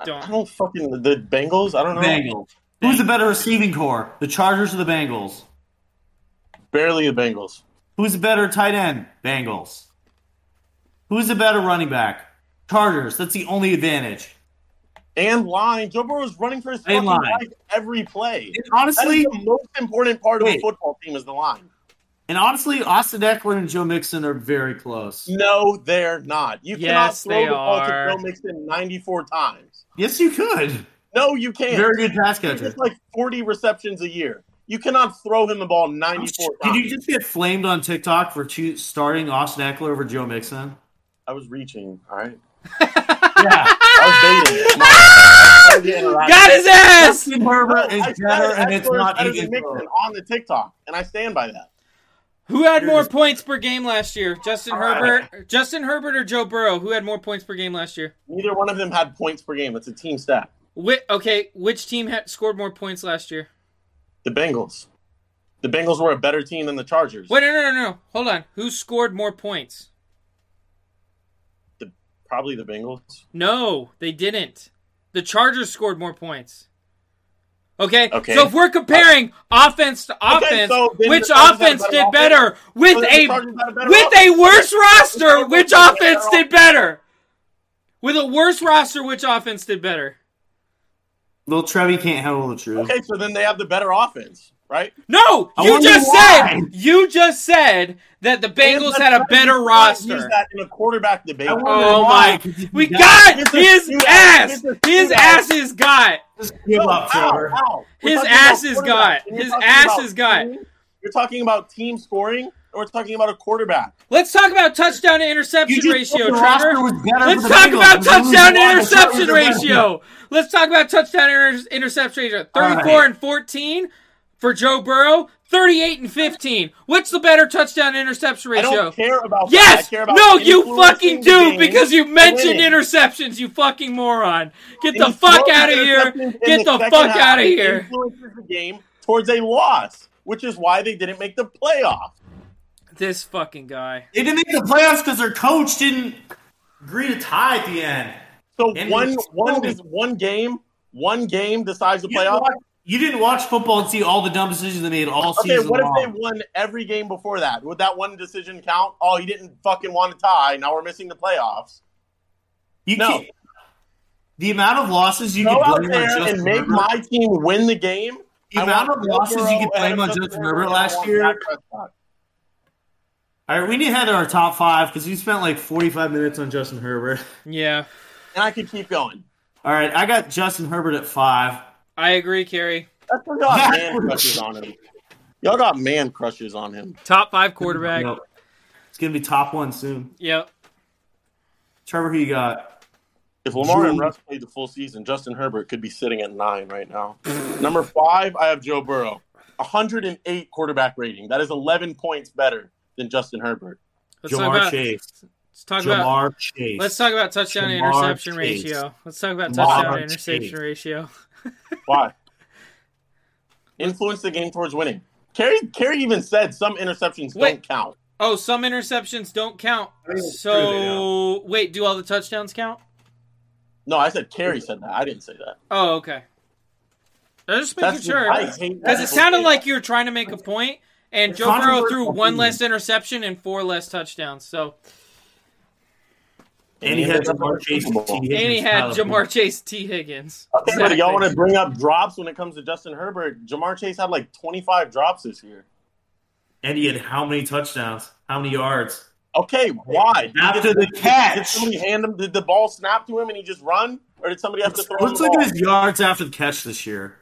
Speaker 2: I-
Speaker 1: Don't.
Speaker 2: I don't fucking the Bengals. I don't know.
Speaker 3: Bengals. Who's the better receiving core, the Chargers or the Bengals?
Speaker 2: Barely the Bengals.
Speaker 3: Who's the better tight end? Bengals. Who's the better running back? Chargers. That's the only advantage.
Speaker 2: And line. Joe Burrow is running for his
Speaker 3: And
Speaker 2: fucking
Speaker 3: line.
Speaker 2: life every play.
Speaker 3: And
Speaker 2: That is
Speaker 3: honestly,
Speaker 2: the most important part of a
Speaker 3: Wait.
Speaker 2: football team is the line.
Speaker 3: and honestly, Austin Eckler and Joe Mixon are very close.
Speaker 2: No, they're not. You
Speaker 1: Yes,
Speaker 2: cannot throw
Speaker 1: they
Speaker 2: the ball
Speaker 1: are.
Speaker 2: to Joe Mixon 94 times.
Speaker 3: Yes, you could.
Speaker 2: No, you can't.
Speaker 3: Very good pass
Speaker 2: It's
Speaker 3: catcher.
Speaker 2: like 40 receptions a year. You cannot throw him the ball 94
Speaker 3: Did
Speaker 2: times.
Speaker 3: you just get flamed on TikTok for choo- starting Austin Eckler over Joe Mixon?
Speaker 2: I was reaching. All right.
Speaker 3: Yeah.
Speaker 2: I was baiting.
Speaker 1: Got his ass.
Speaker 3: Justin Herbert is
Speaker 2: I said
Speaker 3: better, and it's
Speaker 2: Eckler is
Speaker 3: not
Speaker 2: better
Speaker 3: even
Speaker 2: than Mixon
Speaker 3: close.
Speaker 2: on the TikTok, and I stand by that.
Speaker 1: Who had
Speaker 3: You're
Speaker 1: more
Speaker 3: just-
Speaker 1: points per game last year? Justin
Speaker 3: All right.
Speaker 1: Herbert, Justin Herbert or Joe Burrow? Who had more points per game last year?
Speaker 2: Neither one of them had points per game. That's a team stat.
Speaker 1: Whi okay, which team had scored more points last year?
Speaker 2: The Bengals. The Bengals were a better team than the Chargers.
Speaker 1: Wait, no, no, no, no. Hold on. Who scored more points?
Speaker 2: Probably the Bengals.
Speaker 1: No, they didn't. The Chargers scored more points. Okay.
Speaker 2: Okay.
Speaker 1: So if we're comparing offense to offense,
Speaker 2: so then
Speaker 1: which
Speaker 2: the Chargers had a
Speaker 1: offense
Speaker 2: better
Speaker 1: did
Speaker 2: offense.
Speaker 1: better with
Speaker 2: So then the
Speaker 1: a
Speaker 2: Chargers had a better
Speaker 1: with a
Speaker 2: offense.
Speaker 1: worse roster,
Speaker 2: Chargers
Speaker 1: which
Speaker 2: had a better
Speaker 1: offense did better? With a worse roster, which offense did better?
Speaker 3: Little Trevi can't handle the truth.
Speaker 2: Okay, so then they have the better offense, right?
Speaker 1: No,
Speaker 3: I
Speaker 1: you
Speaker 3: wonder
Speaker 1: just
Speaker 3: why.
Speaker 1: said you just said that the Bengals
Speaker 2: And
Speaker 1: had a
Speaker 2: let's
Speaker 1: better
Speaker 2: not use
Speaker 1: roster.
Speaker 2: that in a quarterback debate.
Speaker 3: I wonder
Speaker 1: Oh
Speaker 3: why.
Speaker 1: my! We got his ass. His ass is got.
Speaker 3: Just give up,
Speaker 2: Ow,
Speaker 3: Trevor.
Speaker 2: ow. We're
Speaker 1: His
Speaker 2: talking
Speaker 1: ass
Speaker 2: about
Speaker 1: is
Speaker 2: quarterback.
Speaker 1: got.
Speaker 2: We're
Speaker 1: His
Speaker 2: talking
Speaker 1: ass
Speaker 2: about
Speaker 1: is got.
Speaker 2: team- You're talking about team scoring, and we're talking about a quarterback.
Speaker 1: Let's talk about touchdown to
Speaker 3: You
Speaker 1: interception
Speaker 3: just
Speaker 1: ratio,
Speaker 3: said the
Speaker 1: Trevor.
Speaker 3: roster was better
Speaker 1: Let's
Speaker 3: for the
Speaker 1: talk
Speaker 3: Bengals.
Speaker 1: about
Speaker 3: There's no
Speaker 1: touchdown
Speaker 3: reason
Speaker 1: to
Speaker 3: why the Chargers
Speaker 1: interception
Speaker 3: are better.
Speaker 1: ratio. Let's talk about touchdown inter- interception ratio.
Speaker 3: All right.
Speaker 1: 34 and 14 for Joe Burrow, 38 and 15. What's the better touchdown interception
Speaker 2: I
Speaker 1: ratio?
Speaker 2: don't care about that.
Speaker 1: Yes.
Speaker 2: I care about
Speaker 1: no, you
Speaker 2: influencing
Speaker 1: fucking
Speaker 2: the
Speaker 1: do
Speaker 2: game
Speaker 1: because you
Speaker 2: and
Speaker 1: mentioned
Speaker 2: winning.
Speaker 1: interceptions. You fucking moron. Get the
Speaker 2: And
Speaker 1: fuck
Speaker 2: throwing
Speaker 1: out of here.
Speaker 2: interceptions in
Speaker 1: Get the
Speaker 2: second
Speaker 1: fuck
Speaker 2: half
Speaker 1: out of here.
Speaker 2: Influences the game towards a loss, which is why they didn't make the playoffs.
Speaker 1: This fucking guy.
Speaker 3: They didn't make the playoffs because their coach didn't agree to tie at the end.
Speaker 2: So
Speaker 3: And
Speaker 2: one
Speaker 3: it's
Speaker 2: one
Speaker 3: snowing.
Speaker 2: is one game, one game decides the
Speaker 3: You didn't,
Speaker 2: playoffs.
Speaker 3: watch, you didn't watch football and see all the dumb decisions they made all
Speaker 2: Okay,
Speaker 3: season
Speaker 2: what if
Speaker 3: long.
Speaker 2: they won every game before that? Would that one decision count? Oh, he didn't fucking want to tie. Now we're missing the playoffs.
Speaker 3: You
Speaker 2: No.
Speaker 3: can't- The amount of losses you
Speaker 2: Go
Speaker 3: could
Speaker 2: out
Speaker 3: blame on
Speaker 2: there
Speaker 3: Justin
Speaker 2: and make
Speaker 3: Herbert.
Speaker 2: my team win the game.
Speaker 3: the
Speaker 2: I
Speaker 3: amount
Speaker 2: want
Speaker 3: of
Speaker 2: Joe
Speaker 3: losses you
Speaker 2: Burrow
Speaker 3: could blame
Speaker 2: ahead
Speaker 3: on
Speaker 2: of
Speaker 3: Justin Herbert
Speaker 2: and I
Speaker 3: last
Speaker 2: want
Speaker 3: year.
Speaker 2: Dak Prescott.
Speaker 3: All right, we need to head to our top five because we spent like 45 minutes on Justin Herbert.
Speaker 1: Yeah,
Speaker 2: And I could keep going.
Speaker 3: All right, I got Justin Herbert at five.
Speaker 1: I agree, Kerry.
Speaker 2: That's y'all got
Speaker 3: Yeah.
Speaker 2: man crushes on him. Y'all got man crushes on him.
Speaker 1: Top five quarterback.
Speaker 3: Yep. It's going to be top one soon.
Speaker 1: Yep.
Speaker 3: Trevor, who you got?
Speaker 2: If Lamar and
Speaker 3: Drew.
Speaker 2: Russ played the full season, Justin Herbert could be sitting at nine right now. Number five, I have Joe Burrow. 108 quarterback rating. That is 11 points better than Justin Herbert.
Speaker 1: Let's talk
Speaker 3: Jamar
Speaker 1: about.
Speaker 3: Chase.
Speaker 1: Let's talk about.
Speaker 3: Jamar Chase.
Speaker 1: Let's talk about touchdown to
Speaker 3: Jamar
Speaker 1: interception
Speaker 3: Chase.
Speaker 1: ratio. Let's talk about
Speaker 3: Jamar
Speaker 1: touchdown to
Speaker 3: Chase.
Speaker 1: interception ratio.
Speaker 2: Why? Influence the game towards winning. Kerry, Kerry even said some interceptions
Speaker 1: Wait.
Speaker 2: don't count.
Speaker 1: Oh, some interceptions don't count.
Speaker 3: I think it's true they
Speaker 1: So wait, do all the touchdowns count?
Speaker 2: No, I said Kerry said that. I didn't say that.
Speaker 1: Oh, okay. I was just making
Speaker 2: That's
Speaker 1: sure
Speaker 2: I hate that
Speaker 1: because it
Speaker 2: people
Speaker 1: sounded
Speaker 2: say
Speaker 1: like
Speaker 2: that.
Speaker 1: you were trying to make a point, and
Speaker 3: It's
Speaker 1: Joe Burrow
Speaker 3: controversial
Speaker 1: threw one
Speaker 3: opinion.
Speaker 1: less interception and four less touchdowns. So
Speaker 3: and he had Jamar Chase. and T. Higgins.
Speaker 1: and he had
Speaker 3: Tyler.
Speaker 1: Jamar Chase, T Higgins.
Speaker 2: Okay, but y'all
Speaker 1: Exactly.
Speaker 2: want to bring up drops when it comes to Justin Herbert. Jamar Chase had like 25 drops this year.
Speaker 3: And he had how many touchdowns? How many yards?
Speaker 2: Okay, why?
Speaker 3: After the
Speaker 2: Did
Speaker 3: catch.
Speaker 2: somebody hand him? Did the ball snap to him and he just run, or did somebody have to throw him
Speaker 3: Let's
Speaker 2: the
Speaker 3: look
Speaker 2: ball?
Speaker 3: at his yards after the catch this year.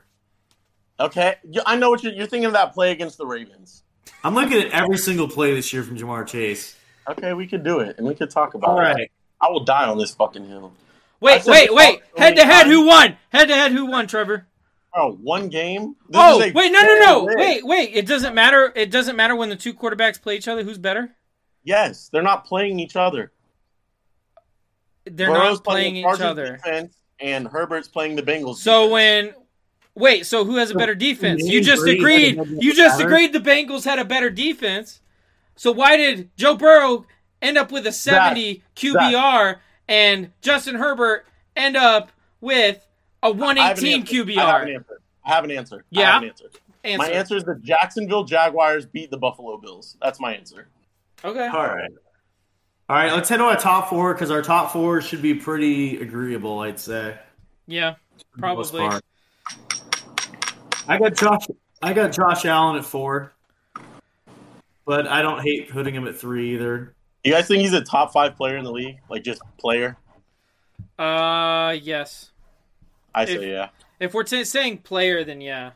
Speaker 2: Okay, You- I know what you're, you're thinking of that play against the Ravens.
Speaker 3: I'm looking at every single play this year from Jamar Chase.
Speaker 2: Okay, we could do it, and we could talk about
Speaker 3: All right.
Speaker 2: it. I will die on this fucking hill. I
Speaker 1: Wait,
Speaker 2: said
Speaker 1: wait,
Speaker 2: this
Speaker 1: wait!
Speaker 2: all so
Speaker 1: Head to
Speaker 2: many
Speaker 1: head,
Speaker 2: times.
Speaker 1: who won? Head to head, who won? Trevor.
Speaker 2: Oh, one game. This
Speaker 1: oh,
Speaker 2: is a
Speaker 1: wait, no, no, no!
Speaker 2: fair
Speaker 1: Wait,
Speaker 2: list.
Speaker 1: wait! It doesn't matter. It doesn't matter when the two quarterbacks play each other. Who's better?
Speaker 2: Yes, they're not playing each other.
Speaker 1: They're
Speaker 2: Burrow's
Speaker 1: not playing
Speaker 2: the
Speaker 1: each
Speaker 2: Chargers
Speaker 1: other.
Speaker 2: defense, and Herbert's playing the Bengals.
Speaker 1: So
Speaker 2: defense.
Speaker 1: when wait, so who has a better defense? You
Speaker 3: Name
Speaker 1: just
Speaker 3: three
Speaker 1: agreed.
Speaker 3: that doesn't
Speaker 1: You just
Speaker 3: matter.
Speaker 1: agreed the Bengals had a better defense. So why did Joe Burrow end up with a 70 QBR and Justin Herbert end up with a
Speaker 2: I have an
Speaker 1: 118
Speaker 2: answer. I have an
Speaker 1: QBR?
Speaker 2: answer. I have an answer. I
Speaker 1: Yeah?
Speaker 2: have an answer. My
Speaker 1: Answer.
Speaker 2: answer is the Jacksonville Jaguars beat the Buffalo Bills. That's my answer.
Speaker 1: Okay.
Speaker 3: All right. All right, let's head to our top four because our top four should be pretty agreeable, I'd say.
Speaker 1: Yeah.
Speaker 3: for the most
Speaker 1: Probably.
Speaker 3: part. I got Josh. I got Josh Allen at four, but I don't hate putting him at three either.
Speaker 2: You guys think he's a top five player in the league? Like just player?
Speaker 1: Uh yes.
Speaker 2: I say
Speaker 1: If-
Speaker 2: yeah.
Speaker 1: If we're t- saying player then yeah.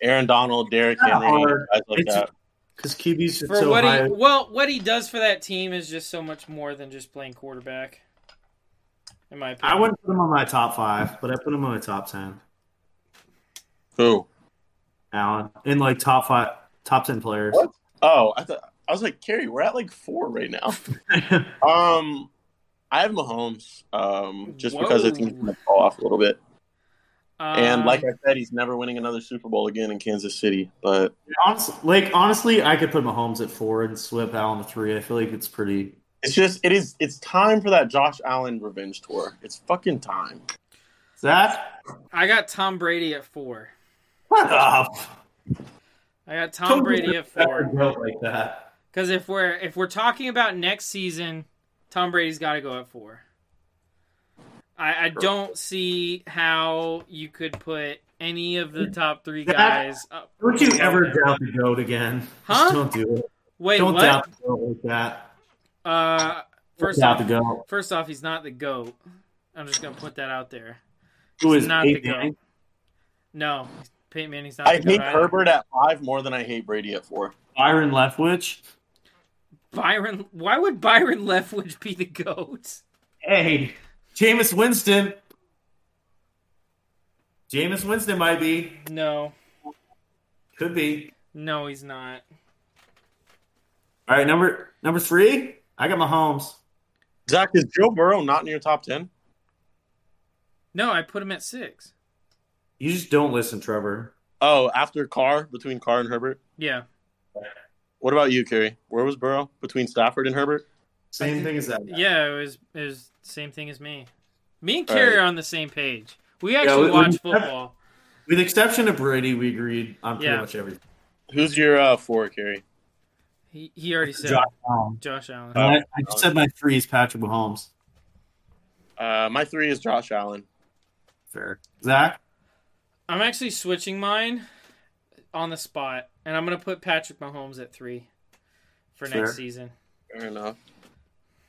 Speaker 2: Aaron Donald, Derrick
Speaker 3: Kinda
Speaker 2: Henry,
Speaker 3: hard.
Speaker 2: guys like
Speaker 3: It's-
Speaker 2: that.
Speaker 3: Because QB's
Speaker 1: For
Speaker 3: so
Speaker 1: what
Speaker 3: high.
Speaker 1: he well, what he does for that team is just so much more than just playing quarterback. In my opinion.
Speaker 3: I wouldn't put him on my top five, but I put him on my top ten.
Speaker 2: Who?
Speaker 3: Allen in like top five, top ten players.
Speaker 2: What? Oh, I thought I was like, Kerry, we're at like four right now. um, I have Mahomes. Um, just because I think he's
Speaker 1: Whoa.
Speaker 2: gonna fall off a little bit.
Speaker 1: Um,
Speaker 2: And like I said, he's never winning another Super Bowl again in Kansas City. But
Speaker 3: Honestly, like honestly, I could put Mahomes at four and Swift Allen at three. I feel like it's pretty.
Speaker 2: it's just it is it's time for that Josh Allen revenge tour. It's fucking time.
Speaker 3: Zach,
Speaker 1: I got Tom Brady at four.
Speaker 3: what up?
Speaker 1: I got Tom Brady at four.
Speaker 3: Built like that.
Speaker 1: Because if we're if we're talking about next season, Tom Brady's got to go at four. I, I don't see how you could put any of the top three
Speaker 3: That-
Speaker 1: guys. Up.
Speaker 3: Don't you ever
Speaker 1: there.
Speaker 3: doubt the goat again?
Speaker 1: Huh?
Speaker 3: Just don't do it.
Speaker 1: Wait,
Speaker 3: don't
Speaker 1: what?
Speaker 3: doubt the goat like that.
Speaker 1: Uh, first
Speaker 3: doubt
Speaker 1: off,
Speaker 3: the goat.
Speaker 1: first off, he's not the goat. I'm just gonna put that out there.
Speaker 3: Who
Speaker 1: He's
Speaker 3: is
Speaker 1: not
Speaker 3: Peyton
Speaker 1: the goat.
Speaker 3: Manning?
Speaker 1: No, Peyton Manning's not.
Speaker 2: I
Speaker 1: the goat
Speaker 2: hate
Speaker 1: either.
Speaker 2: Herbert at five more than I hate Brady at four.
Speaker 3: Byron Leftwich.
Speaker 1: Byron. Why would Byron Leftwich be the goat?
Speaker 3: Hey, Jameis Winston. Jameis Winston might be,
Speaker 1: No,
Speaker 3: could be.
Speaker 1: no, he's not.
Speaker 3: All right, number number three. I got Mahomes.
Speaker 2: Zach, is Joe Burrow not in your top ten?
Speaker 1: No, I put him at six.
Speaker 3: You just don't listen, Trevor.
Speaker 2: Oh, after Carr, between Carr and Herbert.
Speaker 1: Yeah.
Speaker 2: What about you, Kerry? Where was Burrow between Stafford and Herbert?
Speaker 3: Same thing as that.
Speaker 1: Yeah, it was it was the same thing as me. Me and
Speaker 2: All
Speaker 1: Carrie
Speaker 2: right.
Speaker 1: are on the same page. We actually
Speaker 3: we-
Speaker 1: watch
Speaker 3: we-
Speaker 1: football.
Speaker 3: With the exception of Brady, we agreed on pretty
Speaker 1: Yeah.
Speaker 3: much everything.
Speaker 2: Who's your uh, four, Kerry?
Speaker 1: He, he already said
Speaker 3: Josh Uh, Allen.
Speaker 1: Josh Allen.
Speaker 3: And I, I just said my three is Patrick Mahomes.
Speaker 2: Uh, my three is Josh Allen.
Speaker 3: Fair. Zach?
Speaker 1: I'm actually switching mine on the spot, and I'm gonna put Patrick Mahomes at three for
Speaker 3: Fair.
Speaker 1: next season.
Speaker 2: Fair enough.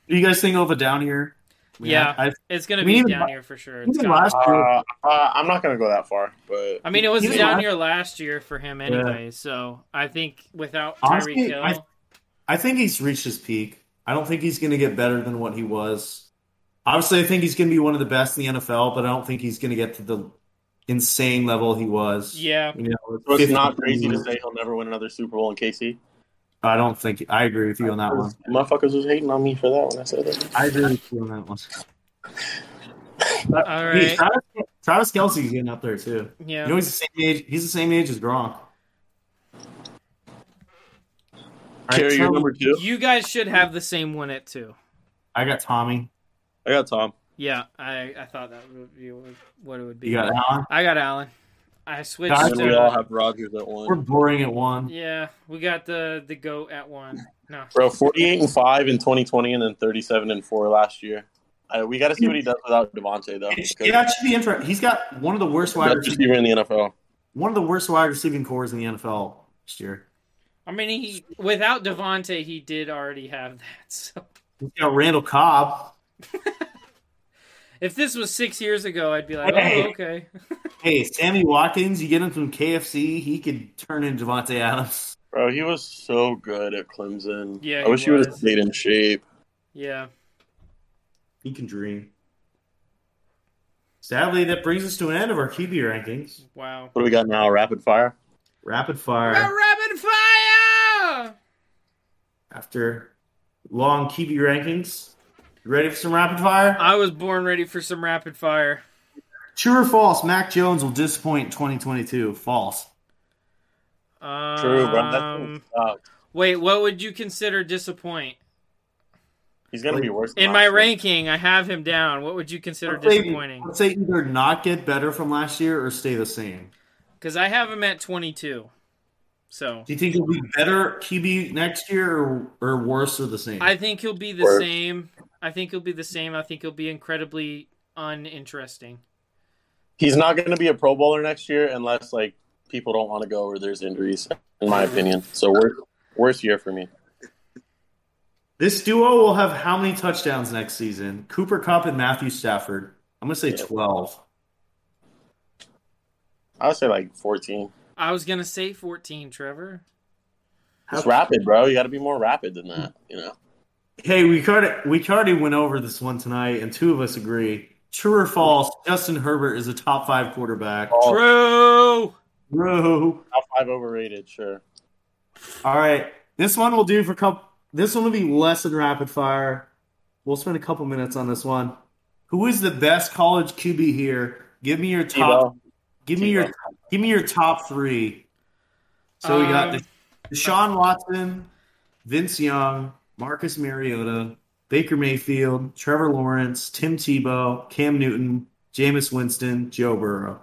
Speaker 3: Do you guys think over down here?
Speaker 1: Yeah.
Speaker 3: I,
Speaker 1: It's gonna
Speaker 3: We
Speaker 1: be
Speaker 3: even-
Speaker 1: down here for sure. It's
Speaker 3: even
Speaker 1: gotta-
Speaker 3: last year,
Speaker 2: Uh, uh, I'm not going to go that far, but
Speaker 1: I mean, it was
Speaker 3: even
Speaker 1: down
Speaker 3: last-
Speaker 1: here last year for him anyway. So I think without
Speaker 3: Honestly,
Speaker 1: Tyreek Hill,
Speaker 3: I- I think he's reached his peak. I don't think he's going to get better than what he was. Obviously, I think he's going to be one of the best in the NFL, but I don't think he's going to get to the insane level he was.
Speaker 1: yeah,
Speaker 3: You know,
Speaker 2: so it's
Speaker 3: 50
Speaker 2: not crazy to say he'll never win another Super Bowl in KC.
Speaker 3: I don't think I agree with you on that one.
Speaker 2: Motherfuckers was hating on me for that when I said it.
Speaker 3: I agree with you on that one.
Speaker 1: all
Speaker 3: Hey,
Speaker 1: right,
Speaker 3: Travis, Travis Kelsey's getting up there too.
Speaker 1: yeah.
Speaker 3: You know, he's the same age. He's the same age as Gronk. All right,
Speaker 2: Kerry, your
Speaker 3: Tom-
Speaker 2: number two.
Speaker 1: You guys should have the same one at two.
Speaker 3: I got Tommy.
Speaker 2: I got Tom.
Speaker 1: Yeah, I, I thought that would be what it would be.
Speaker 3: You got Allen.
Speaker 1: I got Allen. I switched.
Speaker 3: Guys,
Speaker 2: And
Speaker 1: to,
Speaker 2: then we all have Rogers at
Speaker 3: We're
Speaker 2: one.
Speaker 3: boring at one.
Speaker 1: yeah, we got the the goat at one. No,
Speaker 2: Bro, 48 and five in 2020, and then 37 and four last year. Uh, we got to see what he does without Devontae though.
Speaker 3: It
Speaker 2: because
Speaker 3: should- Yeah, it should be interesting. He's got one of the worst wide
Speaker 2: Best
Speaker 3: receivers.
Speaker 2: receiver in the NFL.
Speaker 3: one of the worst wide receiving cores in the NFL last year.
Speaker 1: I mean he without Devonte, he did already have that. So
Speaker 3: He's got Randall Cobb.
Speaker 1: if this was six years ago, I'd be like,
Speaker 3: Hey.
Speaker 1: oh okay.
Speaker 3: Hey, Sammy Watkins, you get him from KFC, he could turn into Devontae Adams.
Speaker 2: Bro, he was so good at Clemson.
Speaker 1: Yeah,
Speaker 2: I wish
Speaker 1: he
Speaker 2: he would have
Speaker 1: was.
Speaker 2: stayed in shape.
Speaker 1: Yeah,
Speaker 3: He can dream. Sadly, that brings us to an end of our QB rankings.
Speaker 1: wow.
Speaker 2: What do we got now? Rapid fire.
Speaker 3: Rapid
Speaker 1: A
Speaker 3: fire
Speaker 1: rapid fire.
Speaker 3: after long QB rankings. You ready for some rapid fire?
Speaker 1: I was born ready for some rapid fire.
Speaker 3: True or false? Mac Jones will disappoint in 2022. False.
Speaker 1: Um,
Speaker 2: True, bro. That's uh,
Speaker 1: wait, what would you consider disappoint?
Speaker 2: he's gonna be worse. than
Speaker 1: In my
Speaker 2: last year.
Speaker 1: ranking, I have him down. What would you consider
Speaker 3: Let's say-
Speaker 1: disappointing?
Speaker 3: Let's say either not get better from last year or stay the same.
Speaker 1: Because I have him at 22. So
Speaker 3: Do you think he'll be better QB next year or, or worse or the same?
Speaker 1: I think he'll be the
Speaker 2: Or-
Speaker 1: same. I think he'll be the same. I think he'll be incredibly uninteresting.
Speaker 2: he's not going to be a Pro Bowler next year unless like people don't want to go or there's injuries, in my opinion. So worst, worst year for me.
Speaker 3: this duo will have how many touchdowns next season? Cooper Cup and Matthew Stafford. I'm going to say 12.
Speaker 2: I would say like 14.
Speaker 1: I was gonna say 14, Trevor.
Speaker 2: It's rapid, bro. You got to be more rapid than that. You know.
Speaker 3: Hey, we already, we already went over this one tonight, and two of us agree. True or false, Justin Herbert is a top five quarterback.
Speaker 2: Oh.
Speaker 1: True.
Speaker 3: Bro.
Speaker 2: Top five overrated, sure.
Speaker 3: All right. This one will do for couple. This one will be less than rapid fire. We'll spend a couple minutes on this one. Who is the best college QB here? Give me your top
Speaker 2: Tebow.
Speaker 3: Give me your give me your top three. So we got
Speaker 1: Um,
Speaker 3: the Deshaun Watson, Vince Young, Marcus Mariota, Baker Mayfield, Trevor Lawrence, Tim Tebow, Cam Newton, Jameis Winston, Joe Burrow.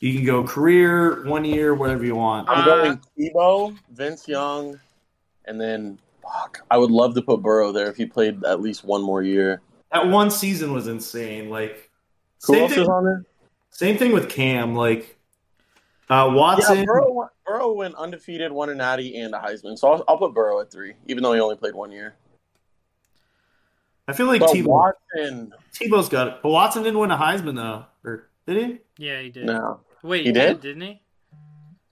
Speaker 3: You can go career, one year, whatever you want.
Speaker 2: I'm
Speaker 1: Uh,
Speaker 2: going Tebow, Vince Young, and then fuck. I would love to put Burrow there if he played at least one more year.
Speaker 3: That one season was insane. Like
Speaker 2: Who
Speaker 3: same
Speaker 2: else
Speaker 3: thing,
Speaker 2: is on there?
Speaker 3: same thing with Cam. Like uh, Watson.
Speaker 2: Yeah, Burrow, went- Burrow went undefeated, won a natty and a Heisman. So I'll, I'll put Burrow at three, even though he only played one year.
Speaker 3: I feel like
Speaker 2: But
Speaker 3: Tebow.
Speaker 2: Watson,
Speaker 3: Tebow's got it. But Watson didn't win a Heisman though, or did he?
Speaker 1: Yeah, he did.
Speaker 2: no,
Speaker 1: Wait,
Speaker 2: He did?
Speaker 1: Didn't he?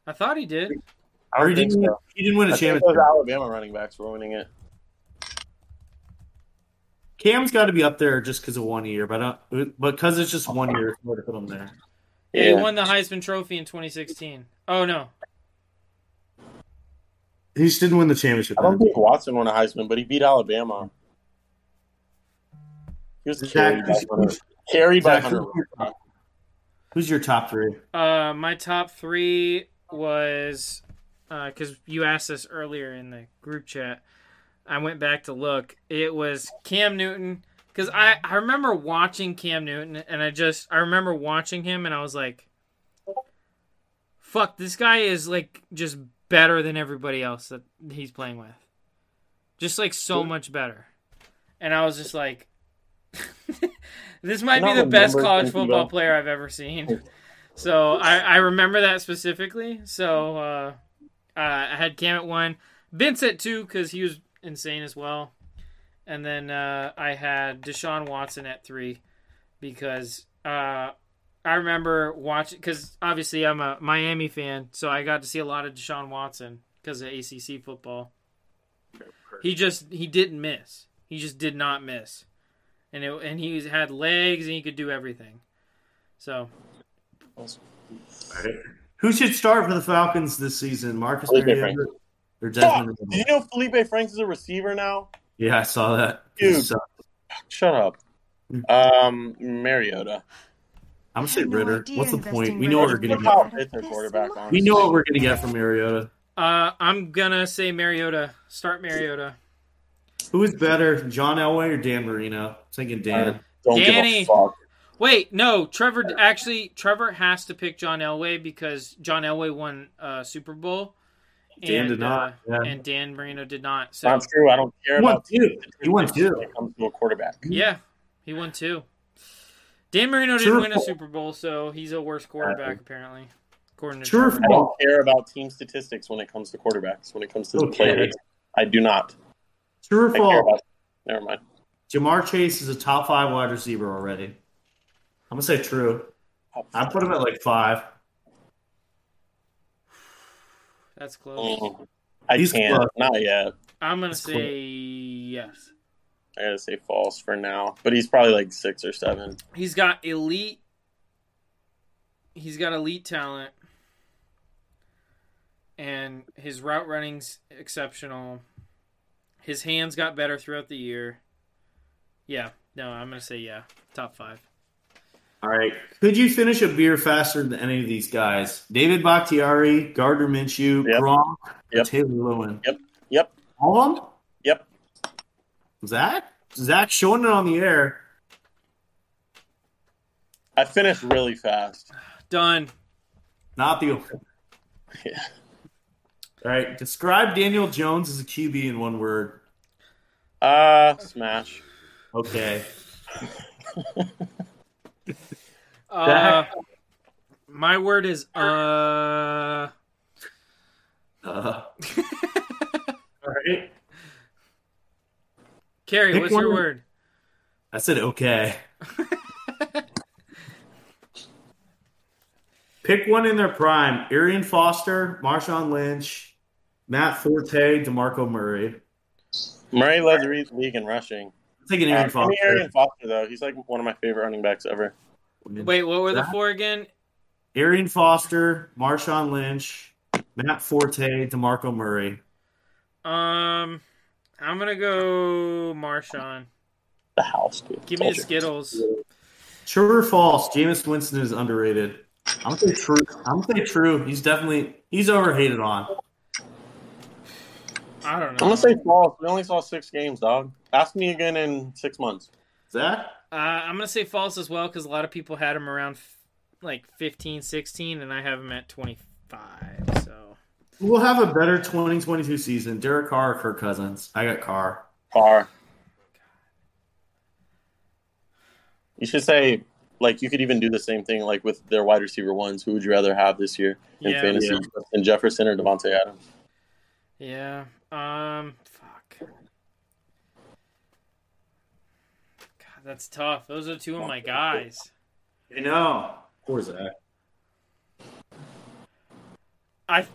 Speaker 1: I thought he did.
Speaker 2: I
Speaker 3: Or he
Speaker 2: don't think
Speaker 3: didn't.
Speaker 2: so.
Speaker 3: He didn't win a
Speaker 2: I think
Speaker 3: championship.
Speaker 2: those Alabama running backs were winning it.
Speaker 3: Cam's got to be up there just because of one year, but I don't, but because it's just one year, it's hard to put him there.
Speaker 1: Yeah, he won the Heisman Trophy in 2016. Oh no,
Speaker 3: He just didn't win the championship.
Speaker 2: I don't think Watson won a Heisman, but he beat Alabama. He was carried by
Speaker 3: Zach,
Speaker 2: Hunter. Carried by
Speaker 3: Zach,
Speaker 2: Hunter.
Speaker 3: who's, your top, who's your top three?
Speaker 1: Uh, my top three was because you asked us earlier in the group chat. I went back to look. It was Cam Newton because I I remember watching Cam Newton and I just I remember watching him and I was like, "Fuck, this guy is like just better than everybody else that he's playing with, just like so much better." And I was just like, "This might
Speaker 2: Not
Speaker 1: be the best
Speaker 2: remember
Speaker 1: college
Speaker 2: thinking
Speaker 1: football
Speaker 2: about-
Speaker 1: player I've ever seen." So I, I remember that specifically. So uh, uh, I had Cam at one, Vince at two because he was insane as well, and then uh, I had Deshaun Watson at three because uh, I remember watching because obviously I'm a Miami fan, so I got to see a lot of Deshaun Watson because of ACC football. He just he didn't miss. He just did not miss, and it and he had legs and he could do everything. So
Speaker 3: Who should start for the Falcons this season? Marcus
Speaker 2: Felipe
Speaker 3: Mariota
Speaker 2: Fuck!
Speaker 3: or Desmond?
Speaker 2: Do you know Felipe Franks is a receiver now?
Speaker 3: Yeah, I saw that. uh,
Speaker 2: Dude.
Speaker 3: So,
Speaker 2: Shut up.
Speaker 3: Mm.
Speaker 2: Um, Mariota.
Speaker 3: I'm gonna
Speaker 5: I
Speaker 3: say
Speaker 5: have no
Speaker 3: Ritter.
Speaker 5: idea
Speaker 3: What's the
Speaker 5: investing
Speaker 3: point? We
Speaker 5: right
Speaker 3: know what
Speaker 5: now.
Speaker 3: we're gonna get.
Speaker 5: How-
Speaker 2: Kyle Pitts, their quarterback.
Speaker 3: We know what we're gonna get from Mariota.
Speaker 1: Uh, I'm gonna say Mariota. Start Mariota.
Speaker 3: Who is better, John Elway or Dan Marino? I'm thinking Dan.
Speaker 2: Don't
Speaker 1: Danny.
Speaker 2: give a fuck.
Speaker 1: Wait, no, Trevor. Actually, Trevor has to pick John Elway because John Elway won uh, Super Bowl.
Speaker 3: Dan did
Speaker 1: uh,
Speaker 3: not. yeah.
Speaker 1: and Dan Marino did not. So
Speaker 2: Not true. I don't care
Speaker 3: He won
Speaker 2: about
Speaker 3: two. He won two.
Speaker 2: when it comes to a quarterback.
Speaker 1: yeah, he won two. Dan Marino didn't
Speaker 3: True or
Speaker 1: win a
Speaker 3: false?
Speaker 1: Super Bowl, so he's a worse quarterback apparently. According to
Speaker 3: True or
Speaker 1: Trevor.
Speaker 2: I don't
Speaker 3: false?
Speaker 2: care about team statistics when it comes to quarterbacks. When it comes to the
Speaker 3: Okay.
Speaker 2: players, I do not.
Speaker 3: True or
Speaker 2: I care
Speaker 3: false?
Speaker 2: about. Never mind.
Speaker 3: Jamar Chase is a top five wide receiver already. I'm gonna say true. I put him at like five.
Speaker 1: That's close.
Speaker 2: Mm. I
Speaker 3: He's
Speaker 2: can't.
Speaker 3: close.
Speaker 2: Not yet.
Speaker 1: I'm gonna
Speaker 3: Oh. That's
Speaker 1: say
Speaker 3: close.
Speaker 1: yes.
Speaker 2: I gotta say false for now. But he's probably like six or seven.
Speaker 1: He's got elite. He's got elite talent, and his route running's exceptional. His hands got better throughout the year. Yeah, no, I'm gonna say yeah, top five.
Speaker 3: All right. Could you finish a beer faster than any of these guys? David Bakhtiari, Gardner Minshew,
Speaker 2: Yep.
Speaker 3: Gronk,
Speaker 2: Yep.
Speaker 3: Taylor Lewin.
Speaker 2: Yep. Yep.
Speaker 3: All of them?
Speaker 2: Yep.
Speaker 3: Zach? Zach showing it on the air.
Speaker 2: I finished really fast.
Speaker 1: Done.
Speaker 3: Not the
Speaker 2: Yeah.
Speaker 3: All right. Describe Daniel Jones as a QB in one word.
Speaker 2: Uh smash.
Speaker 3: Okay.
Speaker 1: Uh, my word is uh.
Speaker 3: Uh, all right.
Speaker 1: Carrie,
Speaker 3: Pick
Speaker 1: what's your
Speaker 3: one.
Speaker 1: word?
Speaker 3: I said okay. Pick one in their prime: Arian Foster, Marshawn Lynch, Matt Forte, Demarco Murray. I'm
Speaker 2: Murray led the re- league in rushing.
Speaker 3: taking
Speaker 2: Uh,
Speaker 3: Arian
Speaker 2: give
Speaker 3: Foster.
Speaker 2: me Arian Foster though. He's like one of my favorite running backs ever.
Speaker 1: Wait, what were the
Speaker 3: Zach?
Speaker 1: four again?
Speaker 3: Arian Foster, Marshawn Lynch, Matt Forte, Demarco Murray.
Speaker 1: Um, I'm gonna go Marshawn.
Speaker 2: The house, dude.
Speaker 1: Give me
Speaker 2: Told
Speaker 1: the
Speaker 2: you.
Speaker 1: Skittles.
Speaker 3: True or false? Jameis Winston is underrated. I'm gonna say true. I'm gonna say true. He's definitely he's overhated on.
Speaker 1: I don't
Speaker 2: I'm gonna
Speaker 1: know.
Speaker 2: say false. We only saw six games, dog. Ask me again in six months.
Speaker 3: Zach,
Speaker 1: Uh, I'm gonna say false as well because a lot of people had him around f- like 15, 16, and I have him at 25. So
Speaker 3: we'll have a better 2022 season. Derek Carr or Kirk Cousins? I got Carr.
Speaker 2: Par. You should say like you could even do the same thing like with their wide receiver ones. Who would you rather have this year in
Speaker 1: Yeah.
Speaker 2: fantasy?
Speaker 3: Yeah.
Speaker 2: Justin Jefferson or Devontae Adams?
Speaker 1: yeah. Um. Fuck. God, that's tough. Those are two of my guys.
Speaker 3: I know. Poor Zach.
Speaker 1: I.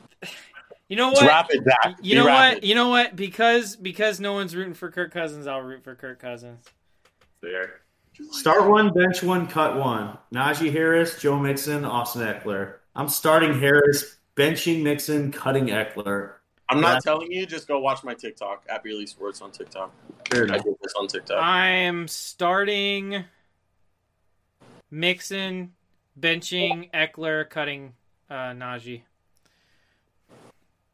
Speaker 1: You know
Speaker 2: It's
Speaker 1: what?
Speaker 2: rapid, Zach.
Speaker 1: You know what? You know what? Because because no one's rooting for Kirk Cousins, I'll root for Kirk Cousins.
Speaker 3: There. Start one, bench one, cut one. Najee Harris, Joe Mixon, Austin Eckler. I'm starting Harris, benching Mixon, cutting Eckler.
Speaker 2: I'm not
Speaker 3: Yeah.
Speaker 2: telling you. Just go watch my TikTok at Beerly Sports on TikTok.
Speaker 3: Fair
Speaker 2: I
Speaker 3: enough.
Speaker 2: did this on TikTok.
Speaker 1: I'm starting Mixon, benching Eckler, cutting uh, Najee.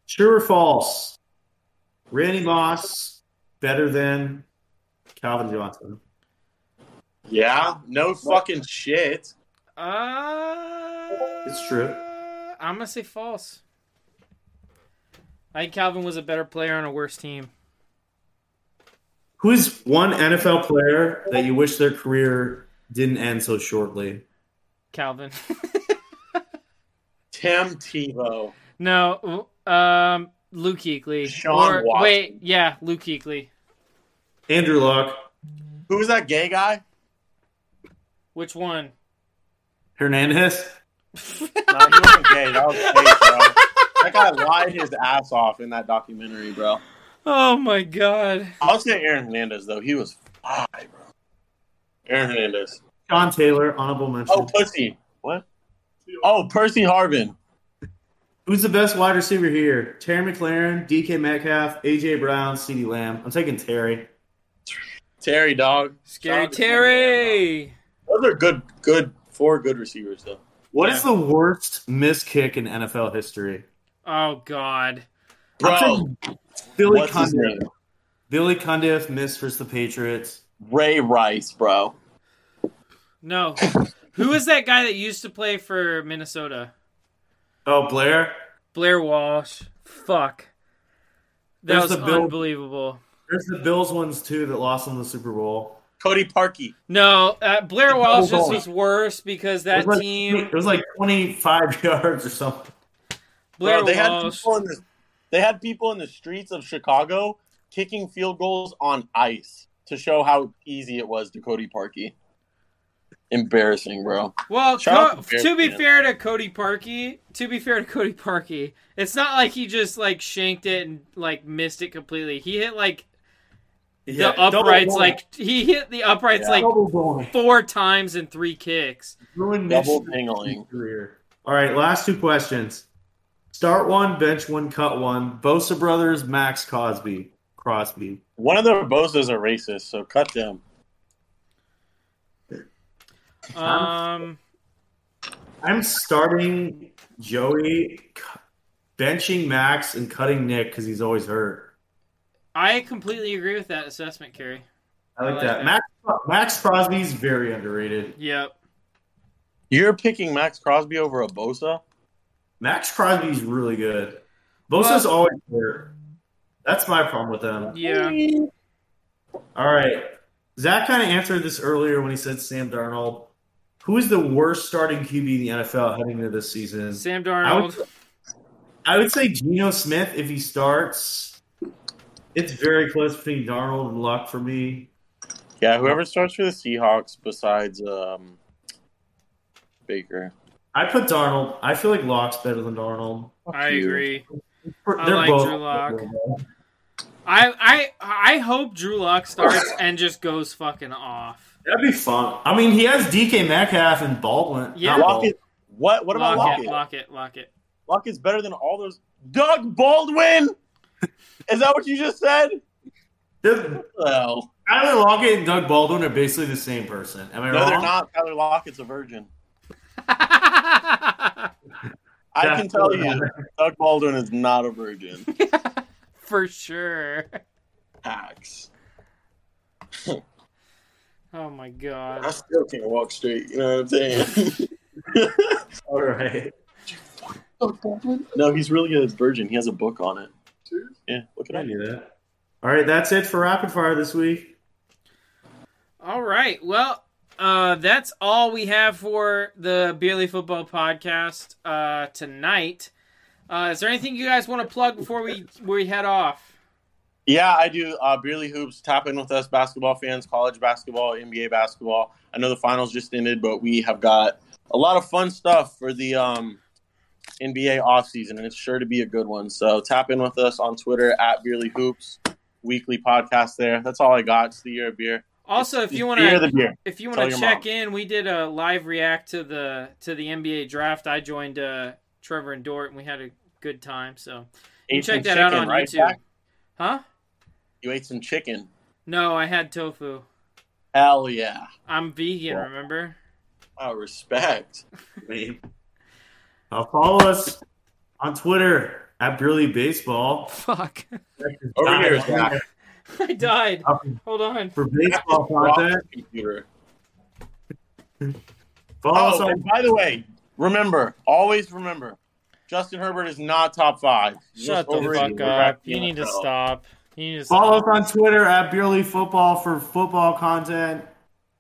Speaker 3: True or false? Randy Moss better than Calvin Johnson.
Speaker 2: Yeah, no fucking shit.
Speaker 1: Uh,
Speaker 3: It's true.
Speaker 1: I'm gonna say false. I think Calvin was a better player on a worse team.
Speaker 3: Who is one NFL player that you wish their career didn't end so shortly?
Speaker 1: Calvin.
Speaker 2: Tim Tebow.
Speaker 1: no. Um. Luke Kuechly.
Speaker 2: Sean
Speaker 1: Or-
Speaker 2: Watson.
Speaker 1: Wait. Yeah. Luke Kuechly.
Speaker 3: Andrew Luck,
Speaker 2: Who was that gay guy?
Speaker 1: Which one?
Speaker 3: Hernandez.
Speaker 2: Nah, he wasn't gay. That was fake, bro. That guy lied his ass off in that documentary, bro.
Speaker 1: Oh my god.
Speaker 2: I'll say Aaron Hernandez though. He was fly, bro. Aaron Hernandez.
Speaker 3: Sean Taylor, honorable mention.
Speaker 2: Oh, pussy. What? Oh, Percy Harvin.
Speaker 3: Who's the best wide receiver here? Terry McLaren, DK Metcalf, AJ Brown, CeeDee Lamb. I'm taking Terry.
Speaker 2: Terry, dog.
Speaker 1: Scary
Speaker 2: Shout out to
Speaker 1: Terry.
Speaker 2: Those are good, good, four good receivers though.
Speaker 3: What is the worst missed kick in NFL history?
Speaker 1: Oh god.
Speaker 2: Bro,
Speaker 3: I'm taking Billy
Speaker 2: what's his
Speaker 3: Cundiff.
Speaker 2: name?
Speaker 3: Billy Cundiff missed versus the Patriots.
Speaker 2: Ray Rice, bro.
Speaker 1: No. Who is that guy that used to play for Minnesota?
Speaker 3: Oh, Blair.
Speaker 1: Blair Walsh. Fuck. That
Speaker 3: There's
Speaker 1: was
Speaker 3: the Bill-
Speaker 1: unbelievable.
Speaker 3: There's the Bills ones too that lost in the Super Bowl.
Speaker 2: Cody Parkey.
Speaker 1: No, uh, Blair
Speaker 3: Bill
Speaker 1: Walsh just
Speaker 3: Walsh.
Speaker 1: was worse because
Speaker 3: It was
Speaker 1: that
Speaker 3: like,
Speaker 1: team
Speaker 3: It was like 25 yards or something.
Speaker 1: Blair
Speaker 2: bro, they had
Speaker 1: Walsh.
Speaker 2: people in the, they had people in the streets of Chicago kicking field goals on ice to show how easy it was to Cody Parkey. Embarrassing, bro.
Speaker 1: Well,
Speaker 2: Shout out
Speaker 1: Co-
Speaker 2: to Bears
Speaker 1: to be
Speaker 2: fans.
Speaker 1: fair to Cody Parkey, to be fair to Cody Parkey, it's not like he just like shanked it and like missed it completely. He hit like
Speaker 3: Yeah,
Speaker 1: the
Speaker 3: double
Speaker 1: uprights
Speaker 3: ball.
Speaker 1: like he hit the uprights
Speaker 2: Yeah.
Speaker 1: like
Speaker 3: double ball.
Speaker 1: four times in three kicks.
Speaker 3: Ruined
Speaker 2: Double
Speaker 3: Mitch's
Speaker 2: dangling.
Speaker 3: career. All right, last two questions. Start one, bench one, cut one. Bosa brothers, Max Cosby, Crosby.
Speaker 2: One of the Bosa's are racist, so cut them.
Speaker 1: Um,
Speaker 3: I'm starting Joey, cu- benching Max and cutting Nick because he's always hurt.
Speaker 1: I completely agree with that assessment, Kerry.
Speaker 3: I like,
Speaker 1: I like
Speaker 3: that.
Speaker 1: that.
Speaker 3: Max Max Crosby's very underrated.
Speaker 1: Yep.
Speaker 2: You're picking Max Crosby over a Bosa?
Speaker 3: Max Crosby's really good. Bosa's
Speaker 1: Well-
Speaker 3: always hurt. That's my problem with them.
Speaker 1: Yeah.
Speaker 3: All right. Zach kind of answered this earlier when he said Sam Darnold. Who is the worst starting QB in the NFL heading into this season?
Speaker 1: Sam
Speaker 3: I would,
Speaker 1: Darnold.
Speaker 3: I would say Geno Smith if he starts. It's very close between Darnold and Luck for me.
Speaker 2: Yeah, whoever starts for the Seahawks besides um, Baker.
Speaker 3: I put Darnold. I feel like Lock's better than Darnold.
Speaker 1: I
Speaker 2: you.
Speaker 1: agree.
Speaker 3: They're
Speaker 1: I like
Speaker 3: both
Speaker 1: Drew Lock. I I I hope Drew Lock starts and just goes fucking off.
Speaker 3: That'd be fun. I mean, he has DK Metcalf and Baldwin.
Speaker 1: Yeah.
Speaker 3: Not
Speaker 2: Lockett.
Speaker 3: Baldwin.
Speaker 2: What? What about
Speaker 1: Lock it,
Speaker 2: Lockett?
Speaker 1: lock it, lock it.
Speaker 2: Lockett's better than all those. Doug Baldwin. Is that what you just said?
Speaker 3: They're-
Speaker 2: Well,
Speaker 3: Tyler Lockett and Doug Baldwin are basically the same person. Am I
Speaker 2: no,
Speaker 3: wrong?
Speaker 2: they're not. Tyler Lockett's a virgin. I can tell you, Doug Baldwin is not a virgin.
Speaker 1: for sure.
Speaker 2: Hacks.
Speaker 1: Oh my
Speaker 2: I
Speaker 1: god.
Speaker 2: still can't walk straight. You know what I'm saying?
Speaker 3: All right.
Speaker 2: Doug Baldwin? No, he's really a virgin. He has a book on it. Yeah, look it
Speaker 3: I
Speaker 2: up.
Speaker 3: knew that. All right, that's it for rapid fire this week.
Speaker 1: All right. Well, uh, that's all we have for the Beerly Football Podcast uh, tonight. Uh, is there anything you guys want to plug before we we head off?
Speaker 2: Yeah, I do. Uh, Beerly Hoops, tap in with us, basketball fans, college basketball, NBA basketball. I know the finals just ended, but we have got a lot of fun stuff for the um, NBA offseason, and it's sure to be a good one. So tap in with us on Twitter at Beerly Hoops, weekly podcast there. That's all I got. It's the year of beer.
Speaker 1: Also, if you want
Speaker 2: Year of
Speaker 1: to
Speaker 2: the beer.
Speaker 1: if you
Speaker 2: Tell
Speaker 1: want to
Speaker 2: your
Speaker 1: check
Speaker 2: mom.
Speaker 1: in, we did a live react to the to the NBA draft. I joined uh, Trevor and Dort, and we had a good time. So you can check
Speaker 2: some
Speaker 1: that out
Speaker 2: chicken,
Speaker 1: on
Speaker 2: right,
Speaker 1: YouTube.
Speaker 2: Zach?
Speaker 1: Huh?
Speaker 2: You ate some chicken.
Speaker 1: No, I had tofu.
Speaker 2: Hell yeah.
Speaker 1: I'm vegan.
Speaker 2: Well.
Speaker 1: Remember?
Speaker 2: Wow, respect.
Speaker 3: Uh, follow us on Twitter at Burley Baseball.
Speaker 1: Fuck.
Speaker 2: Over
Speaker 3: Nah,
Speaker 2: here is
Speaker 3: I'm
Speaker 2: Zach.
Speaker 1: I died.
Speaker 3: up
Speaker 1: Hold on.
Speaker 3: For baseball content,
Speaker 2: Computer.
Speaker 3: follow us
Speaker 2: Oh,
Speaker 3: on
Speaker 2: and by the way, remember, always remember, Justin Herbert is not top five. Just
Speaker 1: Shut the
Speaker 2: overrated.
Speaker 1: fuck up.
Speaker 2: We're
Speaker 1: You
Speaker 2: back
Speaker 1: need
Speaker 2: in
Speaker 1: to
Speaker 2: the NFL.
Speaker 1: stop. You need to
Speaker 3: Follow us
Speaker 1: stop.
Speaker 3: on Twitter at Beerly Football for football content.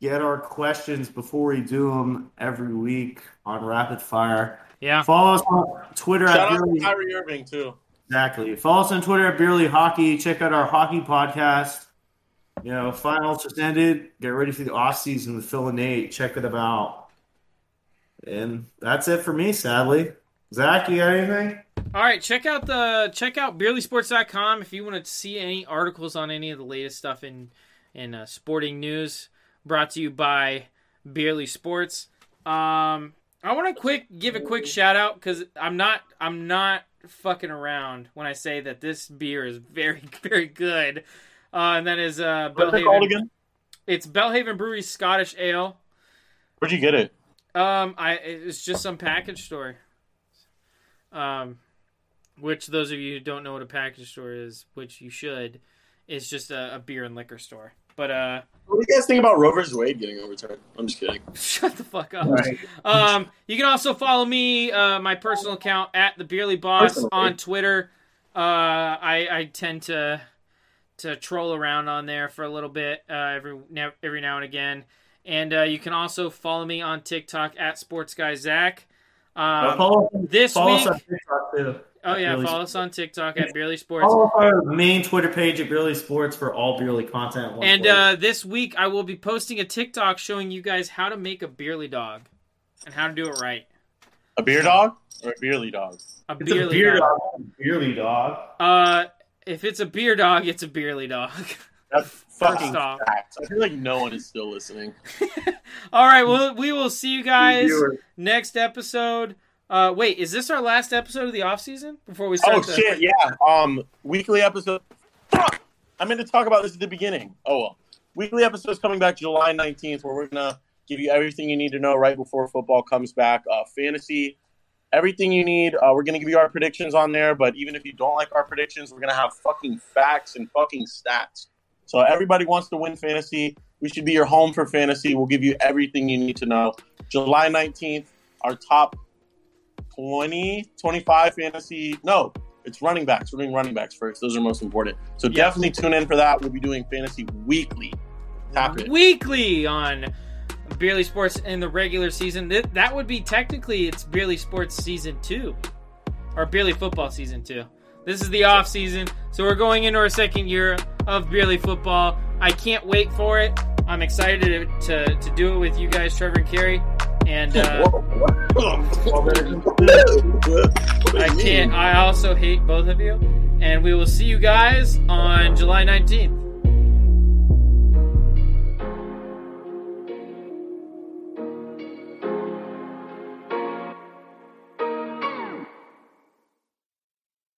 Speaker 3: Get our questions before we do them every week on Rapid Fire.
Speaker 1: Yeah.
Speaker 3: Follow us on Twitter
Speaker 2: Shout
Speaker 3: at
Speaker 2: out to
Speaker 3: Beerly.
Speaker 2: Kyrie Irving too.
Speaker 3: Exactly. Follow us on Twitter at Beerly Hockey. Check out our hockey podcast. You know, finals just ended. Get ready for the off season with Phil and Nate. Check it out. And that's it for me, sadly. Zach, you got anything?
Speaker 1: All right, check out the check out beerlysports.com if you want to see any articles on any of the latest stuff in in uh, sporting news. Brought to you by Beerly Sports. Um, I want to quick give a quick shout out because I'm not I'm not fucking around when I say that this beer is very very good, uh, and that is uh,
Speaker 2: What's it called
Speaker 1: Bellhaven.
Speaker 2: again?
Speaker 1: It's Bellhaven Brewery Scottish Ale.
Speaker 2: Where'd you get it?
Speaker 1: Um, I it's just some package store. Um, which those of you who don't know what a package store is, which you should, is just a, a beer and liquor store. But uh,
Speaker 2: What do you guys think about Rover's Wade getting overturned? I'm just kidding.
Speaker 1: shut the fuck up.
Speaker 2: right.
Speaker 1: Um, you can also follow me, uh, my personal account at the Beerly Boss
Speaker 2: Personally.
Speaker 1: on Twitter. Uh, I I tend to to troll around on there for a little bit uh, every now, every now and again, and uh, you can also follow me on TikTok at Sports Guy Zach. Um,
Speaker 3: follow us on-
Speaker 1: this
Speaker 3: follow
Speaker 1: week-
Speaker 3: us on TikTok too.
Speaker 1: Oh yeah,
Speaker 3: Really-
Speaker 1: follow us on TikTok at Barely Sports.
Speaker 3: Follow our main Twitter page at Beerly Sports for all Beerly content. One
Speaker 1: And
Speaker 3: place.
Speaker 1: uh, this week I will be posting a TikTok showing you guys how to make a Beerly dog and how to do it right.
Speaker 2: A beer dog or a beerly dog?
Speaker 1: A
Speaker 3: it's a
Speaker 1: Beerly
Speaker 3: beer
Speaker 1: dog.
Speaker 3: dog. Beerly dog.
Speaker 1: Uh, if it's a beer dog, it's a Beerly dog.
Speaker 2: That's fucking
Speaker 1: off.
Speaker 2: facts. I feel like no one is still listening.
Speaker 1: All right, well we will see you guys next episode. Uh, wait, is this our last episode of the off season before we start?
Speaker 2: Oh
Speaker 1: the-
Speaker 2: shit, yeah. Um, weekly episode. Fuck! I meant to talk about this at the beginning. Oh well. Weekly episodes coming back July nineteenth, where we're gonna give you everything you need to know right before football comes back. Uh, fantasy, everything you need. Uh, we're gonna give you our predictions on there. But even if you don't like our predictions, we're gonna have fucking facts and fucking stats. So everybody wants to win fantasy. We should be your home for fantasy. We'll give you everything you need to know. July nineteenth, our top 20, 25 fantasy. No, it's running backs. We're doing running backs first. Those are most important. So
Speaker 1: Yeah.
Speaker 2: definitely tune in for that. We'll be doing fantasy weekly. Tap it.
Speaker 1: weekly on Beerly Sports in the regular season. Th- that would be technically it's Beerly Sports season two, or Beerly Football season two. This is the off season, so we're going into our second year of Beerly Football. I can't wait for it. I'm excited to, to, to do it with you guys, Trevor and Carrie. And uh, I can't. I also hate both of you. And we will see you guys on July 19th.